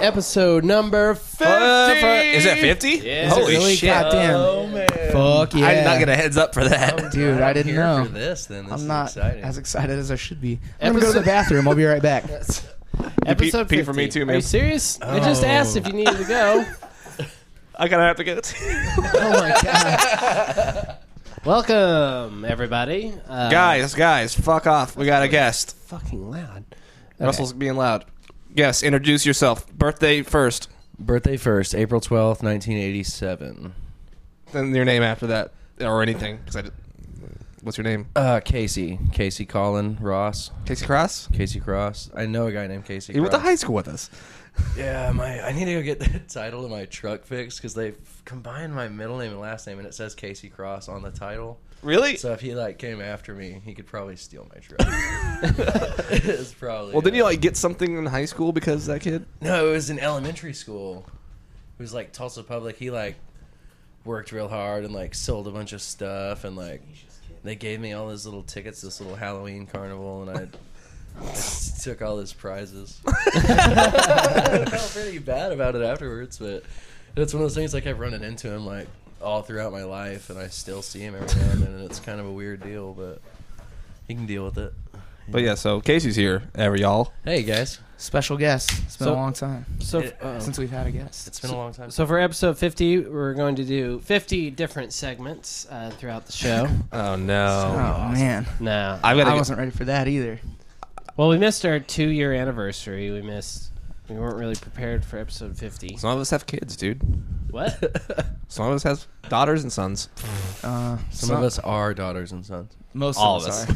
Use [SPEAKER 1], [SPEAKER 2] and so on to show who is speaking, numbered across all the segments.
[SPEAKER 1] episode number 50.
[SPEAKER 2] Uh, Is that 50?
[SPEAKER 1] Is it
[SPEAKER 2] Holy
[SPEAKER 1] really?
[SPEAKER 2] shit.
[SPEAKER 3] Goddamn.
[SPEAKER 4] Oh,
[SPEAKER 3] Fuck yeah.
[SPEAKER 2] I did not get a heads up for that.
[SPEAKER 3] Dude, I didn't
[SPEAKER 4] here
[SPEAKER 3] know.
[SPEAKER 4] for this. Then this
[SPEAKER 3] I'm
[SPEAKER 4] is
[SPEAKER 3] not
[SPEAKER 4] exciting.
[SPEAKER 3] as excited as I should be. I'm gonna go to the
[SPEAKER 1] Episode-
[SPEAKER 3] bathroom. I'll be right back.
[SPEAKER 1] Episode
[SPEAKER 2] pee for me
[SPEAKER 1] 50.
[SPEAKER 2] too, Oh. man.
[SPEAKER 1] Are you serious? I just asked if you needed to go.
[SPEAKER 2] I gotta have to go. too.
[SPEAKER 3] oh my god.
[SPEAKER 1] Welcome, everybody. Uh,
[SPEAKER 2] guys, guys, fuck off. We got a guest.
[SPEAKER 1] Fucking loud.
[SPEAKER 2] Russell's being loud. Yes, introduce yourself. Birthday first,
[SPEAKER 4] Birthday first, April twelfth, nineteen eighty-seven.
[SPEAKER 2] then your name after that, or anything. 'cause I did- what's your name?
[SPEAKER 4] Uh, Casey, Casey, Colin, Ross,
[SPEAKER 2] Casey Cross.
[SPEAKER 4] Casey Cross. I know a guy named Casey.
[SPEAKER 2] You went to
[SPEAKER 4] Cross.
[SPEAKER 2] high school with us.
[SPEAKER 4] Yeah, my I need to go get the title of my truck fixed because they combined my middle name and last name, and it says Casey Cross on the title.
[SPEAKER 2] Really?
[SPEAKER 4] So if he like came after me, he could probably steal my truck. it's probably
[SPEAKER 2] well, didn't you like get something in high school because of that kid?
[SPEAKER 4] No, it was in elementary school. It was like Tulsa Public. He like worked real hard and like sold a bunch of stuff and like they gave me all his little tickets, to this little Halloween carnival, and I, I s- took all his prizes. I felt pretty bad about it afterwards, but it's one of those things I kept running into him like all throughout my life, and I still see him every now and then, and it's kind of a weird deal, but he can deal with it.
[SPEAKER 2] But yeah, so Casey's here, ever y'all.
[SPEAKER 4] Hey guys,
[SPEAKER 3] Special guest. It's been
[SPEAKER 1] So-
[SPEAKER 3] a long time
[SPEAKER 1] So,
[SPEAKER 3] since we've had a guest.
[SPEAKER 4] it's been a long time.
[SPEAKER 1] so for episode 50, we're going to do 50 different segments uh, throughout the show.
[SPEAKER 2] Oh no.
[SPEAKER 3] Oh man,
[SPEAKER 1] now,
[SPEAKER 2] I've
[SPEAKER 3] I
[SPEAKER 2] got to.
[SPEAKER 3] wasn't ready for that either.
[SPEAKER 1] well, we missed our two year anniversary. We missed. We weren't really prepared for episode 50.
[SPEAKER 2] Some of us have kids, dude.
[SPEAKER 1] What?
[SPEAKER 2] Some of us have daughters and sons.
[SPEAKER 3] Uh,
[SPEAKER 4] Some of us are daughters and sons.
[SPEAKER 3] most
[SPEAKER 2] all
[SPEAKER 3] of
[SPEAKER 2] of
[SPEAKER 3] us,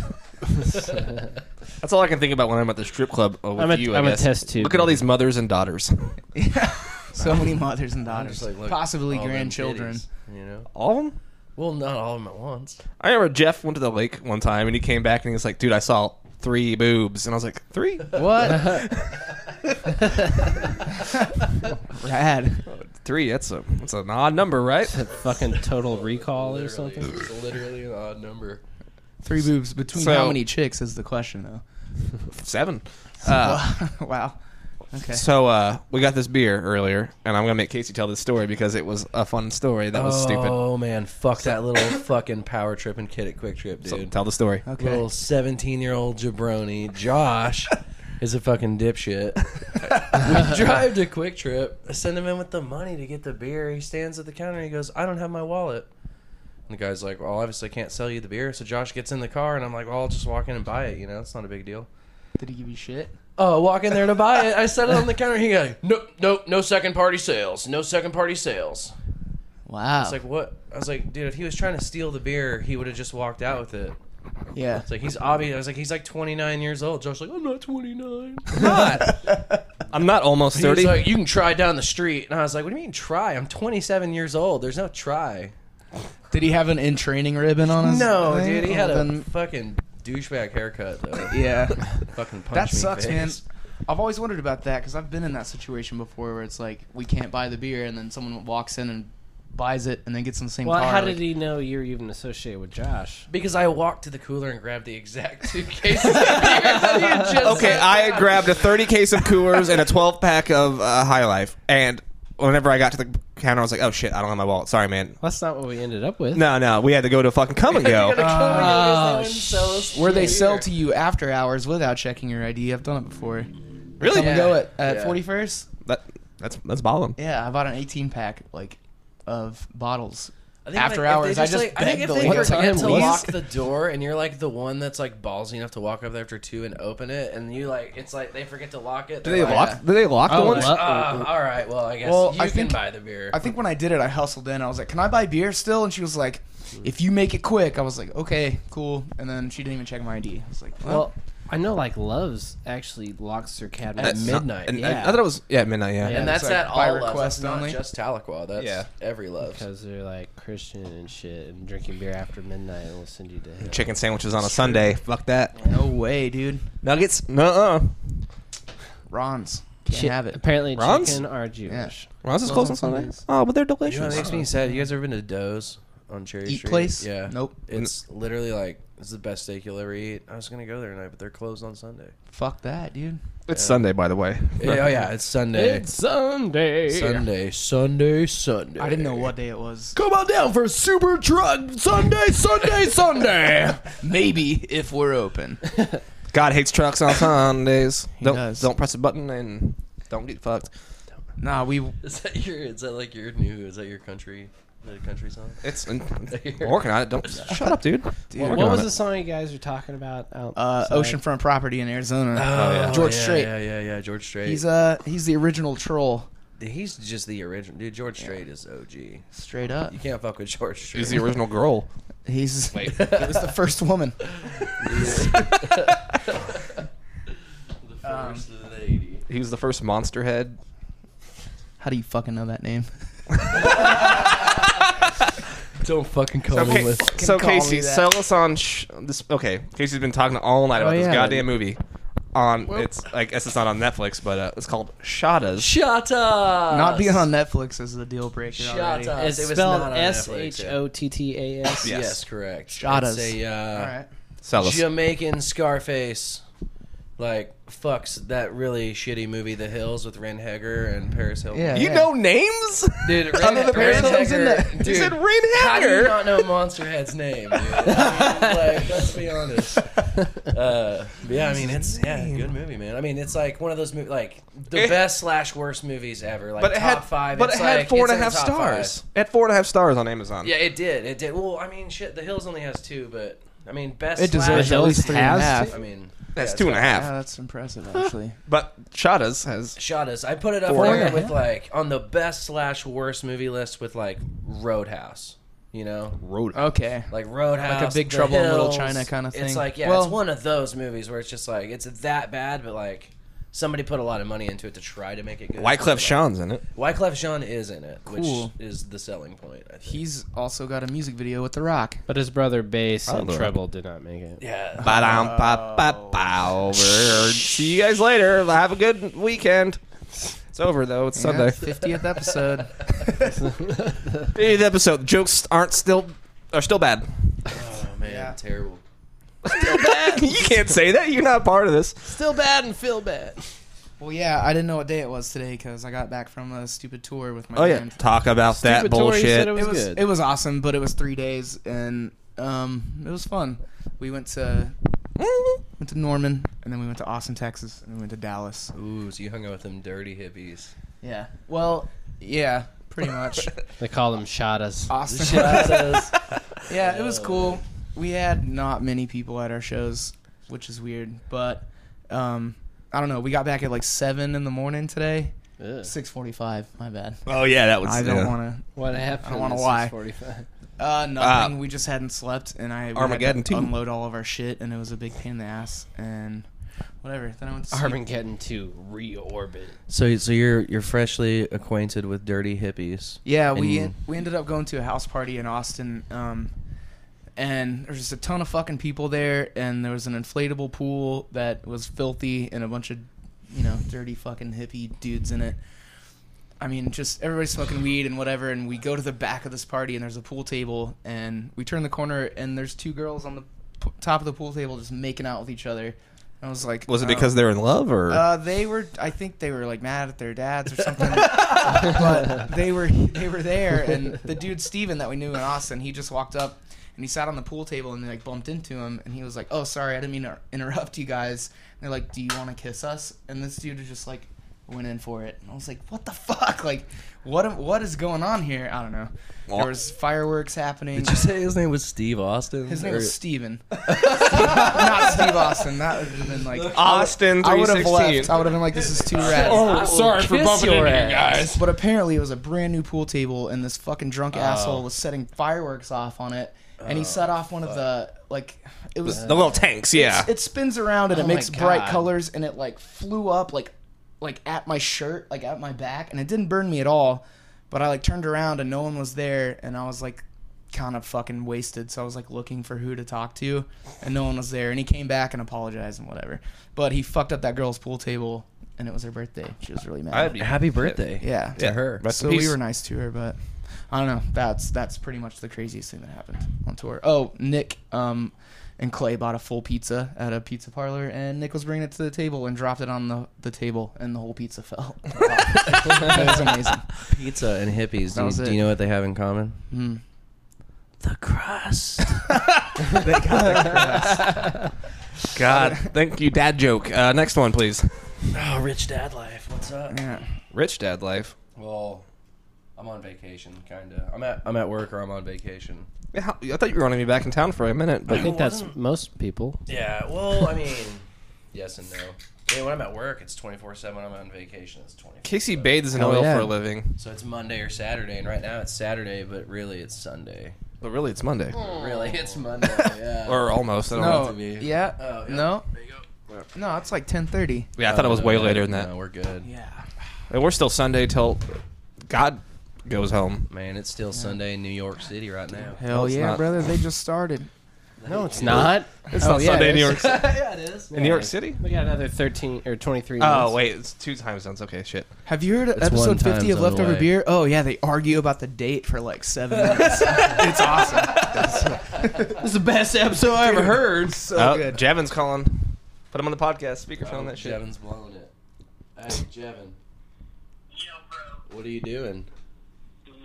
[SPEAKER 2] us.
[SPEAKER 3] are.
[SPEAKER 2] That's all I can think about when I'm at the strip club uh, with
[SPEAKER 1] I'm a-
[SPEAKER 2] you. I
[SPEAKER 1] I'm a
[SPEAKER 2] guess.
[SPEAKER 1] test tube.
[SPEAKER 2] Look at all these mothers and daughters.
[SPEAKER 3] So many mothers and daughters,
[SPEAKER 4] Just, like, look,
[SPEAKER 3] possibly
[SPEAKER 4] all them
[SPEAKER 3] grandchildren.
[SPEAKER 4] titties, You know,
[SPEAKER 2] all of them.
[SPEAKER 4] well, not all of them at once.
[SPEAKER 2] I remember Jeff went to the lake one time and he came back and he was like, "Dude, I saw three boobs," and I was like, three?
[SPEAKER 1] what?
[SPEAKER 3] Rad.
[SPEAKER 2] three? That's a that's an odd number, right?"
[SPEAKER 1] Fucking total recall or something?
[SPEAKER 4] It's literally an odd number.
[SPEAKER 3] Three boobs between
[SPEAKER 2] So-
[SPEAKER 3] how many chicks is the question though?
[SPEAKER 2] Seven. Uh,
[SPEAKER 3] wow. Okay.
[SPEAKER 2] so uh, we got this beer earlier, and I'm gonna make Casey tell this story because it was a fun story that was stupid.
[SPEAKER 4] Oh man, fuck that little fucking power tripping kid at Quick Trip,
[SPEAKER 2] So
[SPEAKER 4] dude.
[SPEAKER 2] tell the story.
[SPEAKER 3] Okay.
[SPEAKER 4] Little seventeen-year-old jabroni, Josh, is a fucking dipshit. we drive to Quick Trip. I send him in with the money to get the beer. He stands at the counter. and He goes, "I don't have my wallet." And the guy's like, "Well, obviously, I can't sell you the beer." So Josh gets in the car, and I'm like, "Well, I'll just walk in and buy it. You know, it's not a big deal."
[SPEAKER 3] Did he give you shit?
[SPEAKER 4] Oh, walk in there to buy it. I set it on the counter. He goes, nope, nope, no second party sales. No second party sales.
[SPEAKER 3] Wow.
[SPEAKER 4] It's like, what? I was like, dude, if he was trying to steal the beer, he would have just walked out with it.
[SPEAKER 3] yeah.
[SPEAKER 4] It's like, he's obvious. I was like, he's like 29 years old. Josh's like, I'm not 29.
[SPEAKER 2] I'm not almost
[SPEAKER 4] He was
[SPEAKER 2] thirty.
[SPEAKER 4] like, you can try down the street. And I was like, what do you mean try? I'm 27 years old. There's no try.
[SPEAKER 3] Did he have an in training ribbon on his?
[SPEAKER 4] No,
[SPEAKER 3] thing?
[SPEAKER 4] dude. He had
[SPEAKER 3] Well,
[SPEAKER 4] a
[SPEAKER 3] then-
[SPEAKER 4] fucking douchebag haircut, though.
[SPEAKER 3] Yeah.
[SPEAKER 4] Fucking punched
[SPEAKER 3] That
[SPEAKER 4] me
[SPEAKER 3] sucks,
[SPEAKER 4] in the
[SPEAKER 3] man.
[SPEAKER 4] face.
[SPEAKER 3] I've always wondered about that because I've been in that situation before where it's like we can't buy the beer and then someone walks in and buys it and then gets in the same
[SPEAKER 1] Well,
[SPEAKER 3] car.
[SPEAKER 1] how
[SPEAKER 3] like-
[SPEAKER 1] did he know you're even associated with Josh?
[SPEAKER 4] Because I walked to the cooler and grabbed the exact two cases of beer that he had just
[SPEAKER 2] Okay,
[SPEAKER 4] sent
[SPEAKER 2] I
[SPEAKER 4] out.
[SPEAKER 2] grabbed a 30 case of Coors and a 12 pack of uh, High Life, and whenever I got to the counter, I was like, "Oh shit, I don't have my wallet. Sorry, man."
[SPEAKER 1] That's not what we ended up with.
[SPEAKER 2] No, no, we had to go to fucking come and go.
[SPEAKER 4] Gotta come and
[SPEAKER 3] Oh,
[SPEAKER 4] go, 'cause they wouldn't sell us
[SPEAKER 3] Where they
[SPEAKER 4] shit
[SPEAKER 3] sell
[SPEAKER 4] either.
[SPEAKER 3] to you after hours without checking your ID. I've done it before.
[SPEAKER 2] really?
[SPEAKER 3] Come and go at,
[SPEAKER 4] Yeah.
[SPEAKER 3] at 41st.
[SPEAKER 2] That, that's that's bottom.
[SPEAKER 3] Yeah, I bought an 18 pack like of bottles.
[SPEAKER 4] I think,
[SPEAKER 3] After
[SPEAKER 4] like, if
[SPEAKER 3] hours,
[SPEAKER 4] they
[SPEAKER 3] I just
[SPEAKER 4] like, I think
[SPEAKER 3] begged
[SPEAKER 4] if
[SPEAKER 3] the lady.
[SPEAKER 4] they forget
[SPEAKER 1] What time
[SPEAKER 4] to
[SPEAKER 1] was-
[SPEAKER 4] lock the door and you're like the one that's like ballsy enough to walk up there after two and open it, and you like it's like they forget to lock it.
[SPEAKER 2] Do they lock? Do they lock the
[SPEAKER 1] Oh,
[SPEAKER 2] ones?
[SPEAKER 1] well.
[SPEAKER 4] Uh, all right, well I guess
[SPEAKER 3] Well,
[SPEAKER 4] you
[SPEAKER 3] I
[SPEAKER 4] can
[SPEAKER 3] think-
[SPEAKER 4] buy the beer.
[SPEAKER 3] I think when I did it, I hustled in. I was like, "Can I buy beer still?" And she was like, "If you make it quick." I was like, "Okay, cool." And then she didn't even check my ID. I was like, "Well,
[SPEAKER 1] Well, I know like Loves actually locks their cabinet
[SPEAKER 4] At
[SPEAKER 1] at
[SPEAKER 4] That's
[SPEAKER 2] Not-
[SPEAKER 1] midnight.
[SPEAKER 2] and-
[SPEAKER 1] yeah.
[SPEAKER 2] I thought it was yeah midnight. Yeah.
[SPEAKER 1] Yeah.
[SPEAKER 4] and that's
[SPEAKER 3] it's like
[SPEAKER 4] at
[SPEAKER 3] by
[SPEAKER 4] all
[SPEAKER 3] request
[SPEAKER 4] loves. That's
[SPEAKER 3] only.
[SPEAKER 4] not just Tahlequah. That's
[SPEAKER 2] Yeah.
[SPEAKER 4] every love.
[SPEAKER 1] because they're like Christian and shit, and drinking beer after midnight will send you to hell.
[SPEAKER 2] Chicken sandwiches on a Sunday. Fuck that.
[SPEAKER 3] no way, dude.
[SPEAKER 2] Nuggets? Nuh-uh.
[SPEAKER 3] Ron's can't
[SPEAKER 1] Chi-
[SPEAKER 3] have it."
[SPEAKER 1] Apparently,
[SPEAKER 2] Ron's?
[SPEAKER 1] chicken are Jewish.
[SPEAKER 2] Ron's is
[SPEAKER 3] Those
[SPEAKER 2] closed
[SPEAKER 3] on
[SPEAKER 2] on Sunday.
[SPEAKER 3] Sundays.
[SPEAKER 2] Oh, but they're
[SPEAKER 4] You know what
[SPEAKER 2] delicious.
[SPEAKER 4] makes me sad? You guys ever been to Doe's on Cherry
[SPEAKER 3] Eat
[SPEAKER 4] Street?
[SPEAKER 3] place?
[SPEAKER 4] Yeah.
[SPEAKER 3] Nope.
[SPEAKER 4] It's literally like It's the best steak you'll ever eat. I was gonna go there tonight, but they're closed on Sunday.
[SPEAKER 3] Fuck that, dude.
[SPEAKER 2] It's Sunday, by the way.
[SPEAKER 4] Yeah, oh yeah, it's Sunday.
[SPEAKER 1] It's Sunday.
[SPEAKER 4] Sunday, Sunday, Sunday.
[SPEAKER 3] I didn't know what day it was.
[SPEAKER 4] Come on down for Super Truck Sunday, Sunday, Sunday.
[SPEAKER 3] Maybe if we're open.
[SPEAKER 2] God hates trucks on Sundays. don't
[SPEAKER 3] does.
[SPEAKER 2] don't press a button and don't get fucked.
[SPEAKER 3] nah, we.
[SPEAKER 4] Is that your? Is that like your new? Is that your country? The country song?
[SPEAKER 2] It's I'm working on it. Don't shut up, dude.
[SPEAKER 3] What
[SPEAKER 1] What was the song you guys were talking about? Oh,
[SPEAKER 3] Uh,
[SPEAKER 1] outside?
[SPEAKER 3] oceanfront property in Arizona.
[SPEAKER 4] Oh,
[SPEAKER 3] George
[SPEAKER 4] yeah,
[SPEAKER 3] Strait.
[SPEAKER 4] Yeah, yeah, yeah. George Strait.
[SPEAKER 3] He's uh he's the original troll.
[SPEAKER 4] He's just the original dude. George Strait is OG. You
[SPEAKER 3] Straight up.
[SPEAKER 4] can't fuck with George Strait.
[SPEAKER 2] He's the original girl.
[SPEAKER 3] He's Wait. it was the first woman.
[SPEAKER 4] The
[SPEAKER 3] Um,
[SPEAKER 4] first lady.
[SPEAKER 2] He was the first monster head.
[SPEAKER 3] How do you fucking know that name?
[SPEAKER 4] Don't fucking call me
[SPEAKER 2] Okay,
[SPEAKER 4] with.
[SPEAKER 2] so
[SPEAKER 3] call me
[SPEAKER 2] Casey,
[SPEAKER 3] that.
[SPEAKER 2] sell us on sh- this. Okay, Casey's been talking all
[SPEAKER 4] Oh,
[SPEAKER 2] night about this
[SPEAKER 1] yeah.
[SPEAKER 2] goddamn movie. On it's I guess it's not on Netflix, but uh, it's called Shadas.
[SPEAKER 4] Shut up.
[SPEAKER 3] Not being on Netflix is the deal breaker
[SPEAKER 4] Shut
[SPEAKER 3] already.
[SPEAKER 4] up.
[SPEAKER 1] It's
[SPEAKER 4] It was
[SPEAKER 1] spelled
[SPEAKER 4] not on
[SPEAKER 1] S
[SPEAKER 4] Netflix,
[SPEAKER 1] H
[SPEAKER 4] yeah.
[SPEAKER 1] O T T A S.
[SPEAKER 4] Yes,
[SPEAKER 2] Yes.
[SPEAKER 4] correct.
[SPEAKER 3] Shut us.
[SPEAKER 4] It's a, uh,
[SPEAKER 3] All right.
[SPEAKER 2] Sell us.
[SPEAKER 4] Jamaican Scarface. Like fucks that really shitty movie The Hills with Ren Heger and Paris Hilton.
[SPEAKER 3] Yeah.
[SPEAKER 2] You know names?
[SPEAKER 4] Dude, Ren,
[SPEAKER 2] Other than Paris
[SPEAKER 4] Ren
[SPEAKER 2] Hilton's
[SPEAKER 4] Heger,
[SPEAKER 3] in that.
[SPEAKER 4] Dude,
[SPEAKER 2] you said Ren
[SPEAKER 4] How do you
[SPEAKER 2] Hager.
[SPEAKER 4] not know Monster Head's name, dude? I mean, like, let's be honest. Uh, but yeah, I mean, it's yeah, good movie, man. I mean, it's like one of those movies, like the
[SPEAKER 2] It-
[SPEAKER 4] best slash worst movies ever. Like
[SPEAKER 2] But it
[SPEAKER 4] top
[SPEAKER 2] had
[SPEAKER 4] five.
[SPEAKER 2] But
[SPEAKER 4] it's
[SPEAKER 2] it had
[SPEAKER 4] like,
[SPEAKER 2] four
[SPEAKER 4] it's
[SPEAKER 2] and a
[SPEAKER 4] in the
[SPEAKER 2] half
[SPEAKER 4] top five.
[SPEAKER 2] stars. It had four and a half stars on Amazon.
[SPEAKER 4] Yeah, it did. It did. Well, I mean, shit. The Hills only has two, but I mean, best.
[SPEAKER 3] It deserves
[SPEAKER 4] slash-
[SPEAKER 3] at least
[SPEAKER 1] Those
[SPEAKER 3] three and a
[SPEAKER 1] has
[SPEAKER 3] half.
[SPEAKER 4] I mean,
[SPEAKER 2] that's
[SPEAKER 4] yeah,
[SPEAKER 2] two and a half.
[SPEAKER 3] Yeah, that's impressive actually.
[SPEAKER 2] But Shadas has
[SPEAKER 4] Shot us. I put it up
[SPEAKER 2] Four and a
[SPEAKER 4] there with like on the best slash worst movie list with like Roadhouse. You know,
[SPEAKER 2] wrote.
[SPEAKER 3] okay.
[SPEAKER 4] like Roadhouse,
[SPEAKER 3] Like a Big
[SPEAKER 4] The
[SPEAKER 3] Trouble in Little
[SPEAKER 4] Hills.
[SPEAKER 3] China kinda thing.
[SPEAKER 4] It's like yeah,
[SPEAKER 3] Well-
[SPEAKER 4] it's one of those movies where it's just like it's that bad, but like somebody put a lot of money into it to try to make it good.
[SPEAKER 2] Wyclef Sean's in it.
[SPEAKER 4] Wyclef Jean is in it,
[SPEAKER 3] Cool.
[SPEAKER 4] which is the selling point. I think.
[SPEAKER 3] He's also got a music video with The Rock.
[SPEAKER 1] But his brother bass and
[SPEAKER 2] Although-
[SPEAKER 1] treble did not make it.
[SPEAKER 4] yeah.
[SPEAKER 3] Oh.
[SPEAKER 2] Ba-dum, ba, ba, ba, over. See you guys later. Have a good weekend. It's over though. It's Sunday.
[SPEAKER 3] Fiftieth episode.
[SPEAKER 2] Eighth episode. Jokes aren't still are still bad.
[SPEAKER 4] Oh man,
[SPEAKER 3] Yeah.
[SPEAKER 4] terrible.
[SPEAKER 2] you can't say that. You're not part of this.
[SPEAKER 1] Still bad and feel bad.
[SPEAKER 3] Well, yeah, I didn't know what day it was today because I got back from a stupid tour with my
[SPEAKER 2] Oh yeah.
[SPEAKER 3] band.
[SPEAKER 2] Talk about that bullshit.
[SPEAKER 1] Said it was,
[SPEAKER 3] It was
[SPEAKER 1] good.
[SPEAKER 3] it was awesome, but it was three days and um, it was fun. We went to
[SPEAKER 2] Mm-hmm.
[SPEAKER 3] went to Norman and then we went to Austin, Texas, and then we went to Dallas.
[SPEAKER 4] Ooh, so you hung out with them dirty hippies.
[SPEAKER 3] Yeah. Well, yeah, pretty much.
[SPEAKER 1] they call him Shadas.
[SPEAKER 3] Austin. yeah, it was cool. We had not many people at our shows, which is weird, but um, I don't know. We got back at like seven in the morning today.
[SPEAKER 1] Ugh.
[SPEAKER 3] Six forty-five. My bad.
[SPEAKER 2] oh yeah, that was.
[SPEAKER 3] I don't want to.
[SPEAKER 1] What happened?
[SPEAKER 3] I don't wanna
[SPEAKER 1] This is
[SPEAKER 3] lie.
[SPEAKER 1] 45.
[SPEAKER 3] Uh, nothing. we just hadn't slept, and I we had to
[SPEAKER 2] Armageddon 2.
[SPEAKER 3] unload all of our shit, and it was a big pain in the ass, and whatever. Then I went to sleep.
[SPEAKER 1] Armageddon 2 reorbit.
[SPEAKER 4] So, so you're you're freshly acquainted with dirty hippies.
[SPEAKER 3] Yeah, we
[SPEAKER 4] And-
[SPEAKER 3] we ended up going to a house party in Austin, um, and there's just a ton of fucking people there, and there was an inflatable pool that was filthy and a bunch of you know dirty fucking hippie dudes in it. I mean, just everybody smoking weed and whatever, and we go to the back of this party, and there's a pool table, and we turn the corner, and there's two girls on the p- top of the pool table just making out with each other. And I was like,
[SPEAKER 2] Was it
[SPEAKER 3] oh.
[SPEAKER 2] because they're in love or?
[SPEAKER 3] Uh, they were. I think they were like mad at their dads or something. but they were they were there, and the dude Steven that we knew in Austin, he just walked up and he sat on the pool table and they like bumped into him, and he was like, "Oh, sorry, I didn't mean to interrupt you guys." And they're like, "Do you want to kiss us?" And this dude was just like went in for it, and I was like, "What the fuck? Like, what am- what is going on here? I don't know." There was fireworks happening.
[SPEAKER 4] Did you say his name was Steve Austin?
[SPEAKER 3] His name
[SPEAKER 4] Or-
[SPEAKER 3] was Steven. Not Steve Austin. That would have been like
[SPEAKER 2] Austin
[SPEAKER 3] I would have
[SPEAKER 2] 316.
[SPEAKER 3] left. I would have been like, "This is too rad."
[SPEAKER 1] Oh, sorry for bumping into you guys. Oh.
[SPEAKER 3] But apparently, it was a brand new pool table, and this fucking drunk asshole was setting fireworks off on it, and he set off one of the like. It was
[SPEAKER 2] the little tanks. Yeah.
[SPEAKER 3] it spins around and
[SPEAKER 1] Oh
[SPEAKER 3] it makes
[SPEAKER 1] my
[SPEAKER 3] bright
[SPEAKER 1] God.
[SPEAKER 3] colors, and it like flew up like like at my shirt, like at my back, and it didn't burn me at all. But I like turned around and no one was there, and I was like kind of fucking wasted. So I was like looking for who to talk to, and no one was there. And he came back and apologized and whatever. But he fucked up that girl's pool table, and it was her birthday. She was really mad.
[SPEAKER 2] I'd be-
[SPEAKER 4] Happy birthday.
[SPEAKER 3] Yeah.
[SPEAKER 4] To her.
[SPEAKER 2] Rest
[SPEAKER 3] So
[SPEAKER 2] in peace.
[SPEAKER 3] we were nice to her, but I don't know. That's that's pretty much the craziest thing that happened on tour. Oh, Nick, um, and Clay bought a full pizza at a pizza parlor, and Nick was bringing it to the table and dropped it on the, the table, and the whole pizza fell. that was amazing.
[SPEAKER 4] Pizza and hippies.
[SPEAKER 3] That was
[SPEAKER 4] Do, you,
[SPEAKER 3] it.
[SPEAKER 4] do you know what they have in common?
[SPEAKER 3] Mm.
[SPEAKER 4] The crust.
[SPEAKER 3] They got the crust.
[SPEAKER 2] God, thank you, dad joke. Uh, next one, please.
[SPEAKER 4] oh, rich dad life. What's up?
[SPEAKER 3] Yeah.
[SPEAKER 2] Rich dad life.
[SPEAKER 4] Well, I'm on vacation, kinda. I'm at I'm at work or I'm on vacation.
[SPEAKER 2] Yeah, how- I thought you were going to be back in town for a minute,
[SPEAKER 1] I
[SPEAKER 2] but
[SPEAKER 1] think that's
[SPEAKER 4] wasn't-
[SPEAKER 1] most people.
[SPEAKER 4] Yeah. Well, I mean, yes and no. I mean, when I'm at work, it's 24 seven. I'm on vacation, it's 24.
[SPEAKER 2] Casey bathes in
[SPEAKER 1] Oh,
[SPEAKER 2] oil
[SPEAKER 1] yeah.
[SPEAKER 2] for a living,
[SPEAKER 4] So it's Monday or Saturday, and right now it's Saturday, but really it's Sunday.
[SPEAKER 2] but really it's Monday
[SPEAKER 4] Really, it's Monday. Yeah.
[SPEAKER 2] or almost. I don't know.
[SPEAKER 3] No.
[SPEAKER 4] to be.
[SPEAKER 3] Yeah.
[SPEAKER 4] Oh, yeah.
[SPEAKER 3] No.
[SPEAKER 4] There you go.
[SPEAKER 3] No. It's like ten thirty.
[SPEAKER 2] Yeah, I thought it was
[SPEAKER 4] No,
[SPEAKER 2] way
[SPEAKER 4] no,
[SPEAKER 2] later than that.
[SPEAKER 4] No, we're good.
[SPEAKER 3] Yeah.
[SPEAKER 2] And we're still Sunday till God goes home.
[SPEAKER 4] Man, it's still Sunday in New York City right now.
[SPEAKER 3] Hell
[SPEAKER 2] it's
[SPEAKER 3] yeah,
[SPEAKER 2] not.
[SPEAKER 3] brother! They just started.
[SPEAKER 1] No, it's not.
[SPEAKER 2] It's
[SPEAKER 3] Oh,
[SPEAKER 2] not
[SPEAKER 3] yeah,
[SPEAKER 2] Sunday in
[SPEAKER 3] it
[SPEAKER 2] New
[SPEAKER 3] is.
[SPEAKER 2] York City.
[SPEAKER 4] yeah, it is.
[SPEAKER 2] In New York City?
[SPEAKER 1] We got another thirteen or twenty-three.
[SPEAKER 2] Oh
[SPEAKER 1] months.
[SPEAKER 2] wait, it's two time zones. Okay, shit.
[SPEAKER 3] Have you heard of
[SPEAKER 4] It's one
[SPEAKER 3] episode
[SPEAKER 4] time's
[SPEAKER 3] fifty of
[SPEAKER 4] on the
[SPEAKER 3] Leftover
[SPEAKER 4] way.
[SPEAKER 3] Beer? Oh yeah, they argue about the date for like seven minutes. it's awesome.
[SPEAKER 1] this is the best episode I ever heard.
[SPEAKER 3] So
[SPEAKER 2] oh,
[SPEAKER 3] good. Oh,
[SPEAKER 2] Javin's calling. Put him on the podcast. Speakerphone that shit.
[SPEAKER 4] Jevin's blowing it. Hey, Jevin,
[SPEAKER 5] Yo, bro.
[SPEAKER 4] what are you doing?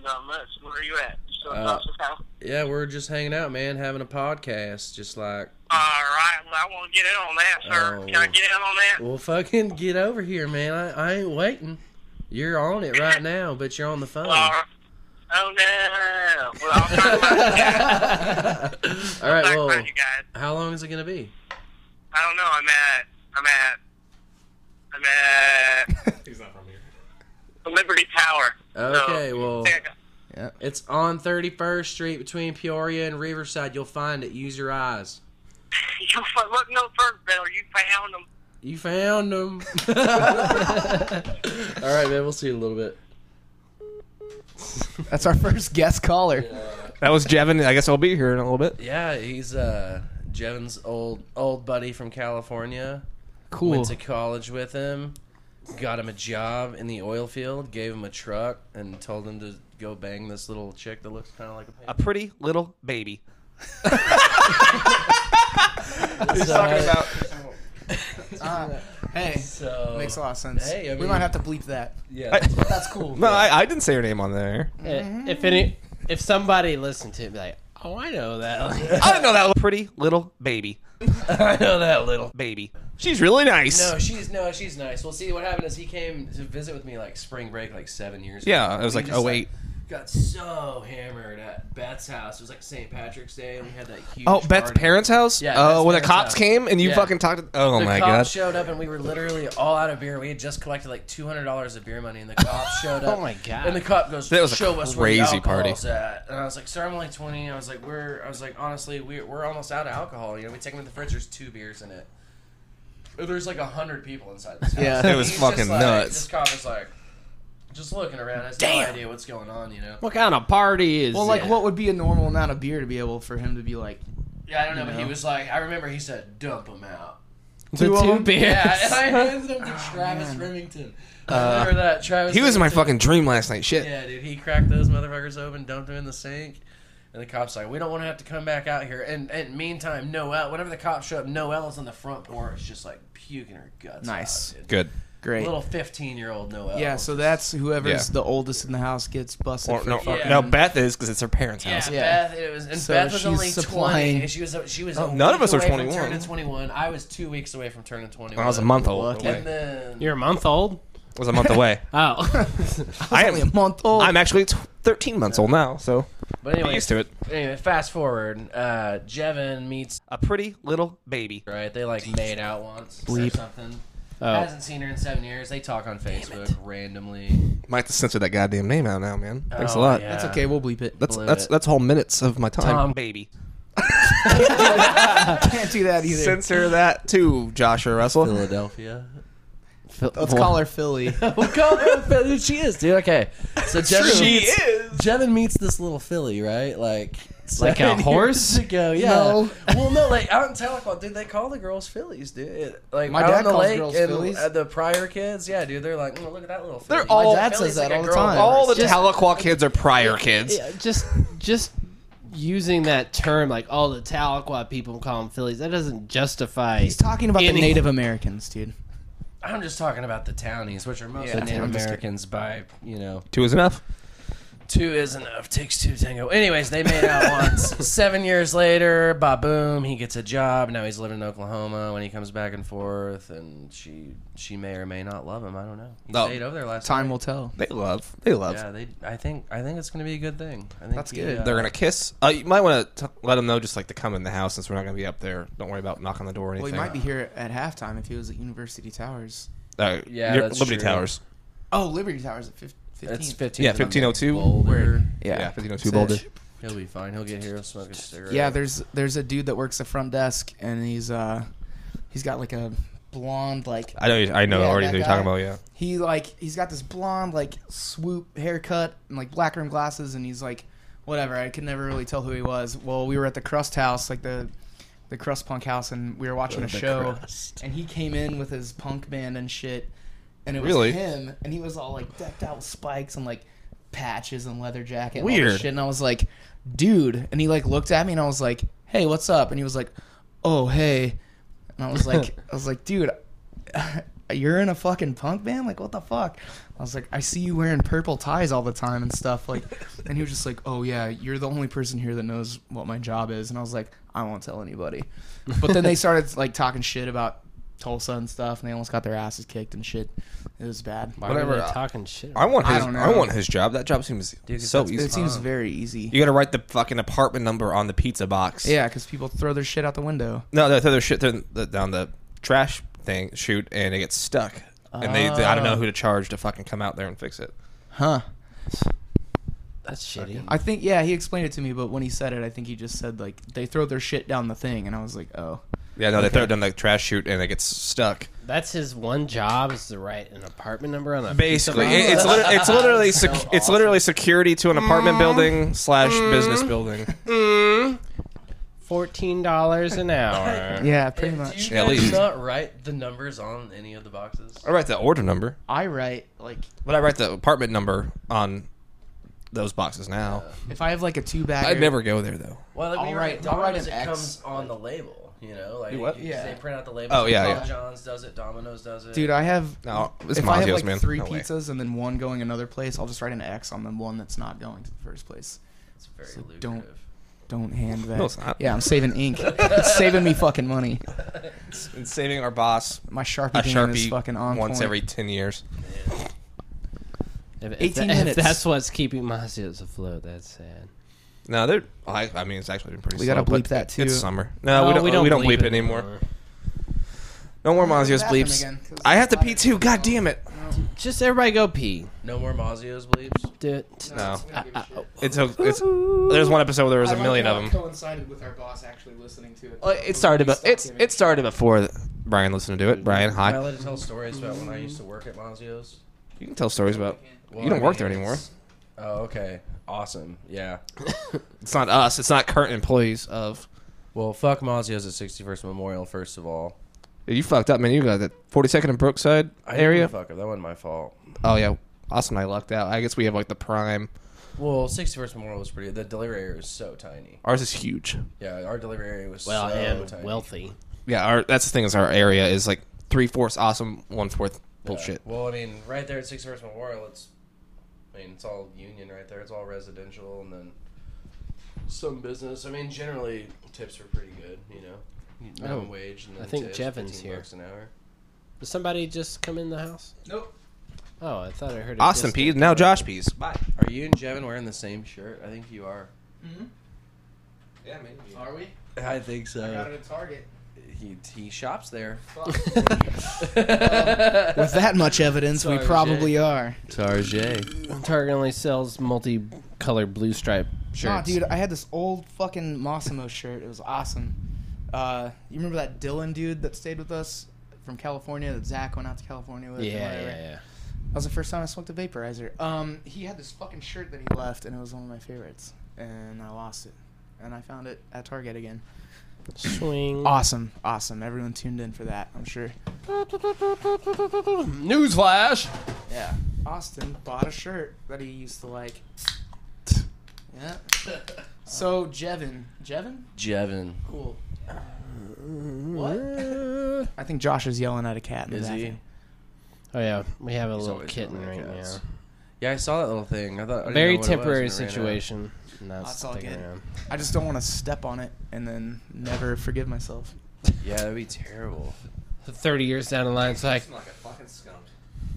[SPEAKER 5] Not much. Where are you at? You Still in
[SPEAKER 4] Uh,
[SPEAKER 5] Johnson's house?
[SPEAKER 4] Yeah, we're just hanging out, man, having a podcast. Just like,
[SPEAKER 5] All right. Well, I won't get in on that, sir.
[SPEAKER 4] Oh.
[SPEAKER 5] Can I get in on that?
[SPEAKER 4] well, fucking get over here, man. I, I ain't waiting. You're on it right now, but you're on the phone.
[SPEAKER 5] All right. Oh no! Well, I'll talk about it.
[SPEAKER 4] All right,
[SPEAKER 5] Talk
[SPEAKER 4] well,
[SPEAKER 5] about you guys.
[SPEAKER 4] how long is it gonna be?
[SPEAKER 5] I don't know. I'm at. I'm at. I'm at. He's not from here. Liberty Tower.
[SPEAKER 4] Uh, Okay, well,
[SPEAKER 3] Yeah.
[SPEAKER 4] it's on 31st Street between Peoria and Riverside. You'll find it. Use your eyes.
[SPEAKER 5] You fu- look no further. You found them.
[SPEAKER 4] You found them. All right, man. We'll see you in a little bit.
[SPEAKER 3] That's our first guest caller.
[SPEAKER 2] That was Jevin. I guess I'll be here in a little bit.
[SPEAKER 4] Yeah, he's uh, Jevin's old old buddy from California.
[SPEAKER 3] Cool.
[SPEAKER 4] Went to college with him. Got him a job in the oil field. Gave him a truck and told him to go bang this little chick that looks kind of like a.
[SPEAKER 2] A pretty little baby.
[SPEAKER 4] He's
[SPEAKER 2] Talking about
[SPEAKER 3] Uh, Ah, Hey,
[SPEAKER 4] so
[SPEAKER 3] makes a lot of sense.
[SPEAKER 4] Hey, I
[SPEAKER 3] we
[SPEAKER 4] mean-
[SPEAKER 3] might have to bleep that.
[SPEAKER 4] Yeah.
[SPEAKER 3] That's cool.
[SPEAKER 2] no, I, I didn't say her name on there.
[SPEAKER 1] I- Eh, If any, if somebody listened to it, be like, oh, I know that.
[SPEAKER 2] I didn't know that. Pretty little baby,
[SPEAKER 4] I know that little.
[SPEAKER 2] baby. She's really nice.
[SPEAKER 4] No, she's no, she's nice. Well, see, what happened is he came to visit with me like spring break, like seven years. ago.
[SPEAKER 2] Yeah, it was
[SPEAKER 4] We
[SPEAKER 2] like,
[SPEAKER 4] just,
[SPEAKER 2] oh, wait.
[SPEAKER 4] got so hammered at Beth's house. It was like St. Patrick's Day, and we had that huge.
[SPEAKER 2] Oh, Beth's
[SPEAKER 4] party.
[SPEAKER 2] parents' house.
[SPEAKER 4] Yeah,
[SPEAKER 2] Oh,
[SPEAKER 4] Beth's
[SPEAKER 2] when the
[SPEAKER 4] parents'
[SPEAKER 2] cops
[SPEAKER 4] house.
[SPEAKER 2] came and you
[SPEAKER 4] Yeah.
[SPEAKER 2] fucking talked. To, oh
[SPEAKER 4] The
[SPEAKER 2] my
[SPEAKER 4] cops
[SPEAKER 2] god.
[SPEAKER 4] showed up and we were literally all out of beer. We had just collected like two hundred dollars of beer money, and the cop showed up.
[SPEAKER 1] Oh my God.
[SPEAKER 4] And the cop goes,
[SPEAKER 2] That was a
[SPEAKER 4] "Show us where the
[SPEAKER 2] crazy party.
[SPEAKER 4] alcohol's at." And I was like, "Sir, I'm only 20. I was like, "We're," I was like, "Honestly, we're, we're almost out of alcohol. You know, we take them in the fridge. There's two beers in it. There's like a hundred people inside this house.
[SPEAKER 3] Yeah.
[SPEAKER 2] It was
[SPEAKER 4] He's
[SPEAKER 2] fucking
[SPEAKER 4] just like,
[SPEAKER 2] nuts.
[SPEAKER 4] This cop is like, just looking around, has
[SPEAKER 1] Damn.
[SPEAKER 4] no idea what's going on. You know?
[SPEAKER 1] what kind of party is?
[SPEAKER 3] Well, like,
[SPEAKER 1] it?
[SPEAKER 3] what would be a normal amount of beer to be able for him to be like
[SPEAKER 4] Yeah, I don't know, but he
[SPEAKER 3] know.
[SPEAKER 4] was like, I remember he said, "Dump them out."
[SPEAKER 1] the
[SPEAKER 3] of
[SPEAKER 1] two
[SPEAKER 3] them?
[SPEAKER 1] beers?
[SPEAKER 4] Yeah, and I handed him to Travis Remington. I remember that Travis.
[SPEAKER 2] He was in my
[SPEAKER 4] Remington-
[SPEAKER 2] fucking dream last night. Shit.
[SPEAKER 4] Yeah, dude, he cracked those motherfuckers open, dumped them in the sink, and the cops like, we don't want to have to come back out here. And and meantime, Noelle, whenever the cops show up, Noelle's on the front porch, just like puking her guts.
[SPEAKER 3] Nice.
[SPEAKER 4] out, dude.
[SPEAKER 2] Good.
[SPEAKER 3] great?
[SPEAKER 4] Little fifteen-year-old Noelle.
[SPEAKER 3] yeah, so that's whoever's
[SPEAKER 2] Yeah.
[SPEAKER 3] the oldest in the house gets busted
[SPEAKER 2] Or,
[SPEAKER 3] for
[SPEAKER 2] no,
[SPEAKER 3] fucking.
[SPEAKER 2] no, Beth is because it's her parents'
[SPEAKER 4] Yeah,
[SPEAKER 2] house.
[SPEAKER 3] Yeah.
[SPEAKER 4] Beth. It was, and
[SPEAKER 3] So
[SPEAKER 4] Beth was
[SPEAKER 3] she's
[SPEAKER 4] only
[SPEAKER 3] supplying-
[SPEAKER 4] twenty. and She was she was.
[SPEAKER 2] Oh,
[SPEAKER 4] a
[SPEAKER 2] none of
[SPEAKER 4] week
[SPEAKER 2] us are
[SPEAKER 4] away from
[SPEAKER 2] 21.
[SPEAKER 4] Turning twenty-one. I was two weeks away from turning twenty-one.
[SPEAKER 2] When I was a month old.
[SPEAKER 3] Lucky.
[SPEAKER 2] away.
[SPEAKER 4] And then
[SPEAKER 1] You're a month old.
[SPEAKER 2] I was a month away.
[SPEAKER 1] Oh,
[SPEAKER 2] I
[SPEAKER 3] Only a
[SPEAKER 2] am.
[SPEAKER 3] month old.
[SPEAKER 2] I'm actually t- 13 months old now, so
[SPEAKER 4] But
[SPEAKER 2] get
[SPEAKER 4] anyway,
[SPEAKER 2] used to it.
[SPEAKER 4] anyway, fast forward. Uh, Jevin meets
[SPEAKER 2] A pretty little baby.
[SPEAKER 4] right. They like made out once
[SPEAKER 1] Bleep.
[SPEAKER 4] or something.
[SPEAKER 1] Oh.
[SPEAKER 4] Hasn't seen her in seven years. They talk on Facebook randomly.
[SPEAKER 2] Might have to censor that goddamn name out now, man. Thanks a
[SPEAKER 4] Oh,
[SPEAKER 2] lot.
[SPEAKER 4] yeah.
[SPEAKER 3] That's okay. We'll bleep it.
[SPEAKER 2] That's
[SPEAKER 4] Blew
[SPEAKER 2] that's
[SPEAKER 4] it.
[SPEAKER 2] that's whole minutes of my time.
[SPEAKER 4] Tom.
[SPEAKER 2] baby.
[SPEAKER 3] Can't do that either.
[SPEAKER 2] Censor that too, Joshua Russell.
[SPEAKER 4] Philadelphia.
[SPEAKER 3] Let's call her Philly.
[SPEAKER 4] We'll call her Philly. She is, dude. Okay. So Jevin,
[SPEAKER 2] She
[SPEAKER 4] meets,
[SPEAKER 2] is.
[SPEAKER 4] Jevin meets this little Philly, right? Like
[SPEAKER 1] Like a
[SPEAKER 4] seven
[SPEAKER 1] horse?
[SPEAKER 4] years ago. Yeah.
[SPEAKER 3] No.
[SPEAKER 4] Well, no. Like out in Tahlequah, dude, they call the girls Phillies, dude. Like
[SPEAKER 3] My
[SPEAKER 4] out
[SPEAKER 3] dad
[SPEAKER 4] on the
[SPEAKER 3] calls
[SPEAKER 4] lake
[SPEAKER 3] girls
[SPEAKER 4] and
[SPEAKER 3] Phillies.
[SPEAKER 4] uh, the prior kids, yeah, dude. They're like, "Mm, look at that little.
[SPEAKER 2] They're
[SPEAKER 4] Philly."
[SPEAKER 2] all-
[SPEAKER 4] My
[SPEAKER 3] dad says
[SPEAKER 4] Philly's
[SPEAKER 3] that
[SPEAKER 4] like a
[SPEAKER 3] all the
[SPEAKER 4] girl
[SPEAKER 3] time.
[SPEAKER 4] horse.
[SPEAKER 2] All the Tahlequah kids are prior kids.
[SPEAKER 1] yeah, just just using that term like all the Tahlequah people call them Phillies. That doesn't justify.
[SPEAKER 3] He's talking about
[SPEAKER 1] Any-
[SPEAKER 3] the Native Americans, dude.
[SPEAKER 4] I'm just talking about the townies, which are mostly
[SPEAKER 3] Yeah,
[SPEAKER 4] Native
[SPEAKER 3] I'm just kidding.
[SPEAKER 4] Americans by, you know,
[SPEAKER 2] Two is enough.
[SPEAKER 4] two is enough, takes two tango. Anyways, they made out once. Seven years later, ba boom, he gets a job. Now he's living in Oklahoma when he comes back and forth, and she she may or may not love him. I don't know. He
[SPEAKER 2] No.
[SPEAKER 4] stayed over there last
[SPEAKER 3] Time
[SPEAKER 4] night.
[SPEAKER 3] will tell.
[SPEAKER 2] They love. They love.
[SPEAKER 4] Yeah, they. I think. I think it's gonna be a good thing. I think
[SPEAKER 3] That's
[SPEAKER 4] he,
[SPEAKER 3] good.
[SPEAKER 4] uh,
[SPEAKER 2] They're gonna kiss. Uh, you might want to let them know just like to come in the house since we're not gonna be up there. Don't worry about knocking on the door or
[SPEAKER 3] Well,
[SPEAKER 2] anything.
[SPEAKER 3] he might be here at halftime if he was at University Towers.
[SPEAKER 2] Uh,
[SPEAKER 4] Yeah,
[SPEAKER 2] your-
[SPEAKER 4] that's
[SPEAKER 2] Liberty
[SPEAKER 4] true.
[SPEAKER 2] Towers.
[SPEAKER 3] Oh, Liberty Towers at fif- 15.
[SPEAKER 4] It's fifteen.
[SPEAKER 2] Yeah, fifteen oh two.
[SPEAKER 4] Boulder.
[SPEAKER 2] Yeah, fifteen oh two Boulder.
[SPEAKER 4] He'll be fine. He'll get here. Smoke a cigarette.
[SPEAKER 3] Yeah, there's there's a dude that works the front desk, and he's uh he's got like a blonde like
[SPEAKER 2] I know. I know
[SPEAKER 3] Yeah,
[SPEAKER 2] already
[SPEAKER 3] that
[SPEAKER 2] who you're talking
[SPEAKER 3] guy.
[SPEAKER 2] about. Yeah.
[SPEAKER 3] he like he's got this blonde like swoop haircut and like black rim glasses and he's like whatever i could never really tell who he was well we were at the crust house like the the crust punk house and we were watching a show and he came in with his punk band and shit and it
[SPEAKER 2] Really?
[SPEAKER 3] was him and he was all like decked out with spikes and like patches and leather jacket and all this
[SPEAKER 2] Weird.
[SPEAKER 3] shit and i was like dude and he like looked at me and i was like hey what's up and he was like oh hey and I was like, I was like, dude, you're in a fucking punk band? Like, what the fuck? I was like, I see you wearing purple ties all the time and stuff. Like, and he was just like, oh yeah, you're the only person here that knows what my job is. And I was like, I won't tell anybody. But then they started like talking shit about Tulsa and stuff, and they almost got their asses kicked and shit. It was bad.
[SPEAKER 1] Why
[SPEAKER 2] Whatever,
[SPEAKER 1] Are they
[SPEAKER 2] I-
[SPEAKER 1] talking shit.
[SPEAKER 2] I want
[SPEAKER 3] I
[SPEAKER 2] his.
[SPEAKER 3] don't know.
[SPEAKER 2] I, want his job. That job seems
[SPEAKER 4] Dude, 'cause
[SPEAKER 2] so
[SPEAKER 4] that's-
[SPEAKER 2] easy.
[SPEAKER 3] It seems very easy.
[SPEAKER 2] you got to write the fucking apartment number on the pizza box.
[SPEAKER 3] Yeah, because people throw their shit out the window.
[SPEAKER 2] No, they throw their shit through the, down the trash thing chute, and it gets stuck. And they, they, I don't know who to charge to fucking come out there and fix it.
[SPEAKER 3] Huh.
[SPEAKER 1] That's shitty.
[SPEAKER 3] I think yeah, he explained it to me, but when he said it, I think he just said like they throw their shit down the thing, and I was like, oh.
[SPEAKER 2] Yeah, no, they throw it down the trash chute, and it gets stuck.
[SPEAKER 1] That's his one job is to write an apartment number on a
[SPEAKER 2] Basically,
[SPEAKER 1] piece of
[SPEAKER 2] it, it's lit- it's literally sec-
[SPEAKER 4] So
[SPEAKER 2] it's literally security to an apartment building slash business building.
[SPEAKER 1] fourteen dollars an hour.
[SPEAKER 3] Yeah, pretty
[SPEAKER 4] Do
[SPEAKER 3] much.
[SPEAKER 4] you
[SPEAKER 2] At
[SPEAKER 4] guys
[SPEAKER 2] least.
[SPEAKER 4] not write the numbers on any of the boxes?
[SPEAKER 2] I write the order number,
[SPEAKER 3] I write like
[SPEAKER 2] but I write the apartment number on those boxes now.
[SPEAKER 3] if I have like a two bag.
[SPEAKER 2] I'd never go there though.
[SPEAKER 4] Well, it'd be
[SPEAKER 3] I'll
[SPEAKER 4] right.
[SPEAKER 3] write-
[SPEAKER 4] Domino's
[SPEAKER 3] I'll write
[SPEAKER 4] it
[SPEAKER 3] an X.
[SPEAKER 4] comes on the label. You know, like
[SPEAKER 2] Do what?
[SPEAKER 4] you-
[SPEAKER 3] Yeah.
[SPEAKER 4] they print out the label.
[SPEAKER 2] Oh, yeah,
[SPEAKER 4] Papa
[SPEAKER 2] yeah.
[SPEAKER 4] John's does it. Domino's does it.
[SPEAKER 3] Dude, I have
[SPEAKER 2] No, it's
[SPEAKER 3] if I have
[SPEAKER 2] Mazio's,
[SPEAKER 3] like
[SPEAKER 2] man.
[SPEAKER 3] three
[SPEAKER 2] No way.
[SPEAKER 3] pizzas and then one going another place, I'll just write an X on the one that's not going to the first place.
[SPEAKER 4] it's very
[SPEAKER 3] so
[SPEAKER 4] lucrative.
[SPEAKER 3] don't- Don't hand that.
[SPEAKER 2] No, it's not.
[SPEAKER 3] Yeah, I'm saving ink. it's saving me fucking money.
[SPEAKER 2] And saving our boss
[SPEAKER 3] My sharpie
[SPEAKER 2] a
[SPEAKER 3] game is
[SPEAKER 2] sharpie
[SPEAKER 3] fucking on
[SPEAKER 2] once
[SPEAKER 3] point.
[SPEAKER 2] every ten years.
[SPEAKER 1] If, if
[SPEAKER 3] 18
[SPEAKER 1] tha- if
[SPEAKER 3] minutes.
[SPEAKER 1] that's what's keeping Mazio's afloat, that's sad.
[SPEAKER 2] No, they're. I, I mean, it's actually been pretty.
[SPEAKER 3] We gotta
[SPEAKER 2] slow, but
[SPEAKER 3] bleep that, too.
[SPEAKER 2] It's summer. No, we don't. We don't, bleep, it anymore. No more Mazio's
[SPEAKER 3] Bathroom
[SPEAKER 2] bleeps.
[SPEAKER 3] again, 'cause
[SPEAKER 2] I have to
[SPEAKER 3] it's
[SPEAKER 2] pee
[SPEAKER 3] not-
[SPEAKER 2] too. God damn it.
[SPEAKER 1] Just everybody go pee.
[SPEAKER 4] No more Mazio's bleeps.
[SPEAKER 1] Do it.
[SPEAKER 2] No,
[SPEAKER 3] I don't give a shit.
[SPEAKER 2] it's, o- it's there's one episode where there was
[SPEAKER 3] I
[SPEAKER 2] a
[SPEAKER 3] like
[SPEAKER 2] million
[SPEAKER 3] how
[SPEAKER 2] of
[SPEAKER 3] it
[SPEAKER 2] them.
[SPEAKER 3] Coincided with our boss actually listening to Oh, it.
[SPEAKER 2] It started, but it's it started before Brian listened to it. Brian,
[SPEAKER 4] Am
[SPEAKER 2] hi.
[SPEAKER 4] I allowed to tell stories about when I used to work at Mazio's?
[SPEAKER 2] You can tell stories about.
[SPEAKER 4] Well,
[SPEAKER 2] You don't
[SPEAKER 4] I
[SPEAKER 2] work there
[SPEAKER 4] mean,
[SPEAKER 2] anymore.
[SPEAKER 4] it's- Oh, okay. Awesome. Yeah.
[SPEAKER 2] It's not us. It's not current employees of.
[SPEAKER 4] Well, fuck Mazio's at 61st Memorial, first of all.
[SPEAKER 2] You fucked up, man. You got that 42nd and Brookside area.
[SPEAKER 4] Fuck That wasn't my fault.
[SPEAKER 2] Oh yeah, Austin and I lucked out. I guess we have like the prime.
[SPEAKER 4] Well, 61st Memorial was pretty. The delivery area is so tiny.
[SPEAKER 2] Ours is huge.
[SPEAKER 4] Yeah, our delivery area was
[SPEAKER 1] Well,
[SPEAKER 4] so
[SPEAKER 1] and
[SPEAKER 4] tiny.
[SPEAKER 1] wealthy.
[SPEAKER 2] Yeah, our that's the thing is our area is like three fourths awesome, one fourth
[SPEAKER 4] Yeah.
[SPEAKER 2] bullshit.
[SPEAKER 4] Well, I mean, right there at 61st Memorial, it's. I mean, it's all union right there. It's all residential and then some business. I mean, generally, tips are pretty good, you know? Minimum
[SPEAKER 1] Oh,
[SPEAKER 4] wage and
[SPEAKER 1] I
[SPEAKER 4] then
[SPEAKER 1] think
[SPEAKER 4] tips,
[SPEAKER 1] Jevin's
[SPEAKER 4] 15
[SPEAKER 1] here.
[SPEAKER 4] bucks an hour.
[SPEAKER 1] Did somebody just come in the house?
[SPEAKER 3] Nope.
[SPEAKER 1] Oh, I thought I heard. a
[SPEAKER 2] Austin
[SPEAKER 1] distant-
[SPEAKER 2] pees now. Josh pees. Bye.
[SPEAKER 4] Are you and Jevin wearing the same shirt? I think you are.
[SPEAKER 2] Yeah, maybe.
[SPEAKER 3] Are we?
[SPEAKER 4] I think so.
[SPEAKER 3] at Target.
[SPEAKER 4] He, he shops there.
[SPEAKER 3] With that much evidence,
[SPEAKER 4] Sorry,
[SPEAKER 3] we probably are.
[SPEAKER 4] Target.
[SPEAKER 1] Target only sells multi-color blue stripe
[SPEAKER 4] Ah,
[SPEAKER 1] shirts.
[SPEAKER 3] Nah, dude, I had this old fucking Massimo shirt. It was awesome. Uh, you remember that Dylan dude that stayed with us from California that Zach went out to California with?
[SPEAKER 1] Yeah,
[SPEAKER 3] and
[SPEAKER 1] yeah,
[SPEAKER 3] whatever?
[SPEAKER 1] yeah.
[SPEAKER 3] That was the first time I smoked a vaporizer. Um, he had this fucking shirt that he left, and it was one of my favorites. And I lost it. And I found it at Target again.
[SPEAKER 1] Swing.
[SPEAKER 3] Awesome, awesome. Everyone tuned in for that, I'm sure.
[SPEAKER 1] Newsflash.
[SPEAKER 3] Yeah. Austin bought a shirt that he used to like. Yeah. So Jevin, Jevin,
[SPEAKER 4] Jevin.
[SPEAKER 3] cool. What? I think Josh is yelling at a cat. In the
[SPEAKER 4] Is he?
[SPEAKER 3] bathroom.
[SPEAKER 1] Oh yeah, we have a little
[SPEAKER 4] always
[SPEAKER 1] kitten
[SPEAKER 4] yelling
[SPEAKER 1] right
[SPEAKER 4] at
[SPEAKER 1] now.
[SPEAKER 4] cats. Yeah, I saw that little thing. I thought I didn't
[SPEAKER 1] Very
[SPEAKER 4] know what it was
[SPEAKER 1] temporary
[SPEAKER 4] when I ran out. Ah,
[SPEAKER 1] situation. And that's
[SPEAKER 3] That's all
[SPEAKER 1] sticking
[SPEAKER 3] good.
[SPEAKER 1] around.
[SPEAKER 3] I just don't want to step on it and then never forgive myself.
[SPEAKER 4] Yeah, that'd be terrible.
[SPEAKER 1] Thirty years down the line, it's like,
[SPEAKER 2] a fucking skunk.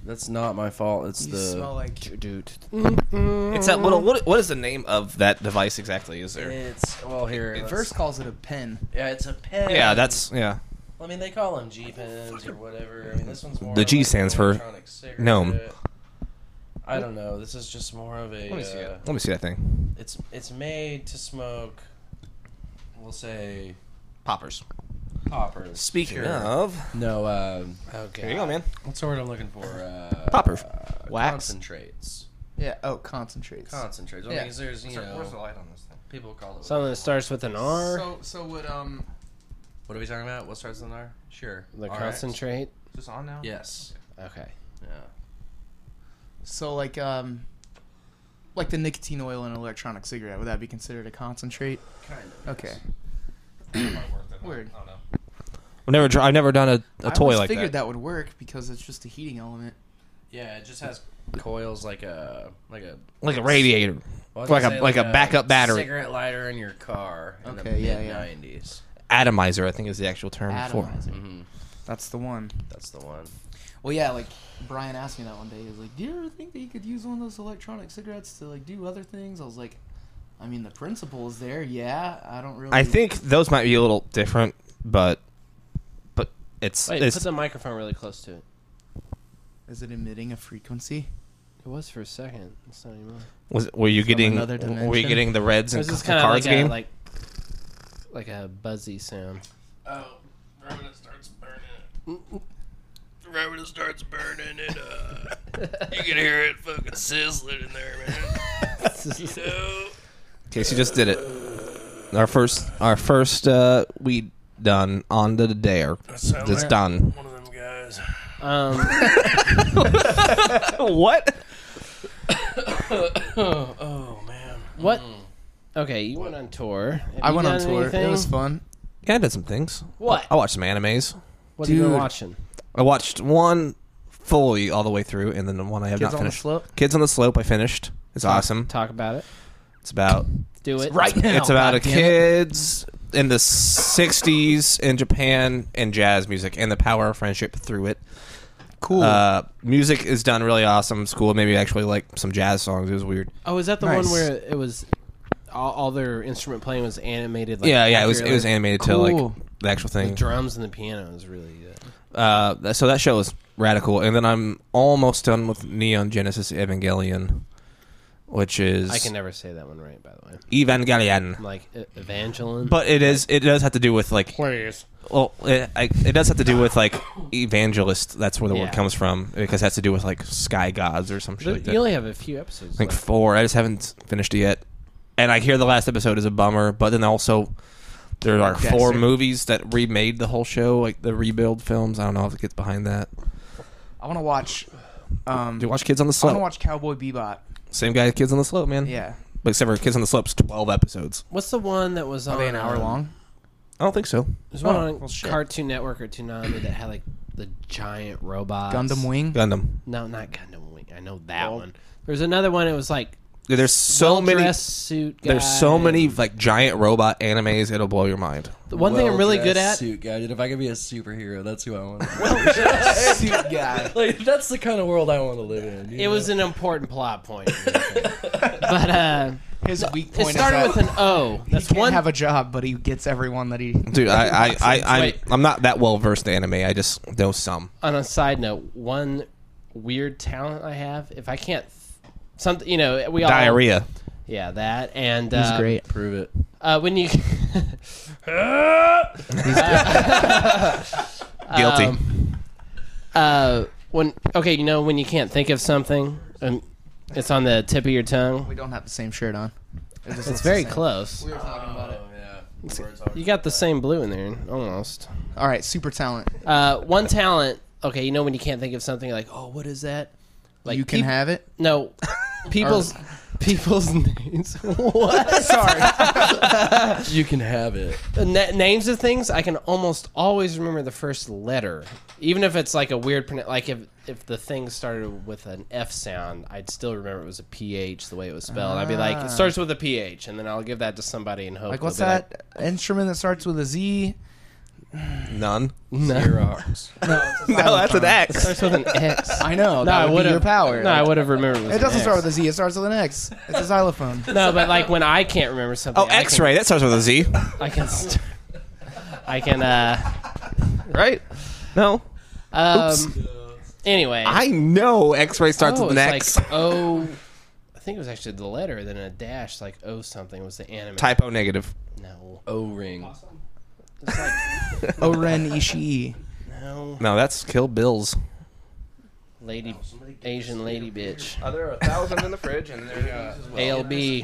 [SPEAKER 4] That's not my fault. It's
[SPEAKER 3] You
[SPEAKER 4] the
[SPEAKER 3] smell like
[SPEAKER 1] dude,
[SPEAKER 2] It's that little. What, what is the name of that device exactly? Is there?
[SPEAKER 4] It's well here.
[SPEAKER 3] it
[SPEAKER 4] let's-
[SPEAKER 3] first calls it a pen.
[SPEAKER 4] yeah, it's a pen.
[SPEAKER 2] Yeah, that's yeah.
[SPEAKER 4] I mean, they call them G pens or whatever. I mean, this one's more.
[SPEAKER 2] The G
[SPEAKER 4] of like an
[SPEAKER 2] stands for
[SPEAKER 4] electronic cigarette.
[SPEAKER 2] gnome.
[SPEAKER 4] I don't know. This is just more of a. uh,
[SPEAKER 2] Let me see that thing.
[SPEAKER 4] It's it's made to smoke. We'll say
[SPEAKER 2] Poppers.
[SPEAKER 4] poppers.
[SPEAKER 2] Speaking
[SPEAKER 4] Sure.
[SPEAKER 2] of,
[SPEAKER 4] No. Um,
[SPEAKER 1] okay.
[SPEAKER 2] here you go, man.
[SPEAKER 4] what's the word I'm looking for? Uh,
[SPEAKER 2] Poppers.
[SPEAKER 4] uh,
[SPEAKER 3] Wax?
[SPEAKER 4] Concentrates.
[SPEAKER 3] Yeah. Oh, concentrates.
[SPEAKER 4] Concentrates. I
[SPEAKER 3] Yeah.
[SPEAKER 4] mean, 'cause there's you know
[SPEAKER 2] light on this thing?
[SPEAKER 4] people call it.
[SPEAKER 1] Something that starts with an R,
[SPEAKER 3] So, so would um.
[SPEAKER 4] What are we talking about? What starts with an R? Sure.
[SPEAKER 1] the
[SPEAKER 4] All right.
[SPEAKER 1] concentrate.
[SPEAKER 2] Just on now.
[SPEAKER 4] Yes.
[SPEAKER 1] Okay.
[SPEAKER 4] Yeah.
[SPEAKER 3] So like um. Like the nicotine oil in an electronic cigarette, would that be considered a concentrate?
[SPEAKER 4] Kind of.
[SPEAKER 3] Okay. Weird.
[SPEAKER 2] I've never. dr- I've never done a, a
[SPEAKER 3] I
[SPEAKER 2] toy
[SPEAKER 3] always
[SPEAKER 2] like
[SPEAKER 3] figured
[SPEAKER 2] that.
[SPEAKER 3] that would work because it's just a heating element.
[SPEAKER 4] Yeah, it just has coils like a like a
[SPEAKER 2] Like a radiator.
[SPEAKER 4] well, I was
[SPEAKER 2] Like
[SPEAKER 4] gonna
[SPEAKER 2] a-
[SPEAKER 4] say
[SPEAKER 2] like a backup battery.
[SPEAKER 4] cigarette lighter in your car. In the
[SPEAKER 3] Okay, yeah, yeah.
[SPEAKER 4] Nineties.
[SPEAKER 2] Atomizer, I think, is the actual term
[SPEAKER 3] Atomizer.
[SPEAKER 4] Mhm.
[SPEAKER 3] That's the one.
[SPEAKER 4] That's the one.
[SPEAKER 3] Well, yeah, like Brian asked me that one day. He was like, "Do you ever think that you could use one of those electronic cigarettes to like do other things?" I was like, "I mean, the principle is there. Yeah, I don't really."
[SPEAKER 2] I think those might be a little different, but but it's
[SPEAKER 1] Wait,
[SPEAKER 2] it's
[SPEAKER 1] put the microphone really close to it.
[SPEAKER 3] is it emitting a frequency?
[SPEAKER 1] It was for a second. It's not anymore.
[SPEAKER 2] was, were you getting
[SPEAKER 3] another
[SPEAKER 2] were you
[SPEAKER 3] dimension?
[SPEAKER 2] getting the Reds
[SPEAKER 1] It
[SPEAKER 2] and
[SPEAKER 1] was just
[SPEAKER 2] the
[SPEAKER 1] kind of
[SPEAKER 2] Cards
[SPEAKER 1] like
[SPEAKER 2] game?
[SPEAKER 1] a like, like a buzzy sound.
[SPEAKER 4] Oh, right when it starts burning. Right when it starts burning, it uh, you can hear it fucking sizzling in there, man.
[SPEAKER 2] Casey just did it. Our first our first uh, weed done on the dare. It's done.
[SPEAKER 4] One of them guys.
[SPEAKER 1] Um,
[SPEAKER 2] what?
[SPEAKER 4] Oh man.
[SPEAKER 1] what? Mm. Okay, you went on tour. Have
[SPEAKER 3] I
[SPEAKER 1] you
[SPEAKER 3] went on
[SPEAKER 1] done
[SPEAKER 3] tour. It
[SPEAKER 1] anything?
[SPEAKER 3] was fun.
[SPEAKER 2] Yeah, I did some things.
[SPEAKER 1] What?
[SPEAKER 2] I watched some animes.
[SPEAKER 1] What have you been
[SPEAKER 3] Dude.
[SPEAKER 1] watching?
[SPEAKER 2] I watched one fully all the way through, and then the one I have
[SPEAKER 3] Kids
[SPEAKER 2] not
[SPEAKER 3] on the
[SPEAKER 2] finished.
[SPEAKER 3] slope.
[SPEAKER 2] Kids on the Slope. I finished. It's awesome.
[SPEAKER 1] Talk about it.
[SPEAKER 2] It's about
[SPEAKER 1] Do it
[SPEAKER 3] right now.
[SPEAKER 2] it's about a
[SPEAKER 3] God damn it.
[SPEAKER 2] kids in the '60s in Japan and jazz music and the power of friendship through it.
[SPEAKER 3] Cool.
[SPEAKER 2] Uh, music is done really awesome. It's cool. Maybe actually like some jazz songs. It was weird.
[SPEAKER 1] Oh, is that the
[SPEAKER 3] Nice.
[SPEAKER 1] one where it was all, all their instrument playing was animated? Like,
[SPEAKER 2] yeah, yeah. It was it
[SPEAKER 1] accurately?
[SPEAKER 2] was animated to
[SPEAKER 3] Cool.
[SPEAKER 2] like the actual
[SPEAKER 1] The
[SPEAKER 2] thing.
[SPEAKER 1] drums and the piano was really good.
[SPEAKER 2] Uh, that- so that show is radical. And then I'm almost done with Neon Genesis Evangelion, which is
[SPEAKER 1] I can never say that one right, by the way.
[SPEAKER 2] Evangelion.
[SPEAKER 1] I'm like e- Evangeline.
[SPEAKER 2] But it is. It does have to do with like.
[SPEAKER 1] please,
[SPEAKER 2] Well, it, I, it does have to do with like evangelist. That's where the
[SPEAKER 1] Yeah.
[SPEAKER 2] word comes from because it has to do with like sky gods or some shit. Like that.
[SPEAKER 1] you only have a few episodes.
[SPEAKER 2] I think
[SPEAKER 1] left.
[SPEAKER 2] four. I just haven't finished it yet. And I hear the last episode is a bummer, but then also there are
[SPEAKER 3] Desert.
[SPEAKER 2] four movies that remade the whole show, like the rebuild films. I don't know if it gets behind that.
[SPEAKER 3] I want to watch. Um,
[SPEAKER 2] Do you watch Kids on the
[SPEAKER 3] I want
[SPEAKER 2] Slope?
[SPEAKER 3] to watch Cowboy Bebop.
[SPEAKER 2] Same guy, as Kids on the Slope, man.
[SPEAKER 3] Yeah.
[SPEAKER 2] But except for Kids on the Slope's twelve episodes.
[SPEAKER 1] What's the one that was
[SPEAKER 3] Are
[SPEAKER 1] on
[SPEAKER 3] they an hour
[SPEAKER 1] um,
[SPEAKER 3] long?
[SPEAKER 2] I don't think so.
[SPEAKER 1] There's one
[SPEAKER 3] Oh,
[SPEAKER 1] on
[SPEAKER 3] well, shit.
[SPEAKER 1] Cartoon Network or Toonami that had like the giant robots.
[SPEAKER 3] Gundam Wing.
[SPEAKER 2] Gundam.
[SPEAKER 1] No, not Gundam Wing. I know that one. There's another one. It was like
[SPEAKER 2] Dude, There's so many.
[SPEAKER 1] dress suit.
[SPEAKER 2] There's
[SPEAKER 1] guy.
[SPEAKER 2] so many like giant robot animes. It'll blow your mind.
[SPEAKER 1] The one thing I'm really good at.
[SPEAKER 4] Suit guy. Dude, if I could be a superhero, that's who I want.
[SPEAKER 3] Suit guy.
[SPEAKER 4] like that's the kind of world I want to live in.
[SPEAKER 1] It was an important plot point, but uh,
[SPEAKER 3] His weak
[SPEAKER 1] it
[SPEAKER 3] point
[SPEAKER 1] started
[SPEAKER 3] is
[SPEAKER 1] with
[SPEAKER 3] that
[SPEAKER 1] an O.
[SPEAKER 3] he
[SPEAKER 1] That's
[SPEAKER 3] can't
[SPEAKER 1] one.
[SPEAKER 3] have a job, but he gets everyone that he.
[SPEAKER 2] Dude, I, I, I, I'm,
[SPEAKER 1] Wait.
[SPEAKER 2] I'm not that well versed in anime. I just know some.
[SPEAKER 1] on a side note, one weird talent I have. If I can't, th- something you know, we all
[SPEAKER 2] Diarrhea.
[SPEAKER 1] Yeah, that and uh,
[SPEAKER 4] Prove it.
[SPEAKER 1] Uh, when you
[SPEAKER 2] Guilty.
[SPEAKER 1] um, uh, when okay, you know when you can't think of something, um, it's on the tip of your tongue.
[SPEAKER 3] We don't have the same shirt on. It just
[SPEAKER 1] It's
[SPEAKER 3] looks the
[SPEAKER 1] very
[SPEAKER 3] same.
[SPEAKER 1] close.
[SPEAKER 3] We were talking about it.
[SPEAKER 4] Oh yeah.
[SPEAKER 1] You got the same blue in there, almost.
[SPEAKER 3] All right, super talent.
[SPEAKER 1] Uh, one talent. Okay, you know when you can't think of something, oh, like, oh, what is that? Like
[SPEAKER 3] you can
[SPEAKER 1] peop-
[SPEAKER 3] have it.
[SPEAKER 1] no. people's people's names. what?
[SPEAKER 3] Sorry.
[SPEAKER 4] You can have it.
[SPEAKER 1] The na- names of things I can almost always remember the first letter, even if it's like a weird pronu- like if if the thing started with an F sound, I'd still remember it was a PH the way it was spelled. I'd be like, it starts with a PH, and then I'll give that to somebody and hope.
[SPEAKER 3] Ah. like
[SPEAKER 1] they'll
[SPEAKER 3] what's
[SPEAKER 1] be
[SPEAKER 3] that instrument that starts with a Z?
[SPEAKER 2] None.
[SPEAKER 4] Xerox.
[SPEAKER 2] No, that's an
[SPEAKER 1] It
[SPEAKER 2] X.
[SPEAKER 1] starts with an X.
[SPEAKER 3] I know.
[SPEAKER 1] no, I
[SPEAKER 3] that would
[SPEAKER 1] would
[SPEAKER 3] be
[SPEAKER 1] have
[SPEAKER 3] your power.
[SPEAKER 1] No, I would have remembered.
[SPEAKER 3] It doesn't start with a Z. It starts with an X. It's a xylophone.
[SPEAKER 1] No, but like when I can't remember something.
[SPEAKER 2] Oh,
[SPEAKER 1] I can-
[SPEAKER 2] X-ray. That starts with a Z.
[SPEAKER 1] I can. St- I can. uh
[SPEAKER 2] Right? No.
[SPEAKER 1] um, Anyway,
[SPEAKER 2] I know X-ray starts
[SPEAKER 1] oh,
[SPEAKER 2] with an
[SPEAKER 1] it's
[SPEAKER 2] X.
[SPEAKER 1] like oh. I think it was actually the letter, then a dash, like oh something was the anime.
[SPEAKER 2] Typo negative.
[SPEAKER 1] No,
[SPEAKER 4] O ring.
[SPEAKER 3] Oren Ishii.
[SPEAKER 1] no,
[SPEAKER 2] No, that's Kill Bills.
[SPEAKER 1] lady, Asian lady bitch.
[SPEAKER 2] Oh, there are a thousand in the fridge, and there.
[SPEAKER 1] ALB.
[SPEAKER 4] We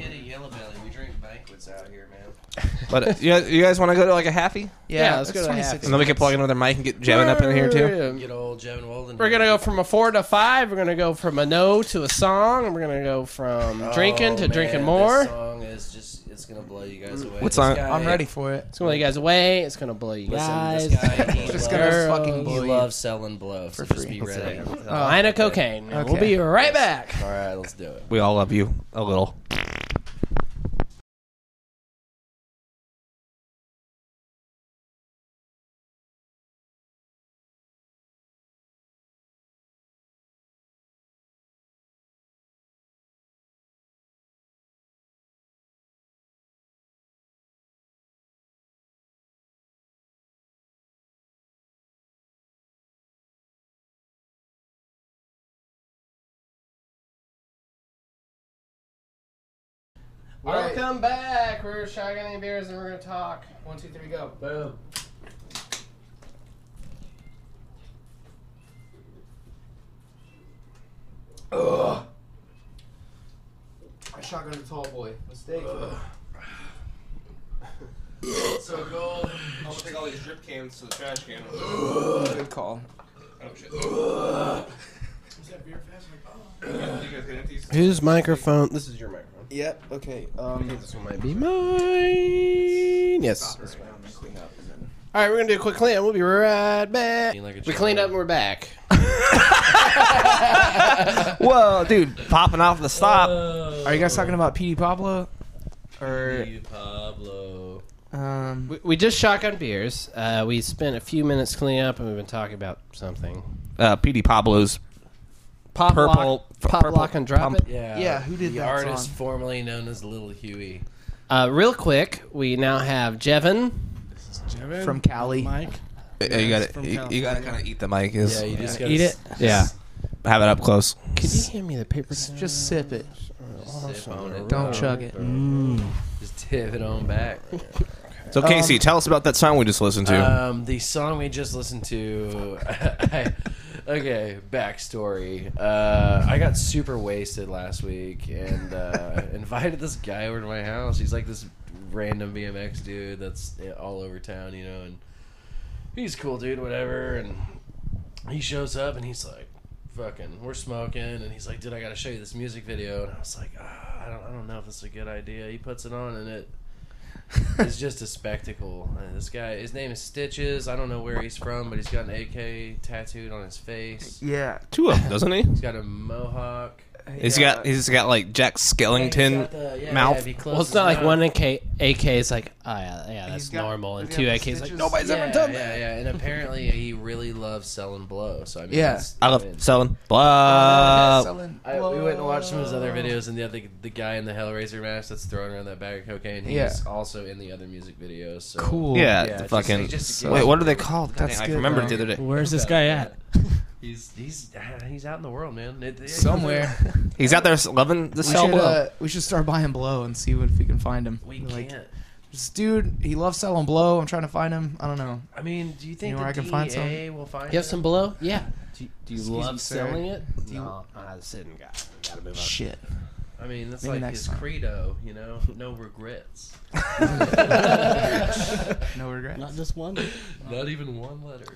[SPEAKER 4] drink banquets out here, man.
[SPEAKER 2] But uh, you guys, you guys want to go to like a happy,
[SPEAKER 1] Yeah, let's go to
[SPEAKER 2] and then we can plug another mic and get jamming up in here too.
[SPEAKER 4] Get old Jevin Walden.
[SPEAKER 1] We're gonna go from a four to five. We're gonna go from a no to a song. And we're gonna go from
[SPEAKER 2] Oh,
[SPEAKER 1] drinking to drinking more.
[SPEAKER 4] Oh, This song is just, it's gonna blow you guys away.
[SPEAKER 2] What
[SPEAKER 4] This
[SPEAKER 2] song?
[SPEAKER 4] guy-
[SPEAKER 3] I'm ready for it.
[SPEAKER 1] It's gonna blow you guys away. It's gonna blow you guys.
[SPEAKER 4] Listen, this guy, he
[SPEAKER 3] Just
[SPEAKER 4] loves,
[SPEAKER 3] gonna
[SPEAKER 1] Girls.
[SPEAKER 3] fucking
[SPEAKER 4] he
[SPEAKER 3] blow you.
[SPEAKER 4] loves selling blow. So just be ready.
[SPEAKER 1] A line of Oh, cocaine. and We'll
[SPEAKER 3] Okay.
[SPEAKER 1] be right back.
[SPEAKER 4] All right, let's do it.
[SPEAKER 2] We all love you a little.
[SPEAKER 1] Welcome back. We're shotgunning beers and we're gonna talk. One, two, three, go. Boom.
[SPEAKER 3] I shotgun a tall boy. Mistake.
[SPEAKER 2] So go. I'm gonna take all these drip cans to the trash can. Oh,
[SPEAKER 3] Good call.
[SPEAKER 1] Whose microphone? This is your microphone.
[SPEAKER 3] Yep. Okay. Um.
[SPEAKER 1] This one might be mine. Yes. All right, we're gonna do a quick clean. We'll be right back.
[SPEAKER 4] Clean like a
[SPEAKER 1] We
[SPEAKER 4] child.
[SPEAKER 1] cleaned up and we're back.
[SPEAKER 2] Whoa, dude, popping off the stop.
[SPEAKER 3] Are you guys talking about P.D. Pablo? Or
[SPEAKER 4] You Pablo.
[SPEAKER 3] um.
[SPEAKER 1] We, we just shotgun beers. Uh, we spent a few minutes cleaning up and we've been talking about something.
[SPEAKER 2] uh, PD Pablo's
[SPEAKER 1] Pop
[SPEAKER 2] Purple-
[SPEAKER 1] lock, pop
[SPEAKER 2] purple
[SPEAKER 1] lock and drop
[SPEAKER 2] pump.
[SPEAKER 1] it.
[SPEAKER 4] Yeah.
[SPEAKER 3] Yeah, who did
[SPEAKER 4] Uh, the
[SPEAKER 3] that
[SPEAKER 4] artist
[SPEAKER 3] song?
[SPEAKER 4] formerly known as Little Huey.
[SPEAKER 1] Uh, real quick, we now have Jevin.
[SPEAKER 3] From Cali.
[SPEAKER 6] Mike.
[SPEAKER 2] Uh, you
[SPEAKER 6] it's
[SPEAKER 2] gotta,
[SPEAKER 6] from
[SPEAKER 2] you, you gotta kind of eat the mic. Is
[SPEAKER 4] Yeah, you just gotta
[SPEAKER 1] Eat it.
[SPEAKER 4] s-
[SPEAKER 2] yeah. Have it up close.
[SPEAKER 1] Could you hand me the paper? towel?
[SPEAKER 3] Just sip it.
[SPEAKER 4] sip on it.
[SPEAKER 3] Don't chug it.
[SPEAKER 4] Just tip it on back.
[SPEAKER 2] So Casey, tell us about that song we just listened to.
[SPEAKER 4] Um, the song we just listened to. I, okay, backstory. Uh, I got super wasted last week and uh, invited this guy over to my house. He's like this random BMX dude that's eh, all over town, you know, and he's a cool dude, whatever. And he shows up and he's like, "Fucking, we're smoking," and he's like, "Dude, I got to show you this music video." And I was like, ah, "I don't, I don't know if it's a good idea." He puts it on and it it's just a spectacle. Uh, This guy, his name is Stitches. I don't know where he's from, but he's got an AK tattooed on his face.
[SPEAKER 3] Yeah.
[SPEAKER 2] Two of them, doesn't he?
[SPEAKER 4] He's got a mohawk.
[SPEAKER 2] He's got, he's got like Jack Skellington. mouth.
[SPEAKER 1] Well, it's not like one AK. AK is like, oh yeah, yeah, that's
[SPEAKER 3] He's got-
[SPEAKER 1] normal, and
[SPEAKER 3] he's
[SPEAKER 1] two
[SPEAKER 3] got
[SPEAKER 1] AKs like
[SPEAKER 3] stitches.
[SPEAKER 1] nobody.
[SPEAKER 4] yeah, Yeah, yeah, and apparently he really loves selling blow. So I mean,
[SPEAKER 3] Yeah.
[SPEAKER 4] it's-
[SPEAKER 2] I
[SPEAKER 4] mean,
[SPEAKER 2] love selling.
[SPEAKER 3] Uh,
[SPEAKER 2] Blah.
[SPEAKER 4] I, we went and watched some of his other videos, and the other the guy in the Hellraiser mask that's throwing around that bag of cocaine. He's
[SPEAKER 3] Yeah.
[SPEAKER 4] also in the other music videos. So.
[SPEAKER 3] Cool.
[SPEAKER 2] yeah,
[SPEAKER 4] Yeah,
[SPEAKER 2] the
[SPEAKER 4] just-
[SPEAKER 2] fucking.
[SPEAKER 4] just to get-
[SPEAKER 2] wait, what are they called? God
[SPEAKER 3] That's
[SPEAKER 2] damn, I
[SPEAKER 3] good,
[SPEAKER 2] remembered
[SPEAKER 3] though.
[SPEAKER 2] the other day.
[SPEAKER 6] Where's this guy at?
[SPEAKER 4] He's he's he's out in the world, man. It- it-
[SPEAKER 3] Somewhere.
[SPEAKER 2] He's out there loving the
[SPEAKER 3] We
[SPEAKER 2] sell
[SPEAKER 3] should,
[SPEAKER 2] blow.
[SPEAKER 3] uh, we should start buying blow and see what, if we can find him.
[SPEAKER 4] We
[SPEAKER 3] Like,
[SPEAKER 4] can't.
[SPEAKER 3] This dude, he loves selling blow. I'm trying to find him. I don't know.
[SPEAKER 4] I mean, do you think
[SPEAKER 3] know where
[SPEAKER 4] the
[SPEAKER 3] I can find some?
[SPEAKER 4] DEA will find
[SPEAKER 1] You have some below? Yeah. Do, you- do you
[SPEAKER 3] Excuse
[SPEAKER 1] love
[SPEAKER 3] me, sir.
[SPEAKER 1] selling it?
[SPEAKER 3] Do you-
[SPEAKER 1] No, I'm sitting guy. Gotta move on.
[SPEAKER 3] Shit.
[SPEAKER 4] I mean, that's
[SPEAKER 3] Maybe
[SPEAKER 4] like
[SPEAKER 3] next
[SPEAKER 4] his
[SPEAKER 3] time.
[SPEAKER 4] credo, you know, no regrets.
[SPEAKER 3] No regret.
[SPEAKER 6] Not just one.
[SPEAKER 4] Not even one letter.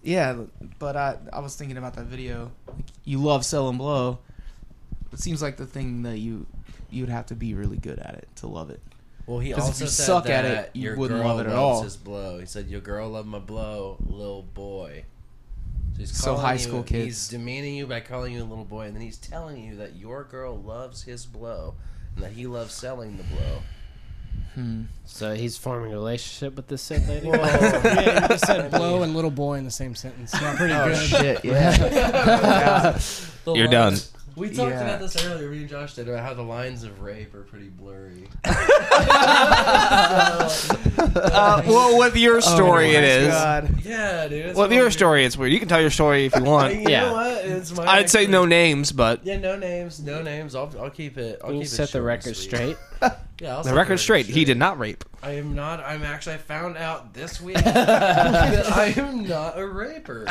[SPEAKER 3] Yeah, but I I was thinking about that video. Like, you love selling blow. It seems like the thing that you you'd have to be really good at it to love it.
[SPEAKER 4] Well, he
[SPEAKER 3] 'Cause if
[SPEAKER 4] also
[SPEAKER 3] you
[SPEAKER 4] said
[SPEAKER 3] suck at
[SPEAKER 4] that
[SPEAKER 3] it, you
[SPEAKER 4] your
[SPEAKER 3] wouldn't
[SPEAKER 4] girl
[SPEAKER 3] love it at
[SPEAKER 4] loves
[SPEAKER 3] all.
[SPEAKER 4] His blow. He said, "Your girl loved my blow, little boy." So, he's
[SPEAKER 3] So
[SPEAKER 4] calling
[SPEAKER 3] high
[SPEAKER 4] you-
[SPEAKER 3] school
[SPEAKER 4] He's
[SPEAKER 3] kids.
[SPEAKER 4] demeaning you by calling you a little boy, and then he's telling you that your girl loves his blow and that he loves selling the blow.
[SPEAKER 1] So he's forming a relationship with this said lady.
[SPEAKER 6] yeah, you just said blow and little boy in the same sentence. Not pretty
[SPEAKER 1] Oh,
[SPEAKER 6] good.
[SPEAKER 3] Shit, yeah.
[SPEAKER 4] The
[SPEAKER 2] You're
[SPEAKER 4] lines- We talked
[SPEAKER 3] Yeah.
[SPEAKER 4] about this earlier. Me and Josh did about how the lines of rape are pretty blurry.
[SPEAKER 2] Uh, well, with your story, it is.
[SPEAKER 3] God.
[SPEAKER 4] Yeah, dude. it's
[SPEAKER 2] Well, with your
[SPEAKER 4] weird.
[SPEAKER 2] story, it's weird. You can tell your story if you
[SPEAKER 4] You
[SPEAKER 2] want.
[SPEAKER 4] know
[SPEAKER 1] Yeah.
[SPEAKER 4] what? It's my
[SPEAKER 2] I'd say no names, but
[SPEAKER 4] Yeah, no names, no names. I'll, I'll keep it. I'll
[SPEAKER 1] We'll
[SPEAKER 4] keep it
[SPEAKER 1] set the
[SPEAKER 4] short and
[SPEAKER 1] record
[SPEAKER 4] sweet.
[SPEAKER 1] straight.
[SPEAKER 4] Yeah, I'll set
[SPEAKER 2] the record's straight. He did not rape.
[SPEAKER 4] I am not. I'm actually. I found out this week that I am not a raper.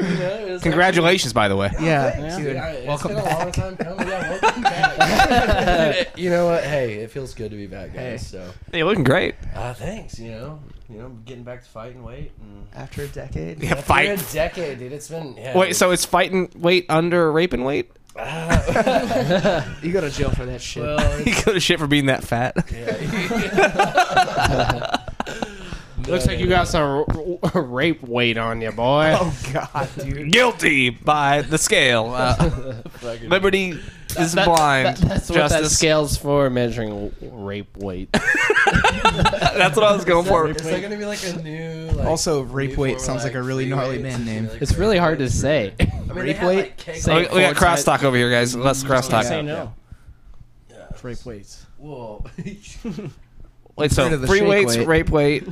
[SPEAKER 4] You know, it was
[SPEAKER 2] Congratulations, by the way.
[SPEAKER 3] Yeah.
[SPEAKER 4] actually- Oh, Thanks,
[SPEAKER 3] dude.
[SPEAKER 4] dude. I- it's
[SPEAKER 3] Welcome
[SPEAKER 4] been a long
[SPEAKER 3] back.
[SPEAKER 4] time coming. Yeah, welcome back. you know what? Hey, it feels good to be back,
[SPEAKER 3] Hey.
[SPEAKER 4] guys. So,
[SPEAKER 2] You're looking great.
[SPEAKER 4] uh, thanks. You know, you know, getting back to fighting weight. And
[SPEAKER 3] After a decade.
[SPEAKER 2] Yeah,
[SPEAKER 4] After
[SPEAKER 2] fight.
[SPEAKER 4] a decade, dude. It's been yeah,
[SPEAKER 2] Wait, so it's fighting weight under raping weight?
[SPEAKER 3] You go to jail for that shit.
[SPEAKER 4] well,
[SPEAKER 2] You go to shit for being that fat.
[SPEAKER 1] Looks like you got some r- r- rape weight on you, boy.
[SPEAKER 3] God, dude.
[SPEAKER 2] Guilty by the scale. Uh, liberty is blind.
[SPEAKER 1] That's what that
[SPEAKER 2] Justice.
[SPEAKER 1] scale's for, measuring w- rape weight.
[SPEAKER 2] That's what I was going for.
[SPEAKER 4] Is that gonna be like a new? Like,
[SPEAKER 3] Also,
[SPEAKER 4] new
[SPEAKER 3] rape
[SPEAKER 4] form
[SPEAKER 3] weight
[SPEAKER 4] of,
[SPEAKER 3] sounds like a really
[SPEAKER 4] free
[SPEAKER 3] gnarly
[SPEAKER 4] weights?
[SPEAKER 3] man
[SPEAKER 4] It's
[SPEAKER 3] name.
[SPEAKER 4] like
[SPEAKER 1] It's really
[SPEAKER 4] rape
[SPEAKER 1] hard
[SPEAKER 4] weight.
[SPEAKER 1] to say.
[SPEAKER 4] I mean,
[SPEAKER 3] Rape
[SPEAKER 4] they have,
[SPEAKER 3] weight?
[SPEAKER 4] Like, keg
[SPEAKER 2] We, we got
[SPEAKER 1] forward
[SPEAKER 2] crosstalk
[SPEAKER 1] side-
[SPEAKER 2] over here, guys. Let's crosstalk.
[SPEAKER 6] Say no.
[SPEAKER 4] Yeah.
[SPEAKER 6] Rape weights.
[SPEAKER 4] Whoa.
[SPEAKER 2] Wait,
[SPEAKER 3] Rid
[SPEAKER 2] so
[SPEAKER 3] of the
[SPEAKER 2] free
[SPEAKER 3] shake
[SPEAKER 2] weights,
[SPEAKER 3] weight.
[SPEAKER 2] rape weight,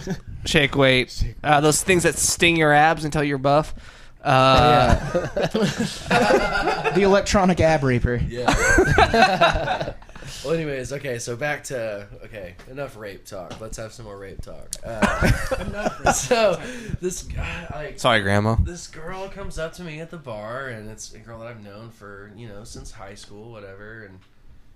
[SPEAKER 2] shake weight, uh, those things that sting your abs until you're buff. Uh,
[SPEAKER 3] the electronic ab raper.
[SPEAKER 4] yeah. well, anyways, okay. So back to okay. Enough rape talk. Let's have some more rape talk. Uh, so this guy, like,
[SPEAKER 2] Sorry, Grandma.
[SPEAKER 4] this girl comes up to me at the bar, and it's a girl that I've known for you know since high school, whatever. And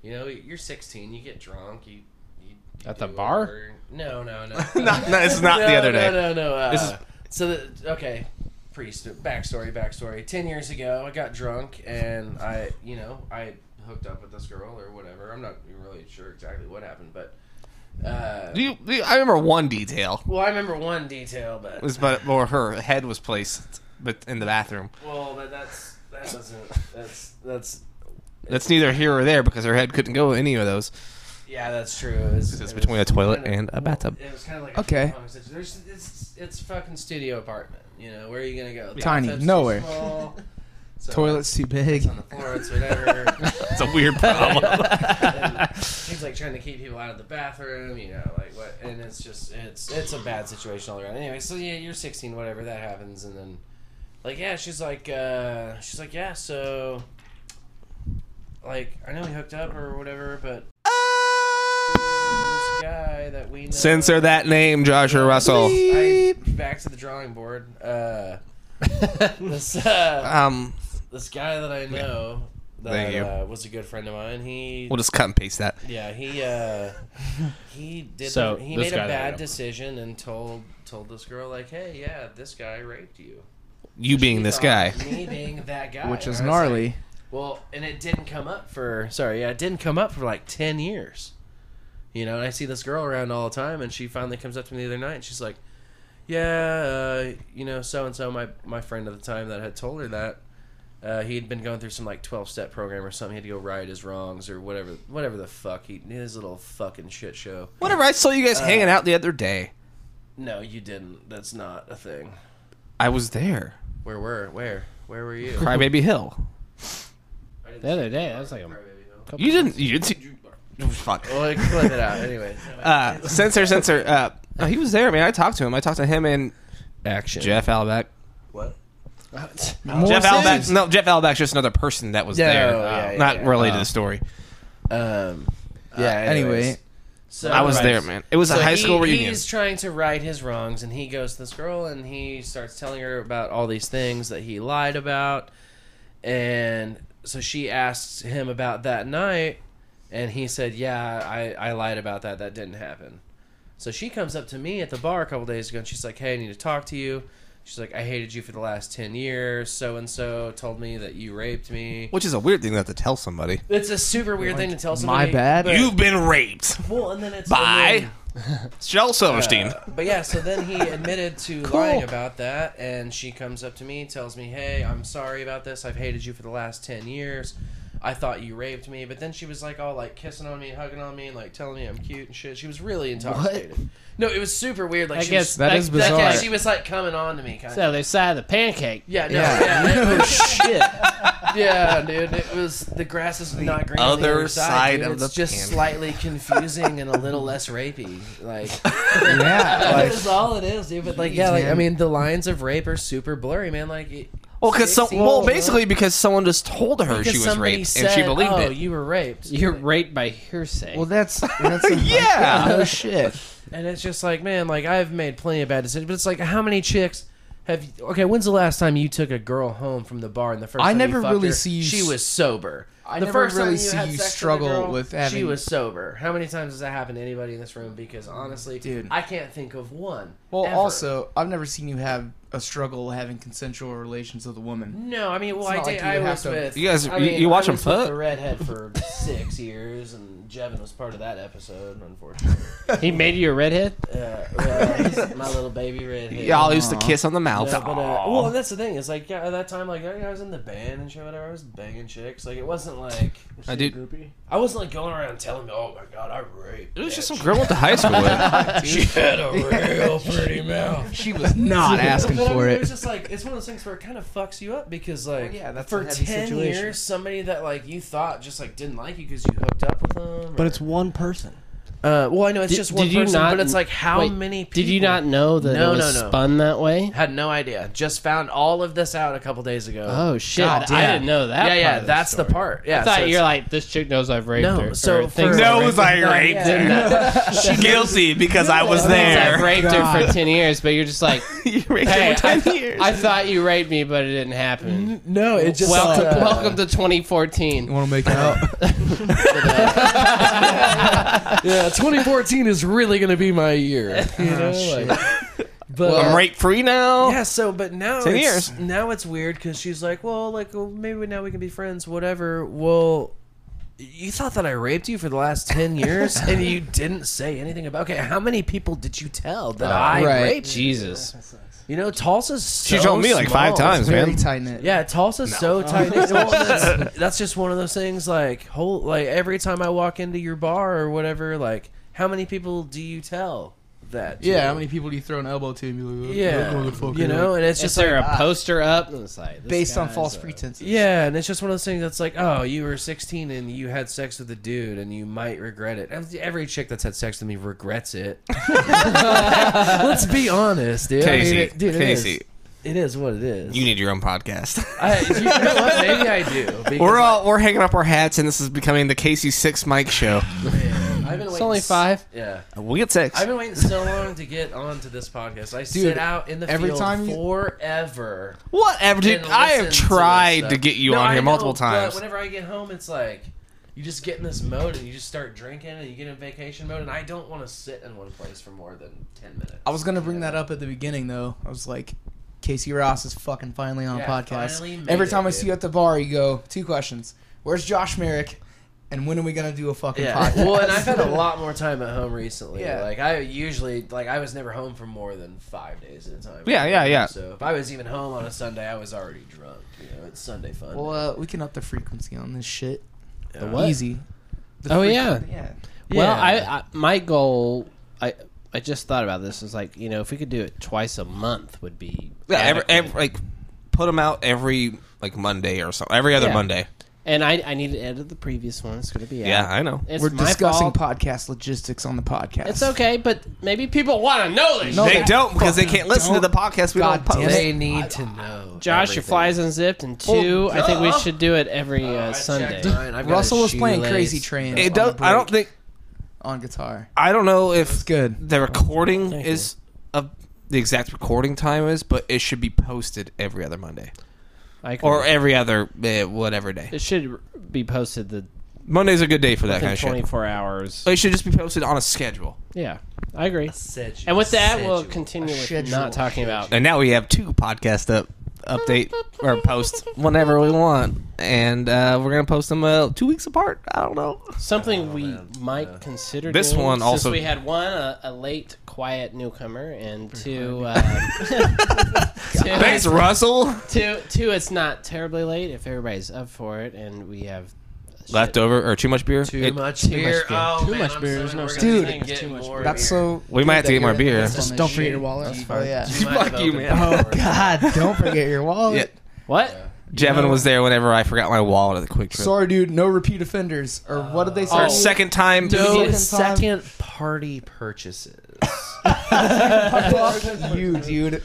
[SPEAKER 4] you know, you're 16, you get drunk, you. you- you
[SPEAKER 1] At the
[SPEAKER 4] do
[SPEAKER 1] bar?
[SPEAKER 4] whatever. No, no, no.
[SPEAKER 2] Not- no, it's not the other day.
[SPEAKER 4] No, no, no. Uh,
[SPEAKER 2] This is-
[SPEAKER 4] so the, okay, priest. Backstory, backstory. Ten years ago, I got drunk and I, you know, I hooked up with this girl or whatever. I'm not really sure exactly what happened, but uh,
[SPEAKER 2] Do you, do you- I remember one detail.
[SPEAKER 4] well, I remember one detail, but
[SPEAKER 2] It was but or her head was placed but in the bathroom.
[SPEAKER 4] well, that, that's that doesn't that's that's
[SPEAKER 2] That's neither here or there because her head couldn't go in any of those.
[SPEAKER 4] yeah, that's true. It was,
[SPEAKER 2] It's
[SPEAKER 4] it
[SPEAKER 2] between
[SPEAKER 4] was
[SPEAKER 2] a toilet
[SPEAKER 4] kinda-
[SPEAKER 2] and a bathtub.
[SPEAKER 4] It was kind of like
[SPEAKER 3] Okay.
[SPEAKER 4] A there's, it's, it's fucking studio apartment. You know where are you gonna go?
[SPEAKER 3] Tiny,
[SPEAKER 4] Bathtub's too
[SPEAKER 3] nowhere.
[SPEAKER 4] small, so-
[SPEAKER 3] Toilet's too big.
[SPEAKER 4] "Oh, on the floor, it's whatever.
[SPEAKER 2] It's a weird problem.
[SPEAKER 4] And He's like trying to keep people out of the bathroom, you know, like what? And it's just it's it's a bad situation all around. Anyway, so yeah, you're 16, whatever that happens, and then like yeah, she's like uh she's like yeah, so like I know we hooked up or whatever, but this guy that we know
[SPEAKER 2] Censor that name, Joshua Russell.
[SPEAKER 4] I, back to the drawing board. Uh, this uh,
[SPEAKER 2] Um,
[SPEAKER 4] this guy that I know
[SPEAKER 2] Thank
[SPEAKER 4] that
[SPEAKER 2] you.
[SPEAKER 4] uh, was a good friend of mine. He
[SPEAKER 2] we'll just cut and paste that.
[SPEAKER 4] yeah he uh, he did
[SPEAKER 1] So,
[SPEAKER 4] he
[SPEAKER 1] this
[SPEAKER 4] made a
[SPEAKER 1] guy that I know.
[SPEAKER 4] bad decision and told told this girl like hey yeah this guy raped you
[SPEAKER 2] You being
[SPEAKER 4] He
[SPEAKER 2] this
[SPEAKER 4] thought
[SPEAKER 2] guy.
[SPEAKER 4] me being that guy
[SPEAKER 3] Which is
[SPEAKER 4] And I was like,
[SPEAKER 3] gnarly.
[SPEAKER 4] well and it didn't come up for sorry yeah it didn't come up for like ten years you know and I see this girl around all the time and she finally comes up to me the other night and she's like yeah uh, you know so and so my my friend at the time that had told her that uh, he had been going through some like twelve step program or something. He had to go right his wrongs or whatever, whatever the fuck. He his little fucking shit show.
[SPEAKER 2] Whatever. I saw you guys hanging out the other day.
[SPEAKER 4] No, you didn't. That's not a thing.
[SPEAKER 2] I was there.
[SPEAKER 4] Where were? Where? Where were you?
[SPEAKER 2] Crybaby Hill.
[SPEAKER 4] I didn't
[SPEAKER 1] The other
[SPEAKER 4] see
[SPEAKER 1] day,
[SPEAKER 4] you.
[SPEAKER 1] that was like a-
[SPEAKER 4] Crybaby Hill.
[SPEAKER 2] You didn't. You didn't see. Oh, Fuck.
[SPEAKER 4] Well, I cut that out anyway.
[SPEAKER 2] Uh, censor, censor. Uh, no, he was there, man. I talked to him. I talked to him and
[SPEAKER 4] Action.
[SPEAKER 2] Jeff Alback.
[SPEAKER 4] What?
[SPEAKER 2] Jeff
[SPEAKER 3] More
[SPEAKER 2] Alback.
[SPEAKER 3] sense.
[SPEAKER 2] No, Jeff Alback's just another person that was
[SPEAKER 4] Yeah,
[SPEAKER 2] there, Uh,
[SPEAKER 4] oh, yeah, yeah,
[SPEAKER 2] not
[SPEAKER 4] yeah.
[SPEAKER 2] related to
[SPEAKER 4] Oh.
[SPEAKER 2] the story.
[SPEAKER 4] Um. Yeah.
[SPEAKER 3] Anyway,
[SPEAKER 4] anyways. So
[SPEAKER 2] I was
[SPEAKER 4] Right.
[SPEAKER 2] there, man. It was
[SPEAKER 4] So
[SPEAKER 2] a high
[SPEAKER 4] he-
[SPEAKER 2] school reunion.
[SPEAKER 4] He's trying to right his wrongs, and he goes to this girl, and he starts telling her about all these things that he lied about, and so she asks him about that night, and he said, "Yeah, I, I lied about that. That didn't happen." So she comes up to me at the bar a couple days ago, and she's like, "Hey, I need to talk to you." She's like, I hated you for the last ten years. So and so told me that you raped me.
[SPEAKER 2] Which is a weird thing to have to tell somebody.
[SPEAKER 4] It's a super weird thing to tell
[SPEAKER 3] My
[SPEAKER 4] somebody.
[SPEAKER 3] bad.
[SPEAKER 2] You've been raped
[SPEAKER 4] Well, and then it's
[SPEAKER 2] by Shel
[SPEAKER 4] Uh,
[SPEAKER 2] Silverstein.
[SPEAKER 4] But yeah, so then he admitted to lying about that, and she comes up to me, tells me, "Hey, I'm sorry about this. I've hated you for the last ten years. I thought you raped me." But then she was like all like kissing on me, hugging on me, and like telling me I'm cute and shit. She was really intoxicated. No, it was super weird. Like
[SPEAKER 1] I
[SPEAKER 4] she
[SPEAKER 1] guess
[SPEAKER 4] was,
[SPEAKER 3] that is bizarre.
[SPEAKER 4] like, she was like coming on to me. Kind of.
[SPEAKER 1] So they side the pancake.
[SPEAKER 4] Yeah, no,
[SPEAKER 3] Yeah.
[SPEAKER 4] yeah, it was shit. Yeah, dude, it was the grass is not green. on the
[SPEAKER 2] other
[SPEAKER 4] other side,
[SPEAKER 2] side
[SPEAKER 4] dude.
[SPEAKER 2] of
[SPEAKER 4] it's
[SPEAKER 2] the
[SPEAKER 4] just
[SPEAKER 2] pan.
[SPEAKER 4] slightly confusing and a little less rapey. Like
[SPEAKER 3] Yeah.
[SPEAKER 4] that is all it is, dude. But like, yeah, like I
[SPEAKER 3] man.
[SPEAKER 4] mean, the lines of rape are super blurry, man. Like, it,
[SPEAKER 2] Well, because some,
[SPEAKER 4] 16
[SPEAKER 2] well, basically because someone just told her
[SPEAKER 4] because
[SPEAKER 2] she was
[SPEAKER 4] somebody
[SPEAKER 2] raped
[SPEAKER 4] said,
[SPEAKER 2] and she believed
[SPEAKER 4] oh,
[SPEAKER 2] it.
[SPEAKER 4] you were raped.
[SPEAKER 1] You're raped by hearsay.
[SPEAKER 3] Well, that's that's
[SPEAKER 2] Yeah.
[SPEAKER 3] Oh shit.
[SPEAKER 4] And it's just like, man, like I've made plenty of bad decisions, but it's like, how many chicks have? You, okay, when's the last time you took a girl home from the bar? And the first
[SPEAKER 3] I
[SPEAKER 4] time
[SPEAKER 3] never
[SPEAKER 4] you fucked
[SPEAKER 3] really
[SPEAKER 4] her,
[SPEAKER 3] see you
[SPEAKER 4] she
[SPEAKER 3] s-
[SPEAKER 4] was sober.
[SPEAKER 3] I
[SPEAKER 4] the
[SPEAKER 3] never
[SPEAKER 4] first time
[SPEAKER 3] really
[SPEAKER 4] you
[SPEAKER 3] see
[SPEAKER 4] had
[SPEAKER 3] you
[SPEAKER 4] sex with a
[SPEAKER 3] struggle
[SPEAKER 4] girl,
[SPEAKER 3] with
[SPEAKER 4] She
[SPEAKER 3] having-
[SPEAKER 4] was sober. How many times has that happened to anybody in this room? Because honestly,
[SPEAKER 3] Dude.
[SPEAKER 4] I can't think of one.
[SPEAKER 3] Well,
[SPEAKER 4] ever.
[SPEAKER 3] also, I've never seen you have a struggle having consensual relations with a woman.
[SPEAKER 4] No, I mean, well,
[SPEAKER 3] It's
[SPEAKER 4] I,
[SPEAKER 3] not
[SPEAKER 4] did,
[SPEAKER 3] like you
[SPEAKER 4] I
[SPEAKER 3] would have
[SPEAKER 4] was
[SPEAKER 3] to-
[SPEAKER 4] with
[SPEAKER 2] You guys-
[SPEAKER 4] I
[SPEAKER 2] you- you watch
[SPEAKER 4] I
[SPEAKER 2] him
[SPEAKER 4] was with
[SPEAKER 2] fuck?
[SPEAKER 4] the redhead for six years, and Jevin was part of that episode. Unfortunately,
[SPEAKER 1] he made you a redhead.
[SPEAKER 4] uh, well, he's my little baby redhead.
[SPEAKER 2] Y'all used to kiss on the mouth.
[SPEAKER 4] Yeah, but, uh,
[SPEAKER 2] Aw.
[SPEAKER 4] well, that's the thing. It's like yeah, at that time, like I was in the band and shit, whatever. I was banging chicks. Like it wasn't like
[SPEAKER 2] I did.
[SPEAKER 4] I wasn't like going around telling me, "Oh my god, I raped."
[SPEAKER 2] It was
[SPEAKER 4] that
[SPEAKER 2] just some girl I went to high school with.
[SPEAKER 4] She had a real pretty mouth.
[SPEAKER 3] She was not asking
[SPEAKER 4] But I
[SPEAKER 3] for
[SPEAKER 4] mean, it was
[SPEAKER 3] it.
[SPEAKER 4] just like it's one of those things where it kind of fucks you up because like
[SPEAKER 3] yeah, that's
[SPEAKER 4] for
[SPEAKER 3] a heavy
[SPEAKER 4] ten
[SPEAKER 3] situation.
[SPEAKER 4] years somebody that like you thought just like didn't like you because you hooked up with them.
[SPEAKER 6] But
[SPEAKER 4] or-
[SPEAKER 6] it's one person.
[SPEAKER 4] uh, well, I know it's
[SPEAKER 1] Did-
[SPEAKER 4] just one
[SPEAKER 1] did you
[SPEAKER 4] person,
[SPEAKER 1] not-
[SPEAKER 4] but it's like how
[SPEAKER 1] wait,
[SPEAKER 4] many people
[SPEAKER 1] Did you not know that
[SPEAKER 4] No,
[SPEAKER 1] it was
[SPEAKER 4] no, no.
[SPEAKER 1] spun that way?
[SPEAKER 4] had no idea? Just found all of this out a couple days ago.
[SPEAKER 1] Oh shit!
[SPEAKER 4] God
[SPEAKER 1] I
[SPEAKER 4] damn.
[SPEAKER 1] didn't know that.
[SPEAKER 4] yeah,
[SPEAKER 1] part
[SPEAKER 4] yeah,
[SPEAKER 1] of
[SPEAKER 4] that's
[SPEAKER 1] story.
[SPEAKER 4] the part. Yeah,
[SPEAKER 1] I thought
[SPEAKER 4] so
[SPEAKER 1] you're
[SPEAKER 4] it's-
[SPEAKER 1] like this chick knows I've raped
[SPEAKER 4] No,
[SPEAKER 1] her. or
[SPEAKER 4] so
[SPEAKER 1] thinks I've
[SPEAKER 4] for- No,
[SPEAKER 1] raped
[SPEAKER 4] Knows I
[SPEAKER 2] raped her. Guilty because I was
[SPEAKER 1] her. I've raped her for ten years, but you're just like,
[SPEAKER 2] you raped
[SPEAKER 1] hey, I,
[SPEAKER 2] her for ten years.
[SPEAKER 1] I thought you raped me, but it didn't happen.
[SPEAKER 3] No, it just
[SPEAKER 1] welcome, welcome to 2014.
[SPEAKER 3] want to make out?
[SPEAKER 4] Yeah, 2014 is really going to be my year. You know, like- but uh,
[SPEAKER 2] I'm rape free now.
[SPEAKER 4] yeah, so but now
[SPEAKER 2] 10
[SPEAKER 4] it's,
[SPEAKER 2] years.
[SPEAKER 4] now it's weird because she's like, well, like well, maybe now we can be friends, whatever. Well, you thought that I raped you for the last 10 years and you didn't say anything about. Okay, how many people did you tell that I
[SPEAKER 3] right.
[SPEAKER 4] raped?
[SPEAKER 1] Jesus.
[SPEAKER 4] You know, Tulsa's so
[SPEAKER 2] She told me like five
[SPEAKER 4] small.
[SPEAKER 2] times, man.
[SPEAKER 3] Very tight knit.
[SPEAKER 4] Yeah, Tulsa's so tight. Well, that's, that's just one of those things. Like, whole like every time I walk into your bar or whatever, like, how many people do you tell that? to?
[SPEAKER 3] Yeah, how many people do you throw an elbow to and be like, "Look,
[SPEAKER 4] yeah,
[SPEAKER 3] look, motherfucker."
[SPEAKER 4] you know, and it's
[SPEAKER 1] Is
[SPEAKER 4] just
[SPEAKER 1] there
[SPEAKER 4] like,
[SPEAKER 1] a poster up? And it's like, this
[SPEAKER 3] based on
[SPEAKER 1] guy's
[SPEAKER 3] false
[SPEAKER 1] a-
[SPEAKER 3] pretenses.
[SPEAKER 4] yeah, and it's just one of those things that's like, oh, you were 16 and you had sex with a dude and you might regret it. Every- Every chick that's had sex with me regrets it. Let's be honest, dude. I mean,
[SPEAKER 2] Casey,
[SPEAKER 4] it- dude, it is-
[SPEAKER 2] Casey,
[SPEAKER 4] it is what it is.
[SPEAKER 2] you need your own podcast.
[SPEAKER 4] I, you know what? Maybe I do. because
[SPEAKER 2] we're all we're hanging up our hats, and this is becoming the Casey Six Mike Show.
[SPEAKER 4] I've been
[SPEAKER 1] It's
[SPEAKER 4] waiting
[SPEAKER 1] only
[SPEAKER 4] s-
[SPEAKER 1] five.
[SPEAKER 4] Yeah.
[SPEAKER 2] We get six.
[SPEAKER 4] I've been waiting so long to get onto this podcast. I sit out in the
[SPEAKER 3] every
[SPEAKER 4] field
[SPEAKER 3] time you-
[SPEAKER 4] forever.
[SPEAKER 2] Whatever, dude.
[SPEAKER 4] and
[SPEAKER 2] I
[SPEAKER 4] listen
[SPEAKER 2] have
[SPEAKER 4] to this
[SPEAKER 2] tried
[SPEAKER 4] stuff.
[SPEAKER 2] to get you
[SPEAKER 4] No,
[SPEAKER 2] on
[SPEAKER 4] I
[SPEAKER 2] here
[SPEAKER 4] know,
[SPEAKER 2] multiple
[SPEAKER 4] but
[SPEAKER 2] times.
[SPEAKER 4] whenever I get home, it's like you just get in this mode and you just start drinking and you get in vacation mode. And I don't want to sit in one place for more than ten minutes.
[SPEAKER 3] I was gonna bring that up at the beginning though. I was like, Casey Ross is fucking finally on
[SPEAKER 4] Yeah,
[SPEAKER 3] a podcast.
[SPEAKER 4] finally made
[SPEAKER 3] Every
[SPEAKER 4] it,
[SPEAKER 3] time I
[SPEAKER 4] dude.
[SPEAKER 3] see you at the bar, you go two questions: Where's Josh Merrick? And when are we gonna do a fucking
[SPEAKER 4] Yeah.
[SPEAKER 3] podcast?
[SPEAKER 4] well, and I've had a lot more time at home recently.
[SPEAKER 3] Yeah.
[SPEAKER 4] Like I usually like I was never home for more than five days at a time.
[SPEAKER 2] Yeah, yeah, yeah.
[SPEAKER 4] So if I was even home on a Sunday, I was already drunk. You know, it's Sunday fun.
[SPEAKER 3] Well, uh, we can up the frequency on this shit.
[SPEAKER 1] The what?
[SPEAKER 3] Easy. The
[SPEAKER 1] Oh,
[SPEAKER 3] frequen-
[SPEAKER 1] yeah.
[SPEAKER 3] Yeah.
[SPEAKER 1] Well,
[SPEAKER 4] Yeah.
[SPEAKER 1] I, I my goal I I just thought about this. Is like you know if we could do it twice a month would be
[SPEAKER 2] Yeah, every,
[SPEAKER 1] adequate.
[SPEAKER 2] every, like put them out every like Monday or so. Every other
[SPEAKER 1] Yeah.
[SPEAKER 2] Monday.
[SPEAKER 1] and I I need to edit the previous one. It's going to be out.
[SPEAKER 2] Yeah, I know.
[SPEAKER 1] It's
[SPEAKER 3] We're
[SPEAKER 1] my
[SPEAKER 3] discussing
[SPEAKER 1] fault.
[SPEAKER 3] podcast logistics on the podcast.
[SPEAKER 1] It's okay, but maybe people want to know this.
[SPEAKER 3] No,
[SPEAKER 1] shit.
[SPEAKER 2] they don't because they can't listen to
[SPEAKER 3] don't.
[SPEAKER 2] the podcast we
[SPEAKER 3] God
[SPEAKER 2] don't
[SPEAKER 3] damn
[SPEAKER 2] post.
[SPEAKER 3] it.
[SPEAKER 4] They need to know.
[SPEAKER 1] Josh, your
[SPEAKER 4] everything.
[SPEAKER 1] flies unzipped, and two. I think we
[SPEAKER 2] duh.
[SPEAKER 1] should do it every
[SPEAKER 4] Oh, I
[SPEAKER 1] uh,
[SPEAKER 4] checked
[SPEAKER 1] Sunday.
[SPEAKER 4] mine. I've got
[SPEAKER 3] Russell
[SPEAKER 4] a
[SPEAKER 3] was playing
[SPEAKER 4] shoelace.
[SPEAKER 3] Crazy Train.
[SPEAKER 2] It
[SPEAKER 3] on,
[SPEAKER 2] don't.
[SPEAKER 3] the
[SPEAKER 2] I don't
[SPEAKER 3] break
[SPEAKER 2] think.
[SPEAKER 3] on guitar.
[SPEAKER 2] I don't know
[SPEAKER 3] It's
[SPEAKER 2] if
[SPEAKER 3] good.
[SPEAKER 2] the recording
[SPEAKER 1] Thank
[SPEAKER 2] is of the exact recording time is, but it should be posted every other Monday
[SPEAKER 1] I agree.
[SPEAKER 2] or every other uh, eh, whatever day.
[SPEAKER 1] it should be posted the
[SPEAKER 2] Monday's a good day for that kind
[SPEAKER 1] in
[SPEAKER 2] of shit.
[SPEAKER 1] 24 hours.
[SPEAKER 2] It should just be posted on a schedule.
[SPEAKER 1] Yeah, I agree.
[SPEAKER 4] Said you.
[SPEAKER 1] And with that, we'll
[SPEAKER 4] Said you.
[SPEAKER 1] continue with
[SPEAKER 3] schedule.
[SPEAKER 1] not talking about.
[SPEAKER 2] And now we have two podcast up update or post whenever we want, and uh, we're gonna post them uh, two weeks apart. I don't know.
[SPEAKER 1] Something
[SPEAKER 3] Oh,
[SPEAKER 1] we might consider.
[SPEAKER 2] This
[SPEAKER 1] doing,
[SPEAKER 2] one
[SPEAKER 1] since
[SPEAKER 2] also-
[SPEAKER 1] we had one a, a late, quiet newcomer, and two. Uh, two,
[SPEAKER 2] Thanks, Russell.
[SPEAKER 1] two, two. It's not terribly late if everybody's up for it, and we have
[SPEAKER 2] Leftover or too much beer?
[SPEAKER 4] Too
[SPEAKER 2] It-
[SPEAKER 4] much
[SPEAKER 1] much
[SPEAKER 4] beer.
[SPEAKER 1] beer.
[SPEAKER 4] Oh,
[SPEAKER 1] Too
[SPEAKER 4] man,
[SPEAKER 1] much
[SPEAKER 4] I'm
[SPEAKER 1] beer.
[SPEAKER 4] sorry.
[SPEAKER 1] There's no
[SPEAKER 4] We're
[SPEAKER 1] such
[SPEAKER 4] gonna
[SPEAKER 1] thing
[SPEAKER 4] be
[SPEAKER 1] as
[SPEAKER 4] getting
[SPEAKER 1] too much
[SPEAKER 4] more
[SPEAKER 1] beer.
[SPEAKER 6] That's
[SPEAKER 4] beer.
[SPEAKER 6] so.
[SPEAKER 2] We might have to get more beer.
[SPEAKER 3] Just
[SPEAKER 6] Don't forget your wallet.
[SPEAKER 3] Oh yeah.
[SPEAKER 4] You might
[SPEAKER 2] Fuck
[SPEAKER 4] have
[SPEAKER 2] you,
[SPEAKER 4] opened
[SPEAKER 2] man.
[SPEAKER 4] the
[SPEAKER 6] Oh
[SPEAKER 4] door.
[SPEAKER 6] God! Don't forget your
[SPEAKER 2] Yeah.
[SPEAKER 6] wallet.
[SPEAKER 1] what?
[SPEAKER 2] Jevin was there whenever I forgot my wallet at the quick trip.
[SPEAKER 3] Sorry, dude. No repeat offenders. Or what did they say?
[SPEAKER 6] Oh.
[SPEAKER 2] Our second time.
[SPEAKER 4] No
[SPEAKER 3] Second time.
[SPEAKER 4] second party purchases.
[SPEAKER 3] Fuck you, dude.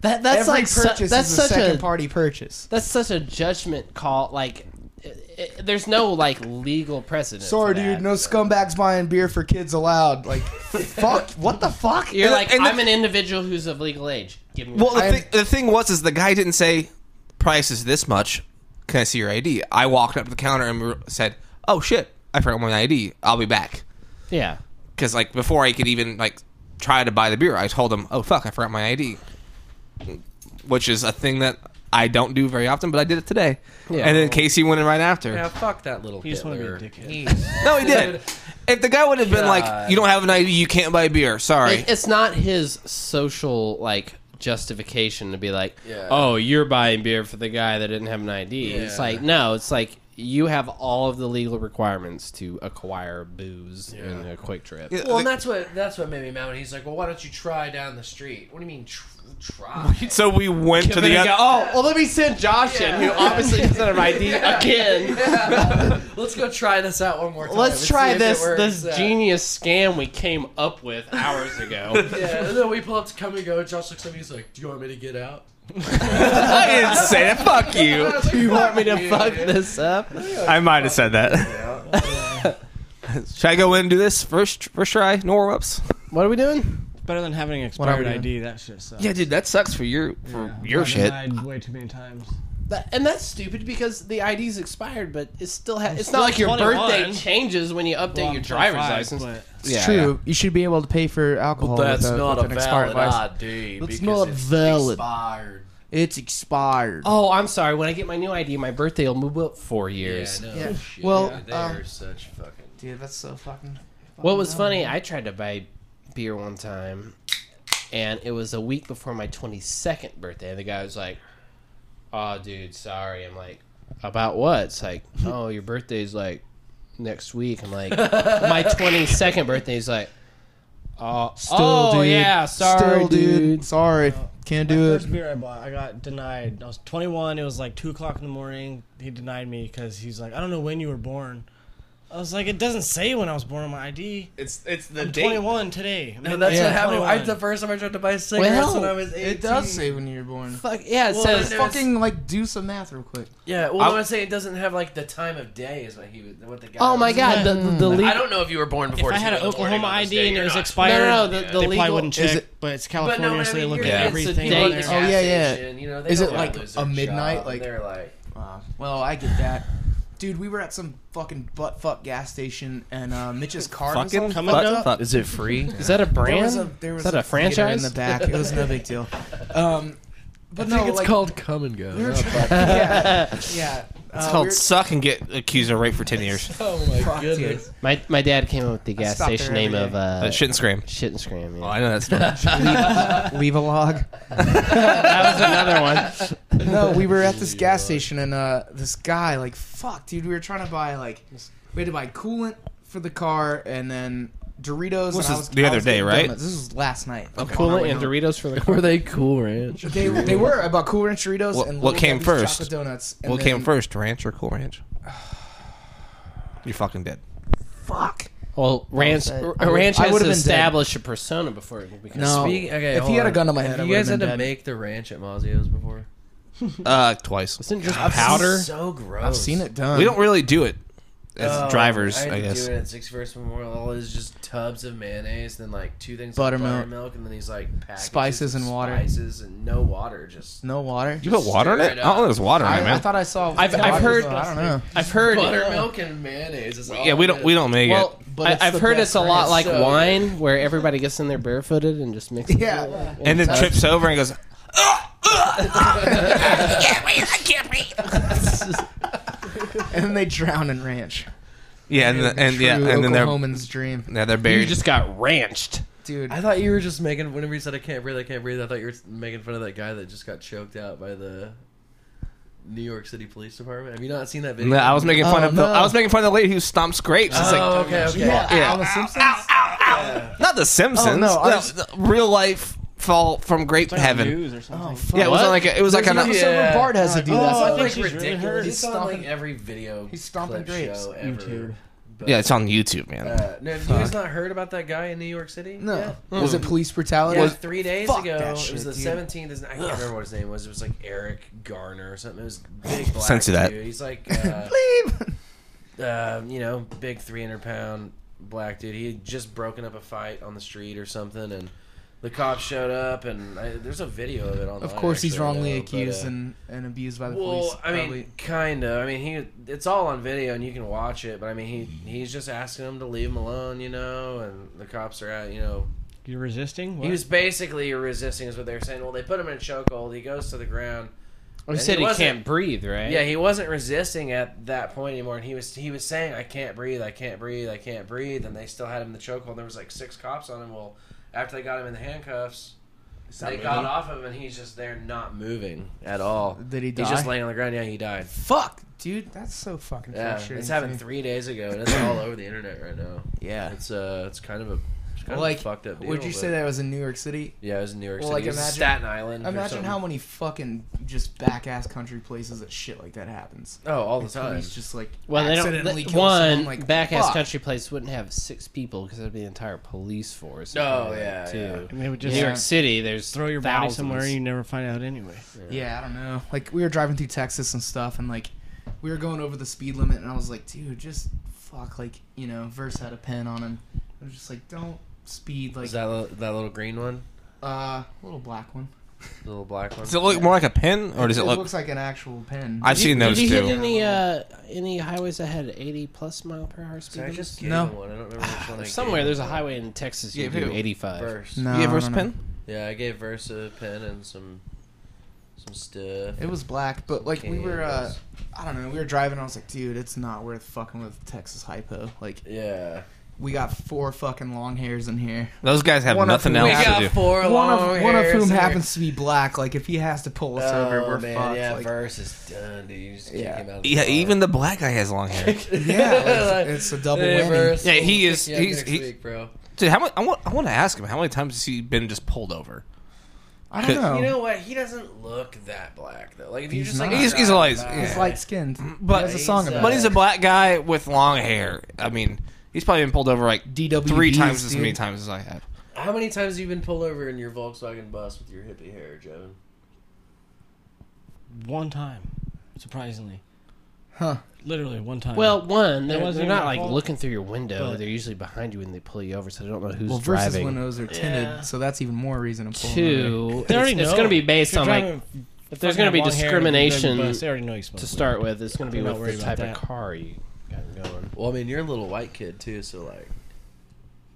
[SPEAKER 1] That, that's
[SPEAKER 3] Every
[SPEAKER 1] like su-
[SPEAKER 3] purchase
[SPEAKER 1] that's
[SPEAKER 3] is a
[SPEAKER 1] such
[SPEAKER 3] second
[SPEAKER 1] a
[SPEAKER 3] party purchase.
[SPEAKER 1] that's such a judgment call. Like, i i there's no like legal precedent. for
[SPEAKER 3] Sorry,
[SPEAKER 1] that.
[SPEAKER 3] dude. No scumbags buying beer for kids allowed. Like, fuck. What the fuck?
[SPEAKER 1] You're
[SPEAKER 2] And-
[SPEAKER 1] like
[SPEAKER 2] and the-
[SPEAKER 1] I'm an individual who's of legal age. Give me.
[SPEAKER 2] Well, the,
[SPEAKER 3] I'm-
[SPEAKER 2] thing, the thing was, is the guy didn't say price is this much. Can I see your ID? I walked up to the counter and we were- said, "Oh shit, I forgot my ID. I'll be back."
[SPEAKER 1] yeah.
[SPEAKER 2] Because like before I could even like try to buy the beer, I told him, "Oh fuck, I forgot my ID," which is a thing that I don't do very often, but I did it today. And then Casey went in right after.
[SPEAKER 4] Yeah, fuck that little. You
[SPEAKER 6] just wanna be a dickhead.
[SPEAKER 2] No, he did. If the guy would have been like,
[SPEAKER 4] God.
[SPEAKER 2] "You don't have an ID, you can't buy beer." Sorry.
[SPEAKER 1] It, it's not his social like justification to be like,
[SPEAKER 4] Yeah.
[SPEAKER 1] oh, you're buying beer for the guy that didn't have an ID. It's
[SPEAKER 4] Yeah.
[SPEAKER 1] like no, it's like you have all of the legal requirements to acquire booze in a quick trip.
[SPEAKER 2] Yeah,
[SPEAKER 4] Well,
[SPEAKER 2] the-
[SPEAKER 4] and that's what that's what made me mad. When he's like, "Well, why don't you try down the street?" What do you mean tr- try?
[SPEAKER 2] so we went to
[SPEAKER 1] Then
[SPEAKER 2] the
[SPEAKER 1] you
[SPEAKER 2] other.
[SPEAKER 1] go, oh, well, let me send Josh in, who obviously doesn't have an ID again.
[SPEAKER 4] Let's go try this out one more time. and
[SPEAKER 1] Let's
[SPEAKER 4] see
[SPEAKER 1] try
[SPEAKER 4] if it
[SPEAKER 1] this
[SPEAKER 4] works
[SPEAKER 1] this
[SPEAKER 4] out.
[SPEAKER 1] genius scam we came up with hours ago.
[SPEAKER 4] Yeah, and then we pull up to come and go. Josh looks at me. He's like, "Do you want me to get out?"
[SPEAKER 2] I didn't say that. Fuck you.
[SPEAKER 1] you want me to fuck this up?
[SPEAKER 2] I might have said that. Should I go in and do this first? First try, no warm ups.
[SPEAKER 1] What are we doing?
[SPEAKER 6] Better than having
[SPEAKER 3] are we
[SPEAKER 6] an expired
[SPEAKER 3] doing?
[SPEAKER 6] ID. That shit sucks.
[SPEAKER 2] Yeah, dude, that sucks for your for your
[SPEAKER 6] I've been
[SPEAKER 2] shit.
[SPEAKER 6] lied way too many times.
[SPEAKER 1] That, and that's stupid because the ID's expired, but it still has. It's not
[SPEAKER 6] still
[SPEAKER 1] like your
[SPEAKER 6] 21.
[SPEAKER 1] birthday changes when you update
[SPEAKER 6] Well,
[SPEAKER 1] your
[SPEAKER 6] I'm
[SPEAKER 1] driver's
[SPEAKER 6] 25,
[SPEAKER 1] license.
[SPEAKER 6] but-
[SPEAKER 3] It's
[SPEAKER 2] Yeah,
[SPEAKER 3] true. You should be able to pay for alcohol. with a, with an expired license.
[SPEAKER 4] ID.
[SPEAKER 3] That's because not it's valid.
[SPEAKER 4] Expired.
[SPEAKER 3] It's expired.
[SPEAKER 1] Oh, I'm sorry. When I get my new ID, my birthday will move up four years.
[SPEAKER 3] Yeah.
[SPEAKER 4] Shit.
[SPEAKER 3] Well,
[SPEAKER 4] they
[SPEAKER 3] um,
[SPEAKER 4] are such fucking.
[SPEAKER 3] dude, that's so fucking.
[SPEAKER 1] What was funny, I tried to buy beer one time, and it was a week before my 22nd birthday, and the guy was like, "Oh, dude, sorry." I'm like, "About what?" It's like, "Oh, your birthday's like next week." I'm like, "My 22nd birthday is like." Oh, oh yeah, sorry,
[SPEAKER 3] Still,
[SPEAKER 1] dude.
[SPEAKER 3] Sorry, can't
[SPEAKER 6] My
[SPEAKER 3] do it.
[SPEAKER 6] first beer I bought, I got denied. I was 21. It was like two o'clock in the morning. He denied me because he's like, I don't know when you were born. I was like, it doesn't say when I was born on my ID.
[SPEAKER 2] It's it's the
[SPEAKER 6] I'm 21 today.
[SPEAKER 4] No, that's
[SPEAKER 3] Yeah.
[SPEAKER 4] what happened. I,
[SPEAKER 6] 21.
[SPEAKER 4] the first time I tried to buy cigarettes
[SPEAKER 1] Well,
[SPEAKER 4] when I was 18.
[SPEAKER 3] It does say when you were born.
[SPEAKER 1] Fuck yeah, it
[SPEAKER 4] Well,
[SPEAKER 1] says
[SPEAKER 4] there's-
[SPEAKER 3] Fucking like do some math real quick.
[SPEAKER 4] Yeah, well,
[SPEAKER 2] I-
[SPEAKER 4] I want to say it doesn't have like the time of day is what he was. What the guy.
[SPEAKER 1] Oh my
[SPEAKER 4] was-
[SPEAKER 1] god, the the, the
[SPEAKER 4] I
[SPEAKER 1] legal.
[SPEAKER 4] don't know if you were born
[SPEAKER 6] If
[SPEAKER 4] before.
[SPEAKER 6] I
[SPEAKER 4] two
[SPEAKER 6] had
[SPEAKER 4] in
[SPEAKER 6] an
[SPEAKER 4] the morning
[SPEAKER 6] Oklahoma
[SPEAKER 4] on this
[SPEAKER 6] ID
[SPEAKER 4] day,
[SPEAKER 6] and it
[SPEAKER 4] you're
[SPEAKER 6] was
[SPEAKER 4] not-
[SPEAKER 6] expired,
[SPEAKER 1] No, no, no, the- the
[SPEAKER 6] they
[SPEAKER 1] legal-
[SPEAKER 6] probably wouldn't
[SPEAKER 3] is
[SPEAKER 6] check.
[SPEAKER 3] it-
[SPEAKER 6] but it's
[SPEAKER 4] But
[SPEAKER 6] California,
[SPEAKER 4] no,
[SPEAKER 6] so
[SPEAKER 4] I
[SPEAKER 6] they
[SPEAKER 4] mean,
[SPEAKER 6] look
[SPEAKER 4] you're,
[SPEAKER 6] at
[SPEAKER 1] Yeah.
[SPEAKER 4] it's the
[SPEAKER 6] everything.
[SPEAKER 4] people
[SPEAKER 1] on
[SPEAKER 4] in
[SPEAKER 1] their
[SPEAKER 4] the
[SPEAKER 3] Oh,
[SPEAKER 4] gas
[SPEAKER 3] yeah, yeah.
[SPEAKER 4] station, You know, they
[SPEAKER 3] Is it
[SPEAKER 4] don't wanna
[SPEAKER 3] like
[SPEAKER 4] lose
[SPEAKER 3] a
[SPEAKER 4] their
[SPEAKER 3] midnight,
[SPEAKER 4] job,
[SPEAKER 3] like-
[SPEAKER 4] they're like.
[SPEAKER 3] Wow. Uh, Well, I get that. Dude, we were at some fucking butt fuck gas station, and uh, Mitch's car
[SPEAKER 2] fucking
[SPEAKER 3] was all
[SPEAKER 6] Coming
[SPEAKER 2] fucked
[SPEAKER 6] up.
[SPEAKER 2] up.
[SPEAKER 4] Is it free?
[SPEAKER 1] Is that a
[SPEAKER 3] there
[SPEAKER 1] brand?
[SPEAKER 3] was a, there was
[SPEAKER 1] Is that a
[SPEAKER 3] theater
[SPEAKER 1] franchise?
[SPEAKER 3] in the back. It was no big deal. Um, but no, like,
[SPEAKER 4] called Come and Go.
[SPEAKER 3] we were trying- yeah, yeah.
[SPEAKER 2] It's called suck and get accused of rape for ten years.
[SPEAKER 4] Oh my
[SPEAKER 3] Fuck, dude.
[SPEAKER 4] goodness.
[SPEAKER 1] My my dad came up with the gas
[SPEAKER 3] stop there
[SPEAKER 1] station
[SPEAKER 3] every
[SPEAKER 1] name of
[SPEAKER 3] day.
[SPEAKER 1] uh,
[SPEAKER 2] Uh, shit and scream.
[SPEAKER 1] shit and scream. yeah.
[SPEAKER 2] Oh, I know that story.
[SPEAKER 3] Leave a log.
[SPEAKER 1] that was another one.
[SPEAKER 3] no, we were at this gas station and uh, this guy, like, fuck, dude, we were trying to buy like, we had to buy coolant for the car and then Doritos.
[SPEAKER 2] This
[SPEAKER 3] and I
[SPEAKER 2] is
[SPEAKER 3] was,
[SPEAKER 2] the
[SPEAKER 3] I
[SPEAKER 2] other
[SPEAKER 3] was
[SPEAKER 2] day,
[SPEAKER 3] getting
[SPEAKER 2] right?
[SPEAKER 3] donuts. This was last night. Okay.
[SPEAKER 1] Coolant and Doritos for the car.
[SPEAKER 4] Were they Cool Ranch?
[SPEAKER 3] They, they were about Cool Ranch Doritos
[SPEAKER 2] What-
[SPEAKER 3] and
[SPEAKER 2] what
[SPEAKER 3] Little
[SPEAKER 2] came
[SPEAKER 3] Debbie's
[SPEAKER 2] first?
[SPEAKER 3] chocolate donuts. And
[SPEAKER 2] what
[SPEAKER 3] then-
[SPEAKER 2] came first, ranch or cool ranch? You're fucking dead.
[SPEAKER 3] Fuck.
[SPEAKER 1] Well, Ranch
[SPEAKER 3] I
[SPEAKER 1] R-
[SPEAKER 3] would-
[SPEAKER 1] Ranch
[SPEAKER 3] I
[SPEAKER 1] has
[SPEAKER 3] would've
[SPEAKER 1] to
[SPEAKER 3] been dead.
[SPEAKER 1] establish a persona before it becomes.
[SPEAKER 3] No.
[SPEAKER 4] Speaking, okay,
[SPEAKER 3] If
[SPEAKER 4] hold
[SPEAKER 3] he had a
[SPEAKER 4] on.
[SPEAKER 3] gun to my head, I
[SPEAKER 4] have you
[SPEAKER 3] would've
[SPEAKER 4] guys had
[SPEAKER 3] been
[SPEAKER 4] to
[SPEAKER 3] dead.
[SPEAKER 4] make the ranch at Mazio's before?
[SPEAKER 2] Uh, twice.
[SPEAKER 1] Isn't it just powder?
[SPEAKER 4] So gross.
[SPEAKER 3] I've seen it done.
[SPEAKER 2] We don't really do it. as
[SPEAKER 4] Oh,
[SPEAKER 2] drivers,
[SPEAKER 4] had
[SPEAKER 2] I,
[SPEAKER 4] to
[SPEAKER 2] guess.
[SPEAKER 4] Do it at Six First Memorial. All is just tubs of mayonnaise, then like two things
[SPEAKER 3] Buttermilk.
[SPEAKER 4] of buttermilk, and then he's like packages
[SPEAKER 3] Spices
[SPEAKER 4] of
[SPEAKER 3] and water.
[SPEAKER 4] spices and no water. Just
[SPEAKER 3] No water.
[SPEAKER 2] You put water in
[SPEAKER 4] stir
[SPEAKER 2] it?
[SPEAKER 4] it
[SPEAKER 2] I don't
[SPEAKER 4] up.
[SPEAKER 2] think there's water in
[SPEAKER 3] I,
[SPEAKER 2] it, man.
[SPEAKER 3] I thought I saw.
[SPEAKER 1] I've- I've
[SPEAKER 3] water,
[SPEAKER 1] heard-
[SPEAKER 3] so I don't know.
[SPEAKER 1] I've heard.
[SPEAKER 4] buttermilk and mayonnaise. Is all
[SPEAKER 2] yeah, we
[SPEAKER 4] it
[SPEAKER 2] don't we
[SPEAKER 4] is.
[SPEAKER 2] don't make
[SPEAKER 1] Well,
[SPEAKER 2] it.
[SPEAKER 3] But
[SPEAKER 1] I,
[SPEAKER 3] it's
[SPEAKER 1] I've
[SPEAKER 3] the
[SPEAKER 1] heard
[SPEAKER 3] best
[SPEAKER 1] it's a lot
[SPEAKER 4] drink.
[SPEAKER 1] like
[SPEAKER 4] So-
[SPEAKER 1] wine, where everybody gets in there barefooted and just mixes.
[SPEAKER 3] Yeah.
[SPEAKER 1] it.
[SPEAKER 2] And then trips over and goes,
[SPEAKER 3] And then they drown in ranch.
[SPEAKER 2] yeah, and, the, and yeah,
[SPEAKER 3] True
[SPEAKER 2] and then they're
[SPEAKER 3] Oklahoman's dream,
[SPEAKER 2] yeah, they're
[SPEAKER 1] you
[SPEAKER 2] buried.
[SPEAKER 1] just got ranched.
[SPEAKER 3] dude.
[SPEAKER 4] I thought you were just making whenever you said I can't breathe, I can't breathe. I thought you were making fun of that guy that just got choked out by the New York City Police Department. Have you not seen that video?
[SPEAKER 2] No, I was making fun
[SPEAKER 3] Oh,
[SPEAKER 2] of the
[SPEAKER 3] no.
[SPEAKER 2] I was making fun of the lady who stomps grapes. It's
[SPEAKER 4] Oh,
[SPEAKER 2] like
[SPEAKER 4] okay, okay.
[SPEAKER 2] Yeah.
[SPEAKER 3] on The Simpsons.
[SPEAKER 2] not the Simpsons.
[SPEAKER 3] Oh, no, I
[SPEAKER 2] No,
[SPEAKER 3] was-
[SPEAKER 2] the real life fall from grape heaven.
[SPEAKER 6] News or
[SPEAKER 4] Oh,
[SPEAKER 6] something.
[SPEAKER 2] Yeah, it was on like a, it was like
[SPEAKER 3] There's
[SPEAKER 2] an
[SPEAKER 3] an episode where
[SPEAKER 4] Yeah.
[SPEAKER 3] Bart has to do that.
[SPEAKER 4] That's
[SPEAKER 6] Oh, I
[SPEAKER 4] oh,
[SPEAKER 6] think
[SPEAKER 4] like
[SPEAKER 6] she's really
[SPEAKER 4] ridiculous.
[SPEAKER 6] hurt.
[SPEAKER 4] He's,
[SPEAKER 3] He's
[SPEAKER 4] on like
[SPEAKER 3] stomping-
[SPEAKER 4] every video.
[SPEAKER 3] he's stomping
[SPEAKER 4] clip
[SPEAKER 3] grapes,
[SPEAKER 4] Show ever.
[SPEAKER 6] YouTube.
[SPEAKER 4] But,
[SPEAKER 2] yeah, it's on YouTube, man.
[SPEAKER 4] Uh, no, have you guys not heard about that guy in New York City? Yeah.
[SPEAKER 3] no,
[SPEAKER 2] Mm.
[SPEAKER 3] was it police brutality?
[SPEAKER 4] Yeah, three days
[SPEAKER 3] fuck
[SPEAKER 4] ago.
[SPEAKER 3] that
[SPEAKER 4] it
[SPEAKER 3] shit,
[SPEAKER 4] was the
[SPEAKER 3] dude.
[SPEAKER 4] seventeenth. I can't remember what his name was. It was like Eric Garner or something. It was big black
[SPEAKER 2] Censor that.
[SPEAKER 4] dude. He's like, uh,
[SPEAKER 3] Bleep.
[SPEAKER 4] um, you know, big three hundred pound black dude. He had just broken up a fight on the street or something, and the cops showed up. And I, there's a video of it online.
[SPEAKER 3] Of course, he's
[SPEAKER 4] actually,
[SPEAKER 3] wrongly
[SPEAKER 4] though, but,
[SPEAKER 3] accused
[SPEAKER 4] uh,
[SPEAKER 3] and, and abused by the police.
[SPEAKER 4] Well, I
[SPEAKER 3] probably.
[SPEAKER 4] mean, kind of. I mean, he. It's all on video, and you can watch it. But I mean,
[SPEAKER 3] Mm-hmm.
[SPEAKER 4] he he's just asking him to leave him alone, you know. And the cops are out, you know.
[SPEAKER 6] You're resisting? What?
[SPEAKER 4] He was basically resisting, is what they were saying. Well, they put him in a chokehold. He goes to the ground.
[SPEAKER 1] You
[SPEAKER 4] And
[SPEAKER 1] said
[SPEAKER 4] he
[SPEAKER 1] he,
[SPEAKER 4] wasn't-
[SPEAKER 1] can't breathe, right?
[SPEAKER 4] Yeah, he wasn't resisting at that point anymore, and he was he was saying, "I can't breathe, I can't breathe, I can't breathe," and they still had him in the chokehold. and There was like six cops on him. Well, after they got him in the handcuffs, they got off of him, and he's just there, not moving at all.
[SPEAKER 3] Did he
[SPEAKER 4] He's just
[SPEAKER 3] die?
[SPEAKER 4] laying on the ground. Yeah, he died.
[SPEAKER 3] fuck, dude, that's so fucking
[SPEAKER 4] Yeah,
[SPEAKER 3] frustrating.
[SPEAKER 4] it's
[SPEAKER 3] to
[SPEAKER 4] happened
[SPEAKER 3] me.
[SPEAKER 4] three days ago, and it's all over the internet right now.
[SPEAKER 3] Yeah.
[SPEAKER 4] It's uh, it's kind of a it's kind
[SPEAKER 3] Like,
[SPEAKER 4] of a fucked up. Deal,
[SPEAKER 3] Would you
[SPEAKER 4] but-
[SPEAKER 3] say that was in New York City?
[SPEAKER 4] Yeah, it was in New York
[SPEAKER 3] Well,
[SPEAKER 4] City,
[SPEAKER 3] like,
[SPEAKER 4] It was
[SPEAKER 3] imagine-
[SPEAKER 4] Staten Island. or
[SPEAKER 3] Imagine
[SPEAKER 4] something.
[SPEAKER 3] how many fucking just back ass country places that shit like that happens.
[SPEAKER 4] Oh, all the time.
[SPEAKER 3] Police just like
[SPEAKER 1] Well, they don't.
[SPEAKER 3] accidentally
[SPEAKER 1] th-
[SPEAKER 3] kill
[SPEAKER 1] one
[SPEAKER 3] someone, like,
[SPEAKER 1] back ass
[SPEAKER 3] fuck.
[SPEAKER 1] country place wouldn't have six people because that'd be the entire police force.
[SPEAKER 4] Oh, yeah,
[SPEAKER 1] Too.
[SPEAKER 6] I mean, it would
[SPEAKER 1] New
[SPEAKER 6] just uh,
[SPEAKER 3] Yeah.
[SPEAKER 1] York City, there's
[SPEAKER 6] throw your body
[SPEAKER 1] thousands.
[SPEAKER 6] somewhere and you never find out anyway.
[SPEAKER 3] Yeah, I don't know. Like we were driving through Texas and stuff, and like we were going over the speed limit, and I was like, dude, just fuck. Like you know, Verse had a pen on him. I was just like, don't speed like
[SPEAKER 4] Is that li- that little green one,
[SPEAKER 3] uh little black one.
[SPEAKER 4] the little black one?
[SPEAKER 2] Does it look more like a pin or does it, look?
[SPEAKER 3] looks like an actual pen.
[SPEAKER 2] I've seen those
[SPEAKER 1] Did you hit
[SPEAKER 2] too.
[SPEAKER 1] any uh, any highways that had 80 plus mile per hour speed?
[SPEAKER 4] Did I
[SPEAKER 1] limits?
[SPEAKER 4] just gave
[SPEAKER 3] No.
[SPEAKER 4] him one. I don't remember which one. I
[SPEAKER 1] Somewhere
[SPEAKER 4] gave
[SPEAKER 1] there's a highway in Texas you
[SPEAKER 2] Yeah,
[SPEAKER 1] do
[SPEAKER 2] who?
[SPEAKER 1] 85.
[SPEAKER 4] Verse.
[SPEAKER 3] no,
[SPEAKER 2] you have
[SPEAKER 3] no,
[SPEAKER 2] verse
[SPEAKER 3] no.
[SPEAKER 2] pin?
[SPEAKER 4] Yeah, I gave Verse a pen and some some stuff.
[SPEAKER 3] It was black, but like we were, uh, I don't know, we were driving. and I was like, dude, it's not worth fucking with Texas hypo. Like
[SPEAKER 4] Yeah,
[SPEAKER 3] we got four fucking long hairs in here.
[SPEAKER 2] Those guys have
[SPEAKER 3] One of
[SPEAKER 2] nothing
[SPEAKER 3] whom-
[SPEAKER 2] else
[SPEAKER 3] We
[SPEAKER 2] to do.
[SPEAKER 4] four
[SPEAKER 3] One of one of whom
[SPEAKER 4] happens.
[SPEAKER 3] happens to be black. Like if he has to pull us over, we're
[SPEAKER 4] Oh, man,
[SPEAKER 3] fucked.
[SPEAKER 4] Yeah,
[SPEAKER 3] like,
[SPEAKER 4] verse is done, dude. You just kick
[SPEAKER 3] Yeah.
[SPEAKER 4] him out of the
[SPEAKER 2] Yeah,
[SPEAKER 4] car.
[SPEAKER 2] even the black guy has long hair.
[SPEAKER 3] yeah, like, it's a double
[SPEAKER 4] Hey,
[SPEAKER 3] whammy.
[SPEAKER 4] Verse,
[SPEAKER 2] Yeah, he
[SPEAKER 4] we'll
[SPEAKER 2] is-
[SPEAKER 4] kick you out
[SPEAKER 2] he's-
[SPEAKER 4] next
[SPEAKER 2] he-
[SPEAKER 4] week, bro.
[SPEAKER 2] Dude, how much? I want, I want to ask him how many times has he been just pulled over?
[SPEAKER 3] I don't know.
[SPEAKER 4] You know what? He doesn't look that black though. Like if you
[SPEAKER 3] He's
[SPEAKER 4] just
[SPEAKER 3] not.
[SPEAKER 4] like
[SPEAKER 2] He's- he's
[SPEAKER 4] drive
[SPEAKER 2] always-
[SPEAKER 4] by-
[SPEAKER 2] yeah.
[SPEAKER 3] He's light skinned.
[SPEAKER 2] But-
[SPEAKER 3] But he has a song
[SPEAKER 4] He's,
[SPEAKER 3] about
[SPEAKER 4] uh,
[SPEAKER 2] But
[SPEAKER 3] it.
[SPEAKER 2] he's a black guy with long hair. I mean, he's probably been pulled over like
[SPEAKER 3] DWBs,
[SPEAKER 2] three times as
[SPEAKER 3] dude.
[SPEAKER 2] many times as I have.
[SPEAKER 4] How many times have you been pulled over in your Volkswagen bus with your hippie hair, Joe?
[SPEAKER 6] One time, surprisingly.
[SPEAKER 3] Huh.
[SPEAKER 6] Literally one time.
[SPEAKER 1] Well, one, they're,
[SPEAKER 6] It
[SPEAKER 1] they're
[SPEAKER 6] wasn't even
[SPEAKER 1] not
[SPEAKER 6] my
[SPEAKER 1] like
[SPEAKER 6] fault.
[SPEAKER 1] looking through your window.
[SPEAKER 6] But-
[SPEAKER 1] they're usually behind you when they pull you over, so they don't know who's
[SPEAKER 3] well, versus
[SPEAKER 1] driving.
[SPEAKER 3] windows are tinted,
[SPEAKER 6] Yeah.
[SPEAKER 3] so that's even more reason to pull
[SPEAKER 1] Two,
[SPEAKER 6] they
[SPEAKER 1] it's,
[SPEAKER 6] already
[SPEAKER 1] it's
[SPEAKER 6] know.
[SPEAKER 1] going to be
[SPEAKER 6] If
[SPEAKER 1] based
[SPEAKER 6] you're
[SPEAKER 1] on like
[SPEAKER 6] driving a-
[SPEAKER 1] if there's
[SPEAKER 6] fucking
[SPEAKER 1] going to be
[SPEAKER 6] long hair and a big
[SPEAKER 1] discrimination
[SPEAKER 6] bus, they already know you smoke
[SPEAKER 1] to
[SPEAKER 6] weed.
[SPEAKER 1] start with. It's going to be
[SPEAKER 6] I'm not
[SPEAKER 1] with
[SPEAKER 6] worried
[SPEAKER 1] the
[SPEAKER 6] about
[SPEAKER 1] type of
[SPEAKER 6] that.
[SPEAKER 1] car you got going.
[SPEAKER 4] Well, I mean, you're a little white kid too, so like,